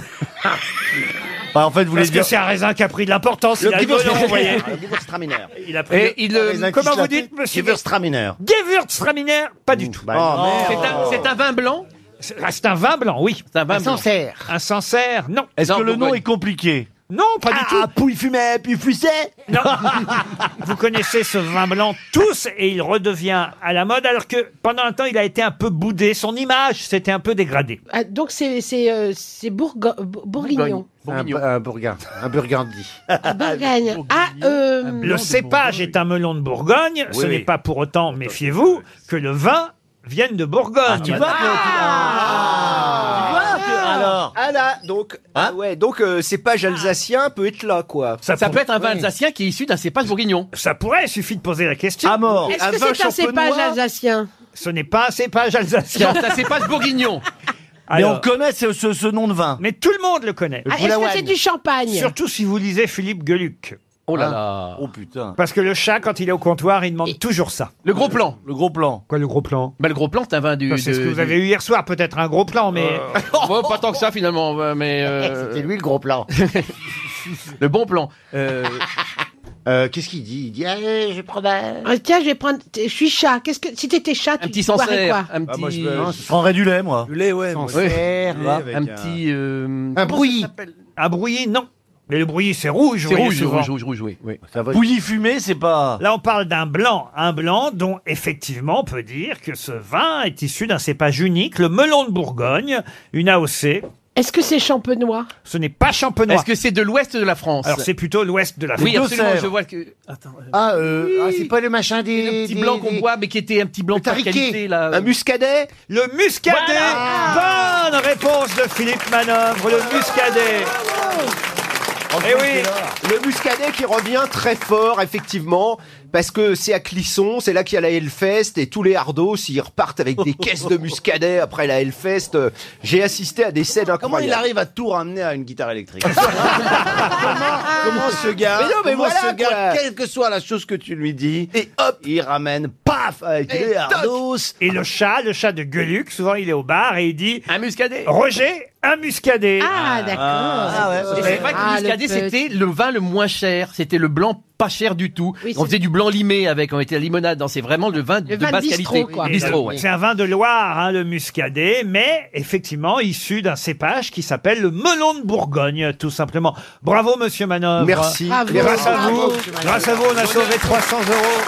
Speaker 19: en fait, vous
Speaker 1: Parce que c'est un raisin qui a pris de l'importance.
Speaker 19: Le
Speaker 1: il a le melon, vous voyez.
Speaker 19: Gewürztraminer.
Speaker 1: Il euh, a pris le-
Speaker 3: euh,
Speaker 1: Ah, le raisin qui se la pète.
Speaker 19: Gewürztraminer.
Speaker 1: Gewürztraminer, pas du
Speaker 5: bah,
Speaker 1: tout.
Speaker 17: Bah,
Speaker 1: Oh,
Speaker 19: C'est un, vin blanc
Speaker 1: C'est ah, c'est un vin blanc, oui. C'est un
Speaker 19: vin Un blanc. Sancerre.
Speaker 1: Un Sancerre, non.
Speaker 19: Est-ce que le nom est
Speaker 1: compliqué Non, pas du tout. Ah, puis fumait, puis fussait Non. Vous connaissez ce vin blanc tous et il redevient à la mode alors que pendant un temps, il a été un peu boudé. Son image s'était un peu dégradée.
Speaker 19: Ah, donc c'est c'est euh, c'est Bourgo- Bo- Bourguignon.
Speaker 7: Un, un bourguin, un burgundy.
Speaker 19: Bourgogne. Ah, euh,
Speaker 1: Le cépage est un melon de Bourgogne.
Speaker 7: Oui,
Speaker 1: ce
Speaker 7: oui.
Speaker 1: n'est pas pour autant, méfiez-vous, que le vin vienne de Bourgogne.
Speaker 3: Ah,
Speaker 1: Ah,
Speaker 3: Tu vois, que- tu vois que- alors Ah là, donc,
Speaker 1: Hein
Speaker 3: ah ouais, donc euh, cépage alsacien peut être là, quoi. Ça,
Speaker 1: pour-
Speaker 3: peut être un vin
Speaker 1: oui.
Speaker 3: alsacien qui est issu d'un cépage bourguignon.
Speaker 1: Ça pourrait, il suffit de poser la question. À mort.
Speaker 3: Un
Speaker 19: est-ce que
Speaker 3: vin
Speaker 19: c'est un cépage
Speaker 3: champenois
Speaker 19: alsacien
Speaker 1: Ce n'est pas un cépage alsacien.
Speaker 3: Non, c'est un cépage bourguignon.
Speaker 1: on connaît ce, nom de vin. Mais tout le monde le connaît.
Speaker 19: Ah, Est-ce que c'est du champagne
Speaker 1: Surtout si vous lisez Philippe Geluc.
Speaker 3: Oh là
Speaker 1: Hein
Speaker 3: là. Oh putain.
Speaker 1: Parce que le chat, quand il est au comptoir, il demande toujours ça.
Speaker 3: Le gros plan. Le gros plan.
Speaker 1: Quoi, le gros plan
Speaker 3: Bah, le gros plan, c'est un vin du.
Speaker 1: Ça, C'est ce
Speaker 3: de- Euh,
Speaker 1: que vous
Speaker 3: du-
Speaker 1: avez eu hier soir, peut-être un gros plan, mais... Oh.
Speaker 3: Ouais, pas tant que ça finalement, euh,
Speaker 17: Eh,
Speaker 3: mais. C'était lui le gros plan. le bon plan.
Speaker 7: Euh, Qu'est-ce qu'il dit Il dit allez, je promets.
Speaker 19: Ah, Tiens, je vais prendre. Je suis chat. Qu'est-ce que si t'étais chat, tu
Speaker 3: petit
Speaker 19: boirais
Speaker 3: Sancerre,
Speaker 29: Ah.
Speaker 19: quoi
Speaker 3: un
Speaker 5: Ah,
Speaker 3: petit-
Speaker 19: Non,
Speaker 3: je
Speaker 19: prendrais
Speaker 3: du lait, moi.
Speaker 19: Du lait, ouais,
Speaker 3: Sans
Speaker 19: moi.
Speaker 3: fer,
Speaker 19: Ouais,
Speaker 3: va.
Speaker 19: avec
Speaker 3: un
Speaker 19: un-
Speaker 3: petit. euh,
Speaker 1: Un brouillis. Un brouillis, non. Mais le brouillis, c'est rouge.
Speaker 3: C'est
Speaker 1: vous voyez,
Speaker 3: rouge,
Speaker 1: souvent.
Speaker 3: rouge, rouge, rouge, oui. oui.
Speaker 1: Bouillie fumée, c'est pas. Là, on parle d'un blanc. Un blanc dont, effectivement, on peut dire que ce vin est issu d'un cépage unique, le melon de Bourgogne, une AOC.
Speaker 29: Est-ce que c'est champenois
Speaker 1: Ce n'est pas champenois.
Speaker 5: Est-ce que c'est de l'ouest de la France
Speaker 1: Alors c'est plutôt l'ouest de la France.
Speaker 5: Oui, absolument, je vois que... Attends,
Speaker 30: Ah, euh, ah, c'est pas le machin des.
Speaker 5: le petit blanc qu'on boit, mais qui était un petit blanc de pas de
Speaker 30: tariqué.
Speaker 5: qualité, là.
Speaker 7: Un muscadet
Speaker 1: Le muscadet Bonne réponse de Philippe Manœuvre, le muscadet Eh oui
Speaker 7: le muscadet qui revient très fort, effectivement, parce que c'est à Clisson, c'est là qu'il y a la Hellfest, et tous les hardos, s'ils repartent avec des caisses de muscadet après la Hellfest, euh, j'ai assisté à des scènes incroyables. Ah,
Speaker 17: Comment il arrive à tout ramener à une guitare électrique
Speaker 3: Ah.
Speaker 17: Comment ce gars,
Speaker 7: Mais non, mais
Speaker 17: comment
Speaker 7: voilà,
Speaker 17: ce gars,
Speaker 7: quoi.
Speaker 17: quelle que soit la chose que tu lui dis, et hop, il ramène, paf, avec les hardos.
Speaker 1: Et le chat, le chat de Gueluc, souvent il est au bar et il dit Un muscadet Roger, un muscadet
Speaker 31: Ah, d'accord. Ah, ouais, ouais.
Speaker 5: Et c'est vrai que
Speaker 31: Ah,
Speaker 5: le muscadet,
Speaker 31: le
Speaker 5: c'était le vin le moins cher. C'était le blanc pas cher du tout.
Speaker 31: Oui,
Speaker 5: on
Speaker 31: c'est-
Speaker 5: faisait du blanc limé avec, on était à la limonade. Non, C'est vraiment le vin
Speaker 1: vin
Speaker 5: de
Speaker 1: de
Speaker 5: basse
Speaker 1: bistrot,
Speaker 5: qualité.
Speaker 1: quoi.
Speaker 5: Bistrot, ouais.
Speaker 1: C'est un vin de Loire, hein, le muscadet, mais effectivement issu d'un cépage qui s'appelle le melon de Bourgogne, tout simplement. Bravo, monsieur Manœuvre.
Speaker 7: Merci. Bravo.
Speaker 1: Grâce à
Speaker 7: Bravo,
Speaker 1: vous,
Speaker 7: monsieur Manœuvre.
Speaker 1: grâce à vous, on a sauvé 300 euros.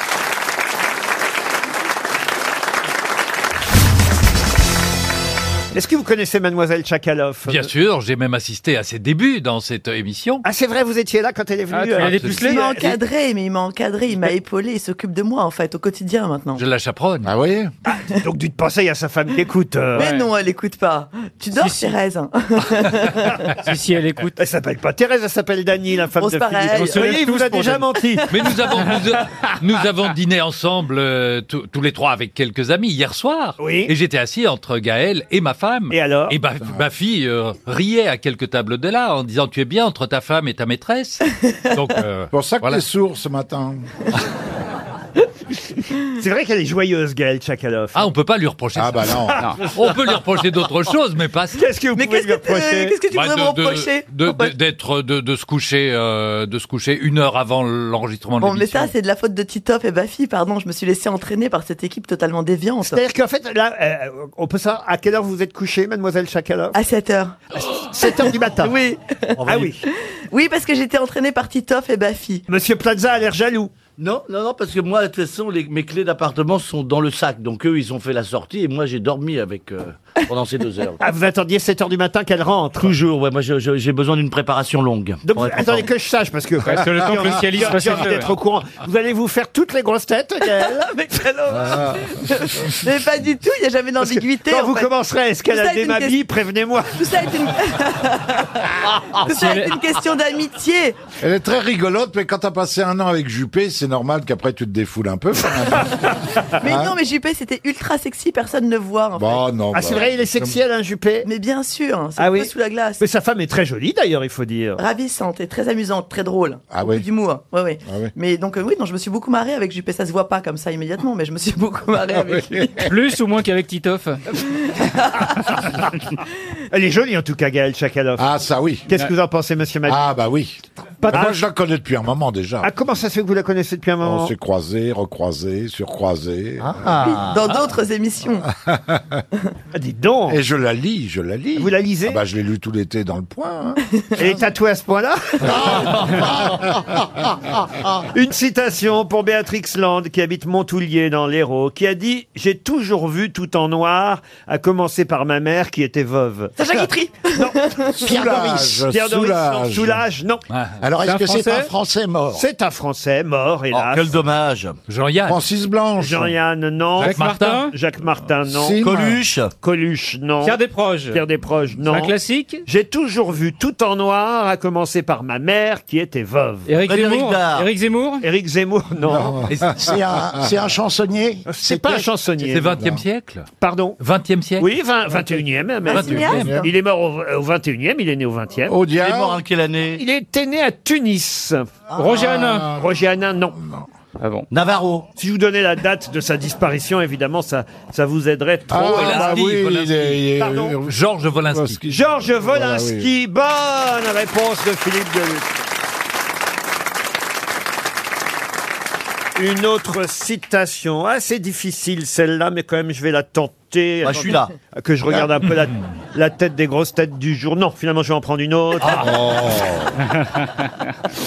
Speaker 1: Est-ce que vous connaissez Mademoiselle Tchakaloff
Speaker 10: Bien sûr, j'ai même assisté à ses débuts dans cette émission.
Speaker 1: Ah, c'est vrai, vous étiez là quand elle est venue.
Speaker 10: tu l'as
Speaker 1: euh,
Speaker 10: dépucelée
Speaker 4: Il m'a encadré, mais il m'a encadré, il m'a épaulé, il s'occupe de moi en fait au quotidien maintenant.
Speaker 10: Je la chaperonne. Ah oui
Speaker 1: Donc tu te pensais, il y a sa femme qui écoute. euh,
Speaker 4: Mais
Speaker 1: ouais.
Speaker 4: non, elle écoute pas. Tu dors, Thérèse. hein.
Speaker 1: si, si, elle écoute. Elle s'appelle pas Thérèse, elle s'appelle Dany, la femme
Speaker 4: On se
Speaker 1: de
Speaker 4: pareil.
Speaker 1: Philippe.
Speaker 4: On se
Speaker 1: Vous voyez,
Speaker 4: lève
Speaker 1: il vous
Speaker 4: tous
Speaker 1: a
Speaker 4: pour
Speaker 1: déjà
Speaker 4: Dany.
Speaker 1: menti.
Speaker 10: Mais nous avons, nous, a- nous avons dîné ensemble, euh, tous- tous les trois, avec quelques amis hier soir.
Speaker 1: Oui.
Speaker 10: Et j'étais assis entre Gaël et ma femme. Et
Speaker 1: alors
Speaker 10: Et ma, ma fille euh, riait à quelques tables de là en disant Tu es bien entre ta femme et ta maîtresse. Donc, euh,
Speaker 13: pour ça que
Speaker 10: voilà.
Speaker 13: t'es sourd ce matin.
Speaker 1: C'est vrai qu'elle est joyeuse, Gaëlle Tchakaloff.
Speaker 10: Ah, on peut pas lui reprocher
Speaker 13: Ah
Speaker 10: ça.
Speaker 13: bah non.
Speaker 10: On peut lui reprocher d'autres choses, mais pas ça. Bah,
Speaker 1: Qu'est-ce que vous pouvez lui reprocher
Speaker 4: qu'est-ce que tu pourrais me
Speaker 10: de- de-
Speaker 4: reprocher,
Speaker 10: de- de- D'être, de, de se coucher, euh, de se coucher une heure avant l'enregistrement
Speaker 4: Bon,
Speaker 10: de
Speaker 4: mais
Speaker 10: l'émission.
Speaker 4: ça, c'est de la faute de Titoff et Bafi, pardon, je me suis laissé entraîner par cette équipe totalement déviante.
Speaker 1: C'est-à-dire qu'en fait, là, euh, on peut savoir à quelle heure vous êtes couchée, mademoiselle Tchakaloff
Speaker 4: À 7 heures.
Speaker 1: 7 heures du matin.
Speaker 4: Oui.
Speaker 1: Ah oui.
Speaker 4: Oui, parce que j'étais entraîné par Titoff et Bafi.
Speaker 1: Monsieur Plaza a l'air jaloux.
Speaker 17: Non, non, non, parce que moi, de toute façon, les- mes clés d'appartement sont dans le sac. Donc eux, ils ont fait la sortie et moi, j'ai dormi avec euh, pendant ces deux heures.
Speaker 1: Ah, vous attendiez 7 heures du matin qu'elle rentre
Speaker 17: Toujours, ouais, moi, je- je- j'ai besoin d'une préparation longue.
Speaker 1: Donc,
Speaker 17: Pour
Speaker 1: vous-
Speaker 17: être
Speaker 1: attendez
Speaker 17: content.
Speaker 1: que je sache, parce que.
Speaker 17: Ouais, c'est le temps que le
Speaker 1: J'ai
Speaker 17: cialiste
Speaker 1: envie
Speaker 17: fasse ses feux,
Speaker 1: d'être
Speaker 17: ouais.
Speaker 1: au courant. Vous allez vous faire toutes les grosses têtes, Gaëlle
Speaker 4: Mais quel horreur. Mais pas du tout, il n'y a jamais d'ambiguïté.
Speaker 1: Quand
Speaker 4: en
Speaker 1: vous
Speaker 4: fait.
Speaker 1: commencerez à
Speaker 4: Tout ça
Speaker 1: escalader
Speaker 4: est une
Speaker 1: ma bille,
Speaker 4: question-
Speaker 1: prévenez-moi.
Speaker 4: Tout ça est une, Tout ça est une question d'amitié.
Speaker 13: Elle est très rigolote, mais quand t'as passé un an avec Juppé, c'est normal qu'après tu te défoules un peu. quand même.
Speaker 1: Ah,
Speaker 4: Mais
Speaker 13: Hein
Speaker 4: non, mais Juppé, c'était ultra sexy, personne ne voit. En
Speaker 13: Bon, Bah, non.
Speaker 1: Ah, c'est vrai, il est sexy, Alain Juppé.
Speaker 4: fait. Mais bien sûr, hein, c'est
Speaker 1: Ah
Speaker 4: un
Speaker 1: oui.
Speaker 4: peu sous la glace.
Speaker 1: Mais sa femme est très jolie, d'ailleurs, il faut dire.
Speaker 4: Ravissante et très amusante, très drôle.
Speaker 13: Ah
Speaker 4: Beaucoup
Speaker 13: oui.
Speaker 4: D'humour. Ouais, ouais.
Speaker 13: Ah oui.
Speaker 4: Mais donc, euh, oui, non, je me suis beaucoup marrée avec Juppé. Ça se voit pas comme ça immédiatement, mais je me suis beaucoup marrée
Speaker 13: Ah
Speaker 4: avec lui.
Speaker 32: Plus ou moins qu'avec Titoff
Speaker 1: Elle est jolie, en tout cas, Gaëlle Tchakaloff.
Speaker 13: Ah, ça oui.
Speaker 1: Qu'est-ce que vous en pensez, monsieur Magic
Speaker 13: Ah bah oui.
Speaker 1: Pas
Speaker 13: Moi,
Speaker 1: de-
Speaker 13: je la connais depuis un moment déjà.
Speaker 1: Ah, comment ça se fait que vous la connaissez depuis un
Speaker 13: On
Speaker 1: moment
Speaker 13: s'est croisés, recroisés, surcroisés.
Speaker 1: Ah.
Speaker 4: Dans d'autres émissions.
Speaker 1: Dites donc
Speaker 13: Ah, Et je la lis, je la lis. Vous
Speaker 1: la lisez
Speaker 13: ah bah, Je l'ai lu tout l'été dans le point. hein.
Speaker 1: Elle est tatouée à ce point-là
Speaker 13: Ah.
Speaker 1: Une citation pour Béatrix Land, qui habite Montoulier dans l'Hérault, qui a dit « J'ai toujours vu tout en noir, à commencer par ma mère qui était veuve.
Speaker 4: Sacha Guitry.
Speaker 13: Pierre Doris. »
Speaker 1: Pierre Doris, non.
Speaker 13: Ah, Soulage.
Speaker 1: Soulage, non.
Speaker 13: Alors, est-ce que c'est un Français mort
Speaker 1: C'est un Français
Speaker 32: Oh,
Speaker 1: mort, hélas.
Speaker 17: Quel dommage.
Speaker 10: Jean-Yann.
Speaker 13: Francis Blanche.
Speaker 1: Jean-Yann, non.
Speaker 32: Jacques Martin
Speaker 1: Jacques Martin, non.
Speaker 13: Sim.
Speaker 17: Coluche.
Speaker 1: Coluche, non.
Speaker 32: Pierre Desproges.
Speaker 1: Pierre Desproges, non.
Speaker 32: Un classique
Speaker 1: J'ai toujours vu tout en noir, à commencer par ma mère qui était veuve.
Speaker 32: Éric
Speaker 17: Frédéric
Speaker 32: Zemmour
Speaker 17: Dard.
Speaker 32: Éric Zemmour
Speaker 1: Éric Zemmour, non.
Speaker 13: C'est un, c'est un chansonnier
Speaker 1: C'est pas un chansonnier.
Speaker 10: C'est 20e siècle
Speaker 1: Pardon
Speaker 10: 20e siècle
Speaker 1: Oui, 20, 21e. même.
Speaker 10: 21e.
Speaker 1: Il est mort au, euh, au 21e, il est né au 20e.
Speaker 13: Au
Speaker 17: Il est mort en
Speaker 13: diable.
Speaker 17: quelle année
Speaker 1: Il était né à Tunis.
Speaker 13: Ah.
Speaker 32: Roger Hanin
Speaker 1: Roger Hanin, non.
Speaker 17: Ah Navarro.
Speaker 1: Si je vous donnais la date de sa disparition, évidemment, ça, ça vous aiderait trop.
Speaker 13: Ah,
Speaker 17: Oh,
Speaker 1: hélas.
Speaker 13: bah
Speaker 10: Volinsky,
Speaker 13: oui, il est- il est- euh,
Speaker 1: Pardon
Speaker 10: Georges Volinsky.
Speaker 13: Volinsky.
Speaker 1: Georges
Speaker 13: Voilà, oui.
Speaker 1: Volinsky, bonne réponse de Philippe Deluc. Une autre citation, assez difficile celle-là, mais quand même je vais la tenter.
Speaker 17: Bah, je suis là.
Speaker 1: Que je regarde un peu la, la tête des grosses têtes du jour. Non, finalement je vais en prendre une autre.
Speaker 17: Ah. Oh.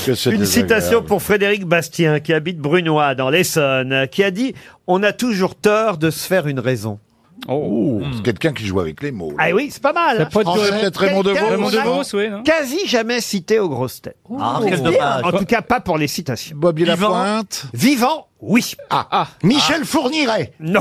Speaker 13: Que c'est
Speaker 1: Une
Speaker 13: désagréable.
Speaker 1: citation pour Frédéric Bastien, qui habite Brunois, dans l'Essonne, qui a dit « On a toujours tort de se faire une raison ».
Speaker 17: Oh. C'est quelqu'un qui joue avec les mots. là.
Speaker 1: Ah oui, c'est pas mal.
Speaker 17: Ça pourrait être Français, peut-être Raymond Devos.
Speaker 1: Quelqu'un
Speaker 17: hein. Raymond
Speaker 1: qu'on a
Speaker 17: Devos, oui, non
Speaker 1: Quasi jamais cité aux grosses têtes.
Speaker 17: Ah, quel dommage.
Speaker 1: En tout cas, pas pour les citations.
Speaker 17: Bobby Lapointe.
Speaker 1: Vivant, oui. Ah,
Speaker 17: Michel Fourniret.
Speaker 1: Non.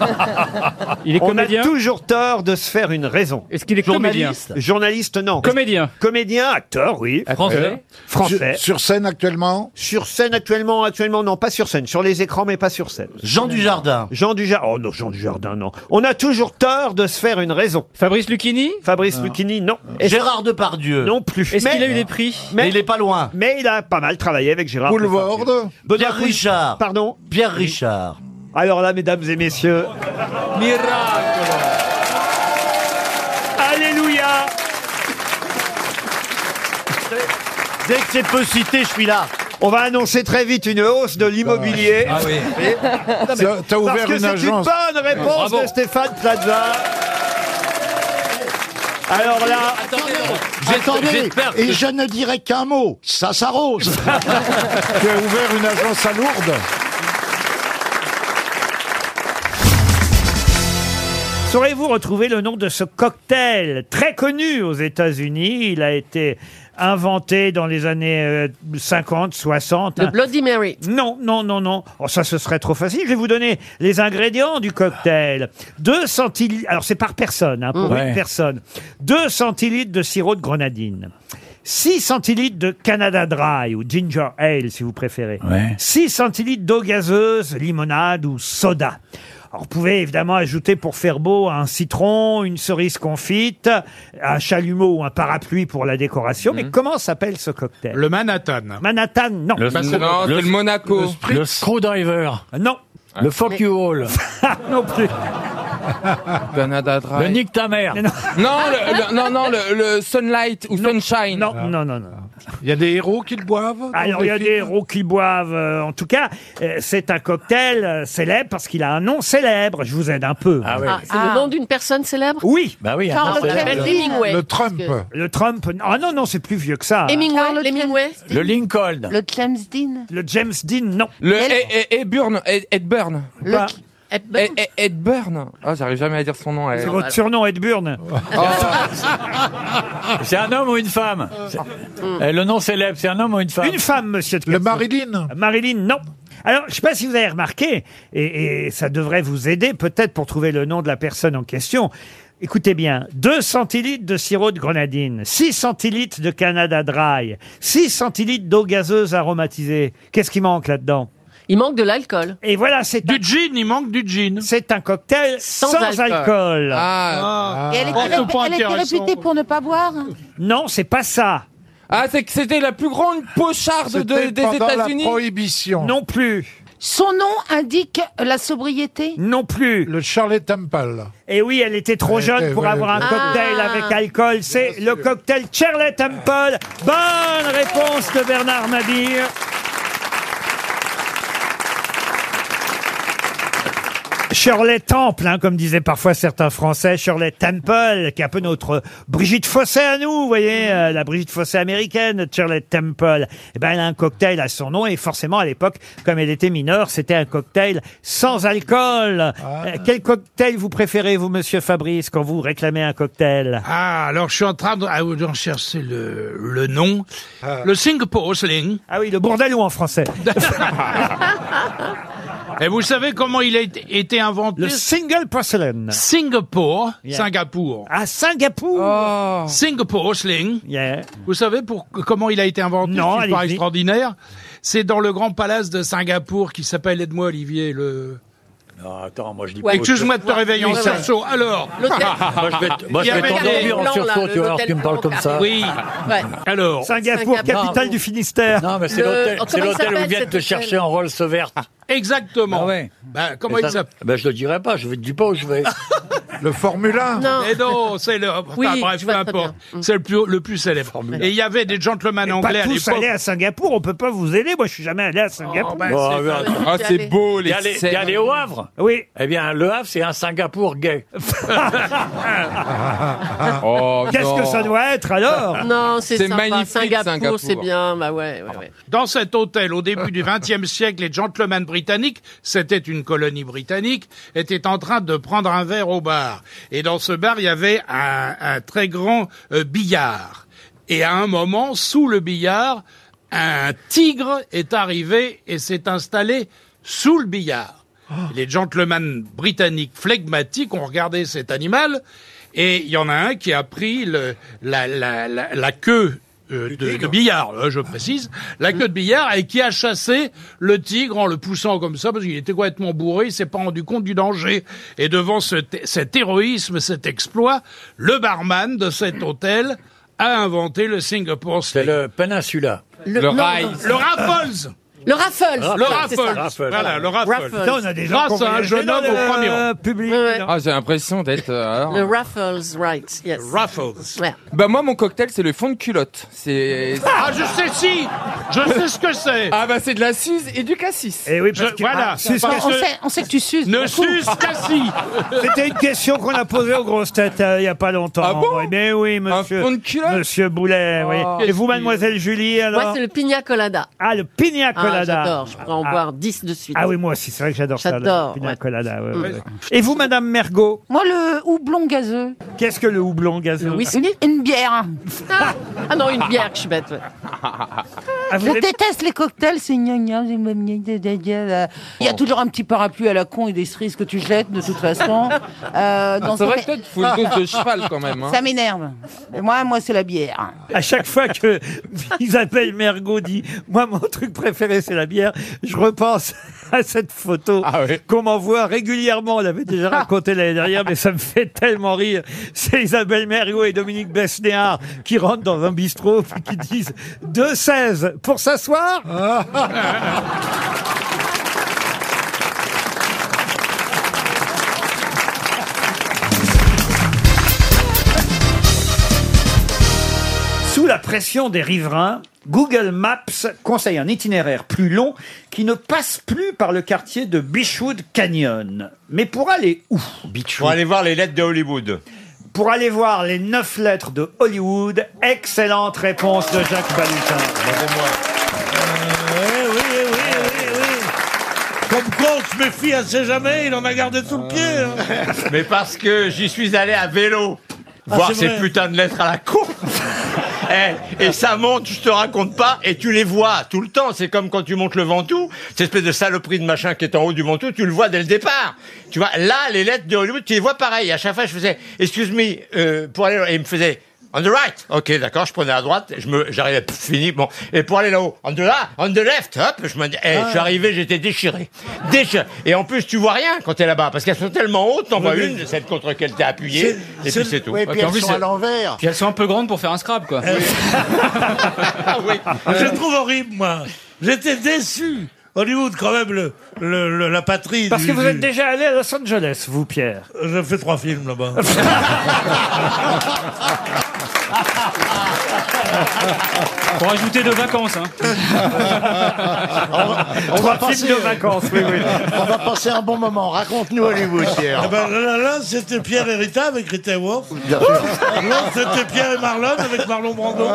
Speaker 17: Ah, Il est
Speaker 1: On
Speaker 17: comédien
Speaker 1: a toujours tort de se faire une raison. Est-ce qu'il
Speaker 17: est comédien
Speaker 1: Journaliste, non. Comédien. Comédien, acteur, oui.
Speaker 17: Français.
Speaker 1: Français.
Speaker 17: Sur- sur scène actuellement
Speaker 1: Sur scène actuellement, actuellement, non, pas sur scène. Sur les écrans, mais pas sur scène.
Speaker 14: Jean Dujardin.
Speaker 1: Jean Dujardin. Oh non, Jean Dujardin, non. On a toujours tort de se faire une raison. Fabrice Lucchini Fabrice Lucchini, non.
Speaker 14: Gérard Depardieu.
Speaker 1: Non plus.
Speaker 14: Est-ce
Speaker 1: Mais-
Speaker 14: qu'il a eu des
Speaker 1: prix Mais
Speaker 14: il est pas loin.
Speaker 1: Mais il a pas mal travaillé avec Gérard.
Speaker 17: Boulevard.
Speaker 1: Depardieu. Benoît
Speaker 14: Pierre
Speaker 1: Pouy-
Speaker 14: Richard.
Speaker 1: Pardon
Speaker 14: Pierre Richard.
Speaker 1: Alors là, mesdames et messieurs. Alléluia
Speaker 14: Dès que c'est peu cité, je suis là.
Speaker 1: On va annoncer très vite une hausse de l'immobilier.
Speaker 17: Ah oui.
Speaker 1: Et-
Speaker 17: T'as- t'as
Speaker 1: Parce
Speaker 17: ouvert
Speaker 1: que
Speaker 17: une
Speaker 1: c'est
Speaker 17: agence.
Speaker 1: bonne réponse
Speaker 17: Bravo.
Speaker 1: de Stéphane Plaza. Alors là,
Speaker 17: Attendez, et je ne dirai qu'un mot, ça s'arrose. tu as ouvert une agence à Lourdes
Speaker 1: Saurez-vous retrouver le nom de ce cocktail très connu aux États-Unis Il a été inventé dans les années euh, hein. 50, 60.
Speaker 11: Le
Speaker 1: Un-
Speaker 11: Bloody Mary.
Speaker 1: Non, non, non, non. Oh, ça, ce serait trop facile. Je vais vous donner les ingrédients du cocktail. 2 centilitres. Alors, c'est par personne, hein, pour
Speaker 15: Mm.
Speaker 1: une
Speaker 15: Ouais.
Speaker 1: personne. 2 centilitres de sirop de grenadine. 6 centilitres de Canada Dry ou Ginger Ale, si vous préférez. 6 centilitres d'eau gazeuse, limonade ou soda. Alors, vous pouvez évidemment ajouter pour faire beau un citron, une cerise confite, un chalumeau ou un parapluie pour la décoration.
Speaker 15: Mm.
Speaker 1: Mais comment s'appelle ce cocktail Le Manhattan. Manhattan, non.
Speaker 18: Le- Non, c'est le Monaco. Le
Speaker 1: Screwdriver. Non.
Speaker 18: Le fuck Mais- you all.
Speaker 1: non plus.
Speaker 18: Canada Dry. Le nique
Speaker 1: ta mère. Non,
Speaker 18: le- le- non, non, le, le Sunlight ou Sunshine.
Speaker 1: Non, non, non, non.
Speaker 17: Il y a des héros qui le boivent
Speaker 1: Alors, il y a des héros qui boivent. euh, en tout cas, euh, c'est un cocktail euh, célèbre parce qu'il a un nom célèbre. Je vous aide un peu. Ah
Speaker 11: Ah, c'est le nom d'une personne célèbre
Speaker 1: Oui.
Speaker 11: Bah oui, un Charles nom célèbre. Hemingway, Hemingway. Le Trump. Parce
Speaker 1: Le Trump. Ah non, non, c'est plus vieux que ça.
Speaker 11: Hemingway,
Speaker 13: Euh,
Speaker 11: Hemingway
Speaker 1: Le Lincoln.
Speaker 11: Le James Dean
Speaker 1: Le James Dean, non.
Speaker 18: Le Ed- Ed Burn. Ed Ed Burn.
Speaker 11: Le-
Speaker 18: Ed Ed- Ed Burn. Ah, j'arrive jamais à dire son nom. eh.
Speaker 1: C'est votre surnom, Ed Burn.
Speaker 3: Ah.
Speaker 15: C'est un homme ou une femme Euh, Le nom célèbre, c'est un homme ou une femme
Speaker 1: Une femme, monsieur. Le Marilyn Marilyn, non. Alors, je ne sais pas si vous avez remarqué, et, et ça devrait vous aider peut-être pour trouver le nom de la personne en question. Écoutez bien, 2 centilitres de sirop de grenadine, 6 centilitres de Canada Dry, 6 centilitres d'eau gazeuse aromatisée. Qu'est-ce qui manque là-dedans
Speaker 11: Il manque de l'alcool.
Speaker 1: Et voilà, c'est... Du gin, il manque du gin. C'est un cocktail sans, alcool.
Speaker 18: Ah.
Speaker 16: Et elle était, ré- elle était réputée pour ne pas boire
Speaker 1: Non, c'est pas ça.
Speaker 18: Ah, c'est que c'était la plus grande pocharde de- des États-Unis.
Speaker 17: prohibition.
Speaker 1: Non plus.
Speaker 16: Son nom indique la sobriété
Speaker 1: Non plus.
Speaker 17: Le Charlie Temple.
Speaker 1: Et oui, elle était trop
Speaker 17: Elle
Speaker 1: jeune
Speaker 17: était-
Speaker 1: pour
Speaker 17: Eh, ouais,
Speaker 1: avoir un
Speaker 17: elle
Speaker 16: était-
Speaker 1: cocktail
Speaker 16: Ah.
Speaker 1: avec alcool. C'est le cocktail Charlie Temple. Bonne réponse de Bernard Mabir. Shirley Temple, hein, comme disaient parfois certains Français, Shirley Temple, qui est un peu notre Brigitte Fossé à nous, vous voyez, euh, la Brigitte Fossé américaine, Shirley Temple. Eh ben, elle a un cocktail à son nom et forcément, à l'époque, comme elle était mineure, c'était un cocktail sans alcool.
Speaker 17: Ah.
Speaker 1: Euh, quel cocktail vous préférez, vous, monsieur Fabrice, quand vous réclamez un cocktail
Speaker 24: Ah, alors je suis en train de, ah, d'en chercher le, le nom. Le Singapore Sling.
Speaker 1: Ah oui, le bourdelou en français.
Speaker 24: Et vous savez comment il a été, été inventé
Speaker 1: Le single porcelain.
Speaker 24: Singapore.
Speaker 1: Yeah.
Speaker 24: Singapour. Oh.
Speaker 1: Ah, Singapour
Speaker 24: Singapore Sling. Vous savez pour, comment il a été inventé
Speaker 1: Non,
Speaker 24: C'est pas
Speaker 1: allez-y.
Speaker 24: extraordinaire. C'est dans le grand palace de Singapour qui s'appelle, aide-moi Olivier, le...
Speaker 15: Non, attends, moi je dis
Speaker 24: Ouais. Excuse-moi de te réveiller en
Speaker 15: Oui, ça-
Speaker 24: sursaut. Alors,
Speaker 15: Moi je vais t- moi, je
Speaker 24: Il y
Speaker 15: vais
Speaker 24: avait des-
Speaker 15: t'endormir en
Speaker 24: blanc,
Speaker 15: sursaut,
Speaker 24: là,
Speaker 15: tu vas
Speaker 24: le
Speaker 15: voir,
Speaker 24: hôtel
Speaker 15: tu me parles
Speaker 24: blanc,
Speaker 15: comme ça.
Speaker 24: là. Oui. Ouais. Alors.
Speaker 1: Singapour,
Speaker 24: Singapour.
Speaker 1: capitale du Finistère.
Speaker 15: Non, mais c'est
Speaker 24: Le-
Speaker 15: l'hôtel,
Speaker 24: oh,
Speaker 15: c'est
Speaker 24: comment il
Speaker 15: l'hôtel où ils
Speaker 24: s'appelle,
Speaker 15: viennent
Speaker 24: cet
Speaker 15: te
Speaker 24: hôtel
Speaker 15: chercher en Rolls verte.
Speaker 24: Exactement.
Speaker 15: Ah ouais.
Speaker 24: Bah, comment
Speaker 15: Mais
Speaker 24: il
Speaker 15: ça-
Speaker 24: s'appelle
Speaker 15: Ben je le dirai pas, je ne dis pas où je vais.
Speaker 33: Le Formule 1
Speaker 24: Non. Mais non, c'est le. enfin,
Speaker 33: Oui,
Speaker 24: bref,
Speaker 33: je
Speaker 24: peu
Speaker 33: vois très
Speaker 24: importe. C'est le plus, le plus célèbre. Et il y avait des gentlemen
Speaker 1: Pas
Speaker 24: anglais à
Speaker 1: tous
Speaker 24: l'époque.
Speaker 1: allés à Singapour, on peut pas vous aider. Moi, je suis jamais allé à Singapour.
Speaker 24: ben,
Speaker 15: euh,
Speaker 24: Bon, c'est
Speaker 18: ben,
Speaker 24: Ah, c'est beau, les
Speaker 18: Il y a les- Il y a
Speaker 24: scènes.
Speaker 18: les au Havre
Speaker 1: Oui.
Speaker 18: Eh bien, le Havre, c'est un Singapour gay.
Speaker 24: Oh,
Speaker 1: Qu'est-ce que ça doit être alors
Speaker 3: Non, c'est
Speaker 24: Ah. C'est
Speaker 3: sympa.
Speaker 24: magnifique,
Speaker 3: Singapour,
Speaker 24: Singapour.
Speaker 3: c'est bien. Bah ouais, ouais, ouais.
Speaker 24: Dans cet hôtel, au début du XXe siècle, les gentlemen britanniques, c'était une colonie britannique, étaient en train de prendre un verre au bar. Et dans ce bar, il y avait un, un très grand euh, billard. Et à un moment, sous le billard, un tigre est arrivé et s'est installé sous le billard. Les gentlemen britanniques flegmatiques ont regardé cet animal et il y en a un qui a pris le- la, la- la- la queue euh, de, de billard, euh, je précise, la queue de billard et qui a chassé le tigre en le poussant comme ça parce qu'il était complètement bourré, il s'est pas rendu compte du danger. Et devant ce- cet héroïsme, cet exploit, le barman de cet hôtel a inventé le Singapore C'est le Peninsula.
Speaker 18: Le- Le non, Rails.
Speaker 24: Le Raffles.
Speaker 3: Le Raffles.
Speaker 24: Le
Speaker 3: c'est ça.
Speaker 24: Raffles. Voilà, le Raffles.
Speaker 3: Raffles. Putain, on a des gens
Speaker 24: Grâce
Speaker 3: qui ont
Speaker 24: à un jeune homme
Speaker 3: voyagé
Speaker 24: au
Speaker 3: dans
Speaker 24: premier
Speaker 3: le
Speaker 24: rang.
Speaker 1: Public.
Speaker 3: Ouais,
Speaker 2: Ah, j'ai l'impression d'être. euh, alors.
Speaker 3: ouais. Le Raffles, right, yes.
Speaker 24: Raffles.
Speaker 3: Ouais.
Speaker 2: Bah moi, mon cocktail, c'est le fond de culotte. C'est.
Speaker 24: Ah, je sais si Je sais ce que c'est
Speaker 2: Ah bah c'est de la suze et du cassis.
Speaker 1: Et oui, parce que-
Speaker 24: voilà.
Speaker 1: Ah, suce
Speaker 3: on,
Speaker 1: cassis.
Speaker 3: on sait, on sait que tu suces.
Speaker 24: Oh.
Speaker 1: Ne
Speaker 3: beaucoup.
Speaker 1: suce cassis. C'était une question qu'on a posée aux grosses têtes euh, il y a pas longtemps.
Speaker 3: Ah bon
Speaker 1: Oui, Mais oui, monsieur. Monsieur Boulet,
Speaker 3: Oh.
Speaker 1: oui. Et vous, mademoiselle Julie, alors
Speaker 3: Moi, c'est le pina colada.
Speaker 1: Ah, le pina colada.
Speaker 3: Ah, j'adore. Je pourrais en
Speaker 1: Ah.
Speaker 3: boire 10 de suite.
Speaker 1: Ah oui, moi aussi, c'est vrai que j'adore ça.
Speaker 3: J'adore,
Speaker 1: le pina
Speaker 3: ouais.
Speaker 1: colada, ouais,
Speaker 3: Mm.
Speaker 1: ouais, ouais. Et vous, madame Mergot
Speaker 19: Moi, le houblon gazeux.
Speaker 1: Qu'est-ce que le houblon gazeux
Speaker 3: Oui, c'est
Speaker 19: Une, une bière.
Speaker 3: Ah, ah non, une bière, que je suis bête. ouais.
Speaker 1: Ah, vous
Speaker 19: je
Speaker 1: aimez-
Speaker 19: déteste les cocktails, c'est gna gna, gna gna gna gna gna, là. Il y a toujours un petit parapluie à la con et des cerises que tu jettes, de toute façon. Euh, dans
Speaker 3: Ah, c'est
Speaker 19: ce-
Speaker 3: vrai que toi, tu fous une dose de cheval, quand même, hein.
Speaker 19: Ça m'énerve. Et Moi, moi c'est la bière.
Speaker 1: À chaque fois que Isabelle Mergot dit Moi, mon truc préféré, c'est la bière, je repense à cette photo qu'on m'envoie régulièrement. On l'avait déjà raconté l'année dernière, mais ça me fait tellement rire. C'est Isabelle Mergot et Dominique Besnéard qui rentrent dans un bistrot et qui disent 2,16 pour s'asseoir Sous la pression des riverains, Google Maps conseille un itinéraire plus long qui ne passe plus par le quartier de Beechwood Canyon. Mais pour aller où Pour aller voir les lettres de Hollywood. Pour aller voir les neuf lettres de Hollywood, excellente réponse de Jacques Balutin. Eh
Speaker 13: oui, oui,
Speaker 3: Eh
Speaker 13: oui,
Speaker 5: Ah.
Speaker 13: oui. Comme quoi, on se méfie, on sait jamais, il en a gardé sous le pied. hein.
Speaker 5: Ah. Mais parce que j'y suis allé à vélo.
Speaker 13: Ah,
Speaker 5: voir
Speaker 13: c'est
Speaker 5: ces
Speaker 13: vrai.
Speaker 5: putains de lettres à la con. Eh, et ça monte, je te raconte pas, et tu les vois tout le temps. C'est comme quand tu montes le Ventoux, cette espèce de saloperie de machin qui est en haut du Ventoux, tu le vois dès le départ. Tu vois, là, les lettres de Hollywood, tu les vois pareil. À chaque fois, je faisais, excuse me, euh, pour aller, et il me faisait, on the right. Ok, d'accord, je prenais à droite, je me, j'arrivais, pff, fini, bon. Et pour aller là-haut, on the là, on the left, hop, je me dis, eh, je suis arrivé, j'étais déchiré. Déchiré. Et en plus, tu vois rien quand t'es là-bas, parce qu'elles sont tellement hautes, t'en
Speaker 9: Oui,
Speaker 5: vois
Speaker 9: oui.
Speaker 5: une, celle contre laquelle t'es appuyé, et puis c'est tout.
Speaker 9: Ouais,
Speaker 24: Ah,
Speaker 5: Ouais,
Speaker 9: puis elles
Speaker 5: en plus,
Speaker 9: sont
Speaker 5: c'est-
Speaker 9: à l'envers.
Speaker 5: Puis elles sont un peu grandes pour faire un scrap, quoi.
Speaker 13: Ah, Je le trouve horrible, moi. J'étais déçu. Hollywood, quand même, le, le- le- la patrie.
Speaker 1: Parce
Speaker 13: du-
Speaker 1: que vous
Speaker 13: du-
Speaker 1: êtes déjà allé à Los Angeles, vous, Pierre.
Speaker 13: Euh, J'ai fait trois films là-bas.
Speaker 17: Pour ajouter de vacances. Hein.
Speaker 1: Trois films de vacances, oui, oui.
Speaker 7: On va passer un bon moment. Raconte-nous Hollywood, Pierre.
Speaker 13: Eh ben, là, là, là, c'était Pierre Hérita avec Rita Wolf.
Speaker 7: Bien sûr.
Speaker 13: L'autre, c'était Pierre et Marlon avec Marlon Brando.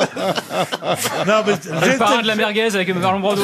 Speaker 13: Non, mais
Speaker 17: Le
Speaker 13: j'étais
Speaker 17: parrain de la merguez avec Marlon Brando.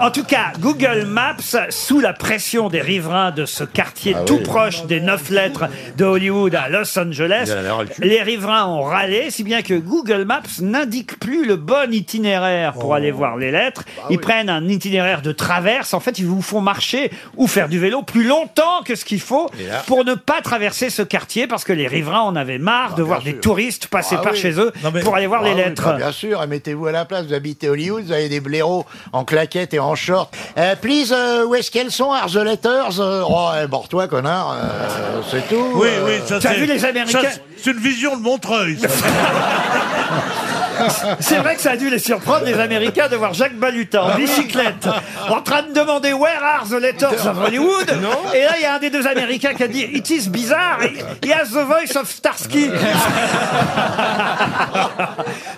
Speaker 1: En tout cas, Google Maps, sous la pression des riverains de ce quartier
Speaker 7: Ah
Speaker 1: tout proche des neuf lettres de Hollywood à Los Angeles,
Speaker 5: Il a l'air le cul.
Speaker 1: les riverains ont râlé, si bien que Google Maps n'indique plus le bon itinéraire
Speaker 7: Oh.
Speaker 1: pour aller voir les lettres.
Speaker 7: Bah
Speaker 1: Ils prennent un itinéraire de traverse. En fait, ils vous font marcher ou faire du vélo plus longtemps que ce qu'il faut
Speaker 5: Et là-
Speaker 1: pour ne pas traverser ce quartier parce que les riverains en avaient marre de voir des touristes passer
Speaker 7: Bah, Ah
Speaker 1: par
Speaker 7: oui.
Speaker 1: chez eux
Speaker 7: Non, mais-
Speaker 1: pour aller voir
Speaker 7: Ah
Speaker 1: les
Speaker 7: oui,
Speaker 1: lettres.
Speaker 7: bah, bien sûr, et mettez-vous à la place. Vous habitez Hollywood, vous avez des blaireaux en claquettes et en short. Euh, please, euh, où est-ce qu'elles sont, are the letters Euh, Oh, eh, bord-toi, connard. euh, c'est tout.
Speaker 13: Oui, oui, ça
Speaker 7: T'as
Speaker 13: c'est- ça, c'est- C'est une vision de Montreuil. ça.
Speaker 1: C'est vrai que ça a dû les surprendre, les Américains, de voir Jacques Balutin en bicyclette, en train de demander Where are the letters of Hollywood
Speaker 5: Non.
Speaker 1: Et là, il y a un des deux Américains qui a dit It is bizarre, he has the voice of Starsky.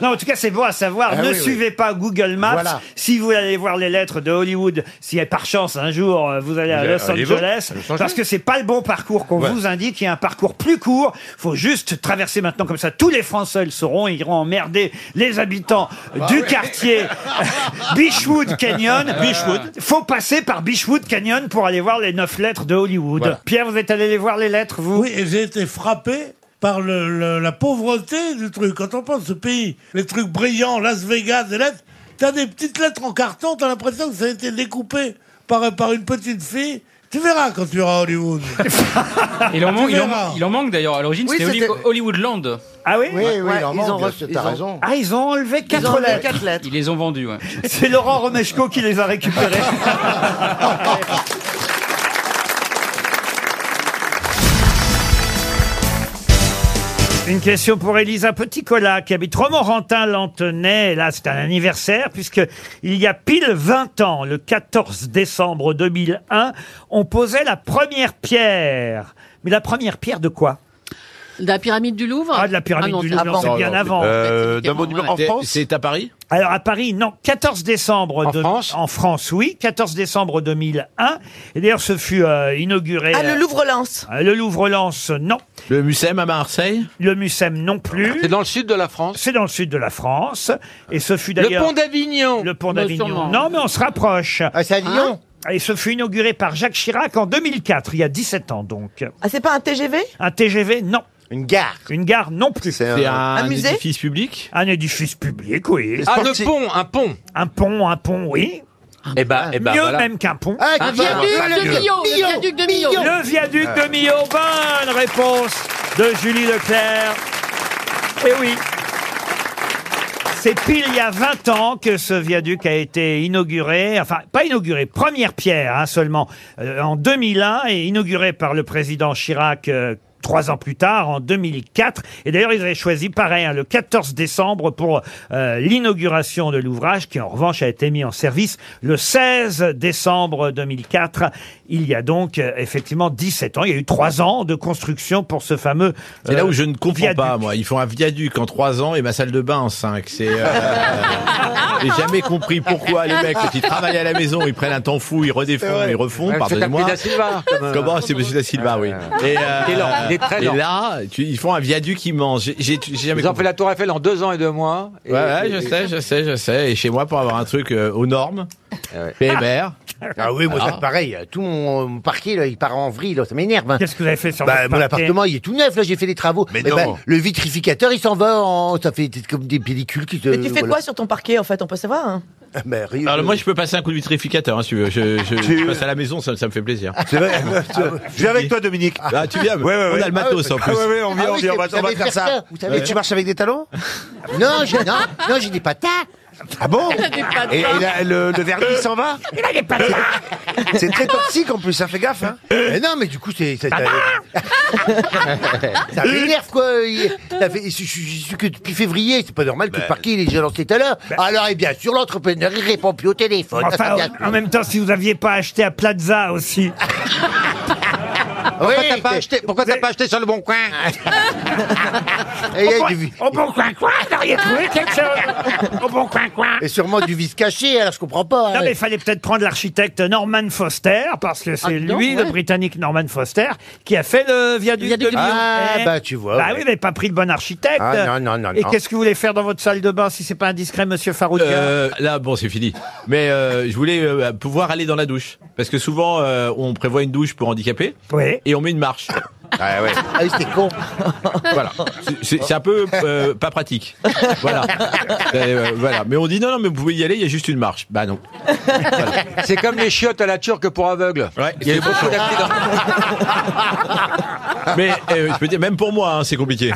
Speaker 1: non, en tout cas, c'est bon à savoir.
Speaker 5: Ah
Speaker 1: ne
Speaker 5: oui, oui.
Speaker 1: suivez pas Google Maps.
Speaker 5: Voilà.
Speaker 1: Si vous allez voir les lettres de Hollywood, si eh, par chance un jour euh, vous allez à
Speaker 5: Vous allez
Speaker 1: Los
Speaker 5: à Hollywood,
Speaker 1: Angeles,
Speaker 5: à Los Angeles.
Speaker 1: parce que c'est pas le bon parcours qu'on
Speaker 5: Ouais.
Speaker 1: vous indique. Il y a un parcours plus court. Faut juste traverser maintenant comme ça. Tous les Français le sauront. Ils iront emmerder les habitants du
Speaker 5: Ah ouais.
Speaker 1: quartier Beachwood Canyon.
Speaker 5: Beechwood.
Speaker 1: Faut passer par Beachwood Canyon pour aller voir les neuf lettres de Hollywood. Pierre, vous êtes allé les voir les lettres, vous
Speaker 24: Oui, et j'ai été frappé par le- le- la pauvreté du truc. Quand on pense ce pays, les trucs brillants, Las Vegas, des lettres, t'as des petites lettres en carton, t'as l'impression que ça a été découpé par, par une petite fille. Tu verras quand tu iras à Hollywood.
Speaker 17: Il en manque,
Speaker 24: Tu
Speaker 17: il en,
Speaker 24: verras.
Speaker 17: il en manque d'ailleurs. À l'origine,
Speaker 24: Oui,
Speaker 17: c'était Holly-
Speaker 24: c'était-
Speaker 17: Hollywoodland.
Speaker 1: Ah oui
Speaker 24: Oui, oui, Ouais, il en ils manque, ont bien ref- sûr, t'as ils ont- raison.
Speaker 1: Ah, ils ont enlevé quatre lettres.
Speaker 17: Ils les ont vendus, ouais.
Speaker 1: C'est Laurent Romeshko qui les a récupérés. Une question pour Elisa Petitcola qui habite Romorantin-Lantenay. Et Là, c'est un anniversaire puisque il y a pile 20 ans, le 14 décembre 2001, on posait la première pierre. Mais la première pierre de quoi
Speaker 34: De la pyramide du Louvre
Speaker 1: Ah, de la pyramide du Louvre, non, c'est bien avant.
Speaker 34: d'un monument en France
Speaker 1: C'est à Paris Alors à Paris, non. 14 décembre. En France En France, oui. 14 décembre 2001. Et d'ailleurs, ce fut euh, inauguré.
Speaker 4: Ah, le
Speaker 1: euh,
Speaker 4: Louvre-Lens.
Speaker 1: euh, le Louvre-Lens, non. Le Mucem à Marseille Le Mucem non plus. C'est dans le sud de la France C'est dans le sud de la France. Et ce fut
Speaker 5: Le
Speaker 1: d'ailleurs.
Speaker 5: pont d'Avignon.
Speaker 1: Le pont
Speaker 5: Mais
Speaker 1: d'Avignon.
Speaker 5: sûrement.
Speaker 1: Non, mais on se rapproche. Ah, c'est à
Speaker 4: Lyon
Speaker 1: Et ce fut inauguré par Jacques Chirac en 2004, il y a 17 ans donc.
Speaker 4: Ah, c'est pas un TGV
Speaker 1: Un TGV, non. Une gare. Une gare, non plus. C'est
Speaker 24: un- Un
Speaker 4: musée édifice
Speaker 1: public Un édifice public, oui.
Speaker 24: Ah, le pont, un pont.
Speaker 1: Un pont, un pont, oui.
Speaker 24: Eh ben, eh ben,
Speaker 1: mieux
Speaker 24: voilà.
Speaker 1: même qu'un pont.
Speaker 24: Ah, le viaduc de Millau,
Speaker 1: le viaduc de Millau. Le viaduc de Millau. Bonne réponse de Julie Leclerc. Eh oui. C'est pile il y a 20 ans que ce viaduc a été inauguré, enfin pas inauguré, première pierre hein, seulement, euh, en 2001 et inauguré par le président Chirac. euh, Trois ans plus tard, en 2004. Et d'ailleurs, ils avaient choisi pareil, hein, le 14 décembre pour euh, l'inauguration de l'ouvrage, qui en revanche a été mis en service le 16 décembre 2004. Il y a donc euh, effectivement 17 ans. Il y a eu trois ans de construction pour ce fameux. euh,
Speaker 9: C'est là où je ne comprends
Speaker 1: viaduc.
Speaker 9: pas, moi. Ils font un viaduc en 3 ans et ma salle de bain en 5. C'est. euh, J'ai jamais compris pourquoi les mecs, quand ils travaillent à la maison, ils prennent un temps fou, ils
Speaker 24: C'est
Speaker 9: redéfont,
Speaker 24: vrai.
Speaker 9: ils refont,
Speaker 24: Ouais, c'est
Speaker 9: pardonnez-moi.
Speaker 24: Capri da Silva, comme, euh,
Speaker 9: Comment C'est Monsieur Da Silva, oui. Et, euh,
Speaker 24: Il est lent, il est très
Speaker 9: et
Speaker 24: lent.
Speaker 9: là, tu- ils font un viaduc immense. J'ai- J'ai j'ai jamais
Speaker 24: Ils ont
Speaker 9: compris.
Speaker 24: fait la Tour Eiffel en deux ans et deux mois.
Speaker 9: Ouais, ouais, je sais, je sais, je sais. Et chez moi, pour avoir un truc euh, aux normes, PMR.
Speaker 7: Ah oui, moi ça
Speaker 9: Voilà.
Speaker 7: c'est pareil. Tout mon, mon parquet là, il part en vrille, là, ça m'énerve. hein.
Speaker 1: Qu'est-ce que vous avez fait sur
Speaker 7: bah,
Speaker 1: votre
Speaker 7: Mon
Speaker 1: parquet
Speaker 7: appartement, il est tout neuf, là, j'ai fait des travaux.
Speaker 9: Mais
Speaker 7: Eh
Speaker 9: non.
Speaker 7: ben, le vitrificateur, il s'en va en. Ça fait comme des pellicules qui se.
Speaker 4: Mais tu fais quoi sur ton parquet, en fait On peut savoir. hein
Speaker 9: Alors, moi, je peux passer un coup Ah, de vitrificateur, hein, si tu veux. Je, je-
Speaker 7: Tu-
Speaker 9: je passe à la maison, ça, ça me fait plaisir.
Speaker 7: C'est vrai.
Speaker 4: Ah,
Speaker 9: Je viens avec toi, Dominique. Ah, tu viens On a le matos, en
Speaker 7: Ah
Speaker 9: plus.
Speaker 7: oui, c'est- vous savez vous savez. Et tu marches avec des talons Non, j'ai non, non, j'ai des patins. Ah bon Des patins. Et, et là, le, le vernis s'en va Il a des patins C'est très toxique en plus, ça fait gaffe. Hein. Mais non, mais du coup, c'est. c'est- ça m'énerve quoi. Il- ça fait- Je je- je suis que depuis février, c'est pas normal
Speaker 9: Ben.
Speaker 7: que le parquet il est déjà lancé tout à l'heure. Alors, et bien sûr, l'entrepreneur il répond plus au téléphone. Ça,
Speaker 1: Enfin,
Speaker 7: c'est bien
Speaker 1: en- en même temps, si vous aviez pas acheté à Plaza aussi.
Speaker 7: Pourquoi t'as pas acheté-
Speaker 1: Pourquoi t'as pas acheté sur le bon coin
Speaker 7: Ah.
Speaker 1: Au bon coin coin, vous auriez trouvé quelque chose Au bon coin coin.
Speaker 7: Et sûrement du vice caché, alors je comprends pas. hein.
Speaker 1: Non, mais il fallait peut-être prendre l'architecte Norman Foster, parce que c'est
Speaker 7: Ah, dis donc,
Speaker 1: lui,
Speaker 7: ouais.
Speaker 1: le britannique Norman Foster, qui a fait le viaduc,
Speaker 7: Viaduc
Speaker 1: de
Speaker 7: de Lyon. Ah,
Speaker 1: Eh.
Speaker 7: bah, tu vois,
Speaker 1: Bah
Speaker 7: ouais.
Speaker 1: oui, mais pas pris le bon architecte.
Speaker 9: Ah, non, non, non,
Speaker 1: Et
Speaker 9: non.
Speaker 1: qu'est-ce que vous voulez faire dans votre salle de bain si c'est pas indiscret, monsieur Faroudia
Speaker 9: Euh, là, bon, c'est fini. Mais euh, je voulais euh, pouvoir aller dans la douche. Parce que souvent, euh, on prévoit une douche pour handicapés.
Speaker 1: Oui.
Speaker 9: Et on met une marche. Ah ouais.
Speaker 7: Ah oui, c'était con.
Speaker 9: Voilà. C'est c'est un peu euh, pas pratique. Voilà. Euh, voilà. Mais on dit non, non, mais vous pouvez y aller, il y a juste une marche. Bah non.
Speaker 24: C'est comme les chiottes à la turque pour aveugles.
Speaker 9: Ouais,
Speaker 24: Il y a eu beaucoup d'accidents.
Speaker 9: Mais euh, je peux dire, même pour moi, hein, c'est compliqué.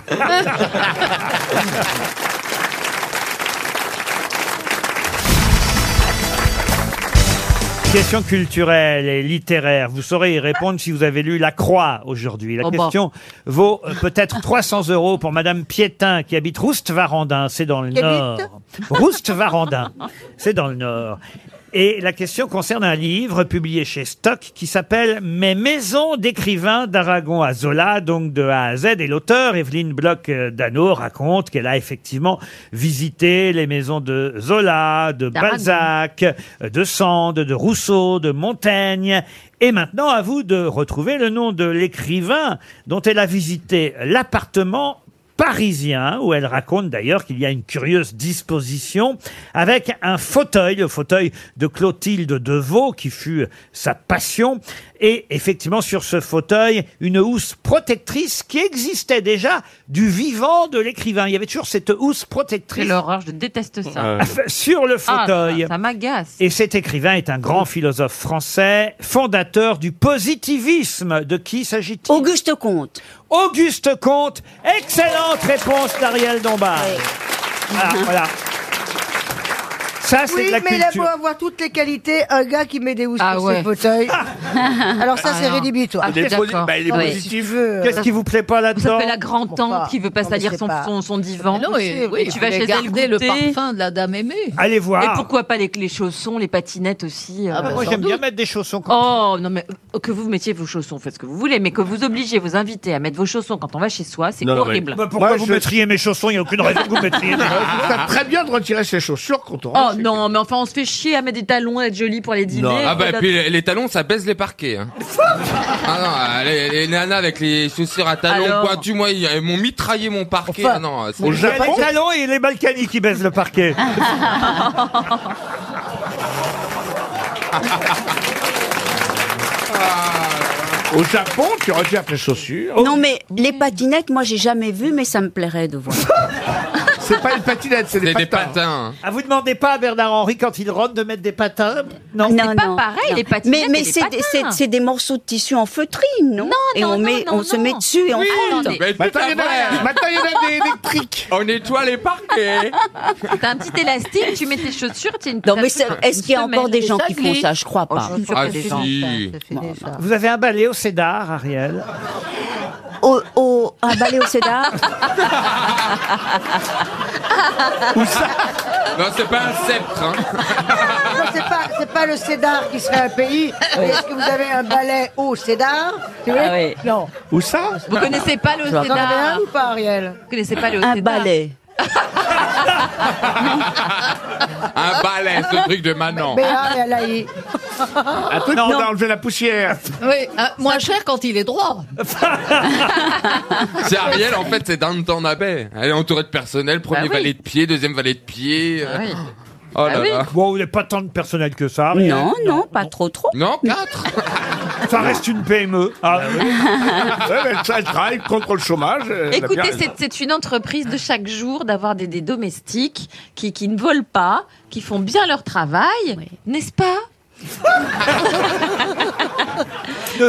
Speaker 1: Question culturelle et littéraire. Vous saurez y répondre si vous avez lu La Croix aujourd'hui. La
Speaker 13: Oh bah.
Speaker 1: question vaut euh, peut-être 300 euros pour Madame Piétin qui habite Roust-Varandin. C'est dans le
Speaker 13: Qui habite
Speaker 1: Nord. Roust-Varandin. C'est dans le Nord. Et la question concerne un livre publié chez Stock qui s'appelle Mes maisons d'écrivains d'Aragon à Zola, donc de A à Z. Et l'auteur, Evelyne Bloch-Dano, raconte qu'elle a effectivement visité les maisons de Zola, de
Speaker 12: D'Aragon.
Speaker 1: Balzac, euh, de Sand, de Rousseau, de Montaigne. Et maintenant, à vous de retrouver le nom de l'écrivain dont elle a visité l'appartement parisien, où elle raconte d'ailleurs qu'il y a une curieuse disposition avec un fauteuil, le fauteuil de Clotilde Deveau, qui fut sa passion, et effectivement sur ce fauteuil, une housse protectrice qui existait déjà du vivant de l'écrivain. Il y avait toujours cette housse protectrice.
Speaker 23: Quelle horreur, je déteste
Speaker 5: Euh,
Speaker 1: Euh,
Speaker 23: ça.
Speaker 1: Ah, sur le
Speaker 23: Ah,
Speaker 1: fauteuil.
Speaker 23: ça- ça m'agace.
Speaker 1: Et cet écrivain est un grand philosophe français, fondateur du positivisme. De qui s'agit-il Auguste Comte. Auguste Comte. Excellente réponse d'Ariel Dombard. Ah, voilà. Ça, c'est
Speaker 22: Oui,
Speaker 1: de la
Speaker 22: mais il a beau
Speaker 1: culture.
Speaker 22: avoir toutes les qualités, un gars qui met des housses
Speaker 23: Ah
Speaker 22: sur
Speaker 23: ouais.
Speaker 22: ses fauteuils. Alors ça,
Speaker 23: Ah
Speaker 22: c'est
Speaker 23: non.
Speaker 22: rédhibitoire.
Speaker 23: Ah, Il est d'accord. posi- bah, il est
Speaker 22: Non, mais
Speaker 23: positif.
Speaker 22: si tu veux, euh,
Speaker 1: Qu'est-ce qui vous plaît pas
Speaker 23: Ça
Speaker 1: là-dedans
Speaker 23: s'appelle la grand-tante
Speaker 22: Pourquoi
Speaker 23: qui veut pas
Speaker 22: Non, mais
Speaker 23: salir
Speaker 22: c'est
Speaker 23: son,
Speaker 22: pas-
Speaker 23: son, son
Speaker 15: hein.
Speaker 23: divan.
Speaker 22: Non, et-
Speaker 23: et,
Speaker 22: oui,
Speaker 23: tu
Speaker 22: vous
Speaker 23: vas
Speaker 22: voulez
Speaker 23: chez elle
Speaker 22: garder le
Speaker 23: goûter.
Speaker 22: parfum
Speaker 23: de la dame aimée.
Speaker 1: Allez voir.
Speaker 23: Et pourquoi pas les, les chaussons, les patinettes aussi. euh,
Speaker 1: Ah bah, moi, j'aime bien mettre des chaussons.
Speaker 23: oh non mais euh, que vous mettiez vos chaussons, faites ce que vous voulez, mais que vous obligez vos invités à mettre vos chaussons quand on va chez soi, c'est horrible.
Speaker 1: Bah, pourquoi vous mettriez mes chaussons Il n'y a aucune raison que vous mettriez.
Speaker 23: Ah.
Speaker 1: très bien de retirer ses chaussures quand
Speaker 23: Oh non, mais enfin on se fait chier à mettre des talons, à être joli pour les dîners.
Speaker 2: Ah bah
Speaker 23: Voilà.
Speaker 2: puis les, les talons ça baisse les parquets. hein. ah non, euh, les, les nanas avec les chaussures à talons
Speaker 23: Alors
Speaker 2: pointus, moi ils ils m'ont mitraillé mon parquet.
Speaker 1: Enfin,
Speaker 2: ah non, c'est-
Speaker 1: Au Japon, les talons et les Balkany qui baissent le parquet. Oh.
Speaker 17: Au Japon, tu retires tes chaussures.
Speaker 35: Non, mais les patinettes, moi, j'ai jamais vu, mais ça me plairait de voir.
Speaker 17: C'est pas une patinette, c'est des, patins.
Speaker 1: Ah, vous demandez pas à Bernard Henry quand il rentre de mettre des patins Non,
Speaker 35: non,
Speaker 23: pas pareil, les patinettes
Speaker 35: Mais, mais
Speaker 23: et les
Speaker 35: c'est des-
Speaker 23: patins.
Speaker 35: c'est- c'est des morceaux de tissu en feutrine, non, Et
Speaker 23: non,
Speaker 35: on,
Speaker 23: non,
Speaker 35: met,
Speaker 23: non,
Speaker 35: on se
Speaker 23: non.
Speaker 35: met dessus et on
Speaker 23: Oui,
Speaker 35: frotte.
Speaker 2: Bah,
Speaker 23: mais Maintenant,
Speaker 2: il y en a- voilà. maintenant, il y en a des
Speaker 35: électriques.
Speaker 2: euh, On nettoie les parquets.
Speaker 23: T'as un petit élastique, tu mets tes chaussures, t'es une
Speaker 35: Non, mais
Speaker 23: ça-
Speaker 35: c'est- est-ce qu'il y a
Speaker 23: une semelle.
Speaker 35: encore des gens qui font ça Je crois
Speaker 23: Oh,
Speaker 35: pas.
Speaker 23: je suis sûre
Speaker 35: Ah,
Speaker 23: que des
Speaker 35: si.
Speaker 23: gens-
Speaker 1: Vous avez un balai au Cédar, Ariel
Speaker 35: Au, au- un balai au cédar
Speaker 2: Non, c'est pas un sceptre. hein.
Speaker 22: Ah, Non, c'est pas, c'est pas le Cédar qui serait un pays. mais Est-ce que vous avez un ballet au Cédar Tu veux
Speaker 35: Ah oui.
Speaker 22: Non.
Speaker 17: Où ça
Speaker 23: Vous connaissez pas le
Speaker 22: Vous en avez
Speaker 23: Cédar
Speaker 22: un ou pas, Ariel Vous
Speaker 23: connaissez pas le
Speaker 35: Un
Speaker 23: Cédar
Speaker 35: balai.
Speaker 2: Un balai, ce truc de Manon.
Speaker 22: Béa et Alaï.
Speaker 17: Un truc pour enlever la poussière.
Speaker 23: Oui, euh, moins cher quand il est droit.
Speaker 2: C'est Ariel, en fait, c'est Danton Abbey. Elle est entourée de personnel, premier
Speaker 23: oui.
Speaker 2: valet de pied, deuxième valet de pied. euh,
Speaker 1: Bah
Speaker 2: Oh là là.
Speaker 1: Ah Bon, vous n'avez pas tant de personnel que ça. Ariel.
Speaker 35: Non, non, pas trop, trop.
Speaker 2: Non, 4
Speaker 1: Ça reste une PME. Ah,
Speaker 17: ouais, mais ça, elle travaille contre le chômage. euh, elle a bien
Speaker 23: Écoutez,
Speaker 17: raison.
Speaker 23: c'est- c'est une entreprise de chaque jour d'avoir des, des domestiques qui, qui ne volent pas, qui font bien leur travail, n'est-ce pas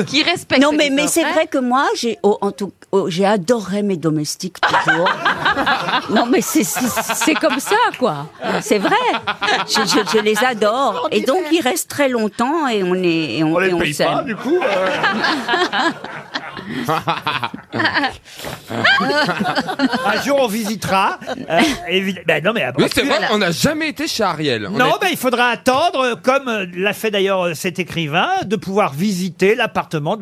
Speaker 23: Qui respectent
Speaker 35: Non, mais,
Speaker 23: les
Speaker 35: mais c'est
Speaker 23: horaires.
Speaker 35: vrai que moi, j'ai oh, en tout, oh, j'ai adoré mes domestiques toujours. non, mais c'est- c'est c'est comme ça, quoi. C'est vrai. Je, je- je les adore. Et donc, ils restent très longtemps et on est et on, et on
Speaker 17: paye
Speaker 35: s'aime.
Speaker 17: pas, du coup, euh.
Speaker 1: Un jour, on visitera. euh, évi- ben non, mais à
Speaker 2: Mais c'est vrai,
Speaker 1: Brascuelle.
Speaker 2: on n'a jamais été chez Ariel. On
Speaker 1: Non,
Speaker 2: est-
Speaker 1: mais il faudra attendre, euh, comme euh, l'a fait d'ailleurs euh, cet écrivain, de pouvoir visiter l'appartement de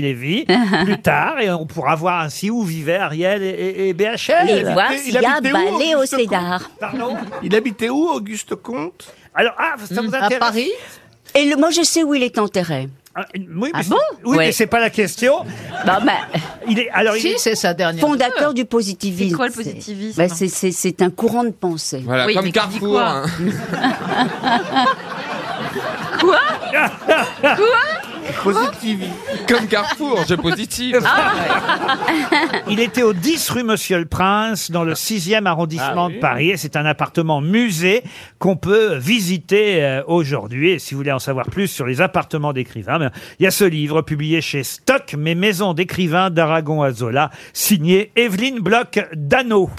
Speaker 1: Lévy plus tard et on pourra voir ainsi où vivaient Ariel et, et- et BHL.
Speaker 35: Et voir
Speaker 1: Euh, Il
Speaker 35: s'il y a
Speaker 1: habitait où,
Speaker 35: balai au
Speaker 1: Auguste Comte
Speaker 35: Cédar.
Speaker 1: Pardon
Speaker 17: Il habitait où, Auguste Comte
Speaker 1: Alors, ah, ça
Speaker 35: Hmm,
Speaker 1: vous intéresse
Speaker 35: Et le, moi, je sais où il est enterré.
Speaker 1: Ah, Oui, mais
Speaker 35: Ah
Speaker 1: c'est-
Speaker 35: bon
Speaker 1: oui, mais
Speaker 35: Ouais.
Speaker 1: c'est pas la question.
Speaker 35: Bah, bah,
Speaker 6: ben,
Speaker 1: Il est, alors, il est-
Speaker 35: sa dernière. Fondateur
Speaker 23: œuvre.
Speaker 35: du positivisme.
Speaker 23: C'est quoi le positivisme
Speaker 35: Bah, c'est- C'est c'est un courant de pensée.
Speaker 2: Voilà, comme Carrefour. hein.
Speaker 3: Ah.
Speaker 23: Quoi Quoi
Speaker 2: Comme Carrefour, je positive.
Speaker 1: Ah,
Speaker 6: Ah.
Speaker 1: Il était au 10 rue Monsieur le Prince, dans le 6e arrondissement de Paris. Et c'est un appartement musée qu'on peut visiter euh, aujourd'hui. Et si vous voulez en savoir plus sur les appartements d'écrivains, ben, il y a ce livre publié chez Stock, Mes maisons d'écrivains d'Aragon à Zola, signé Evelyne Bloch-Dano.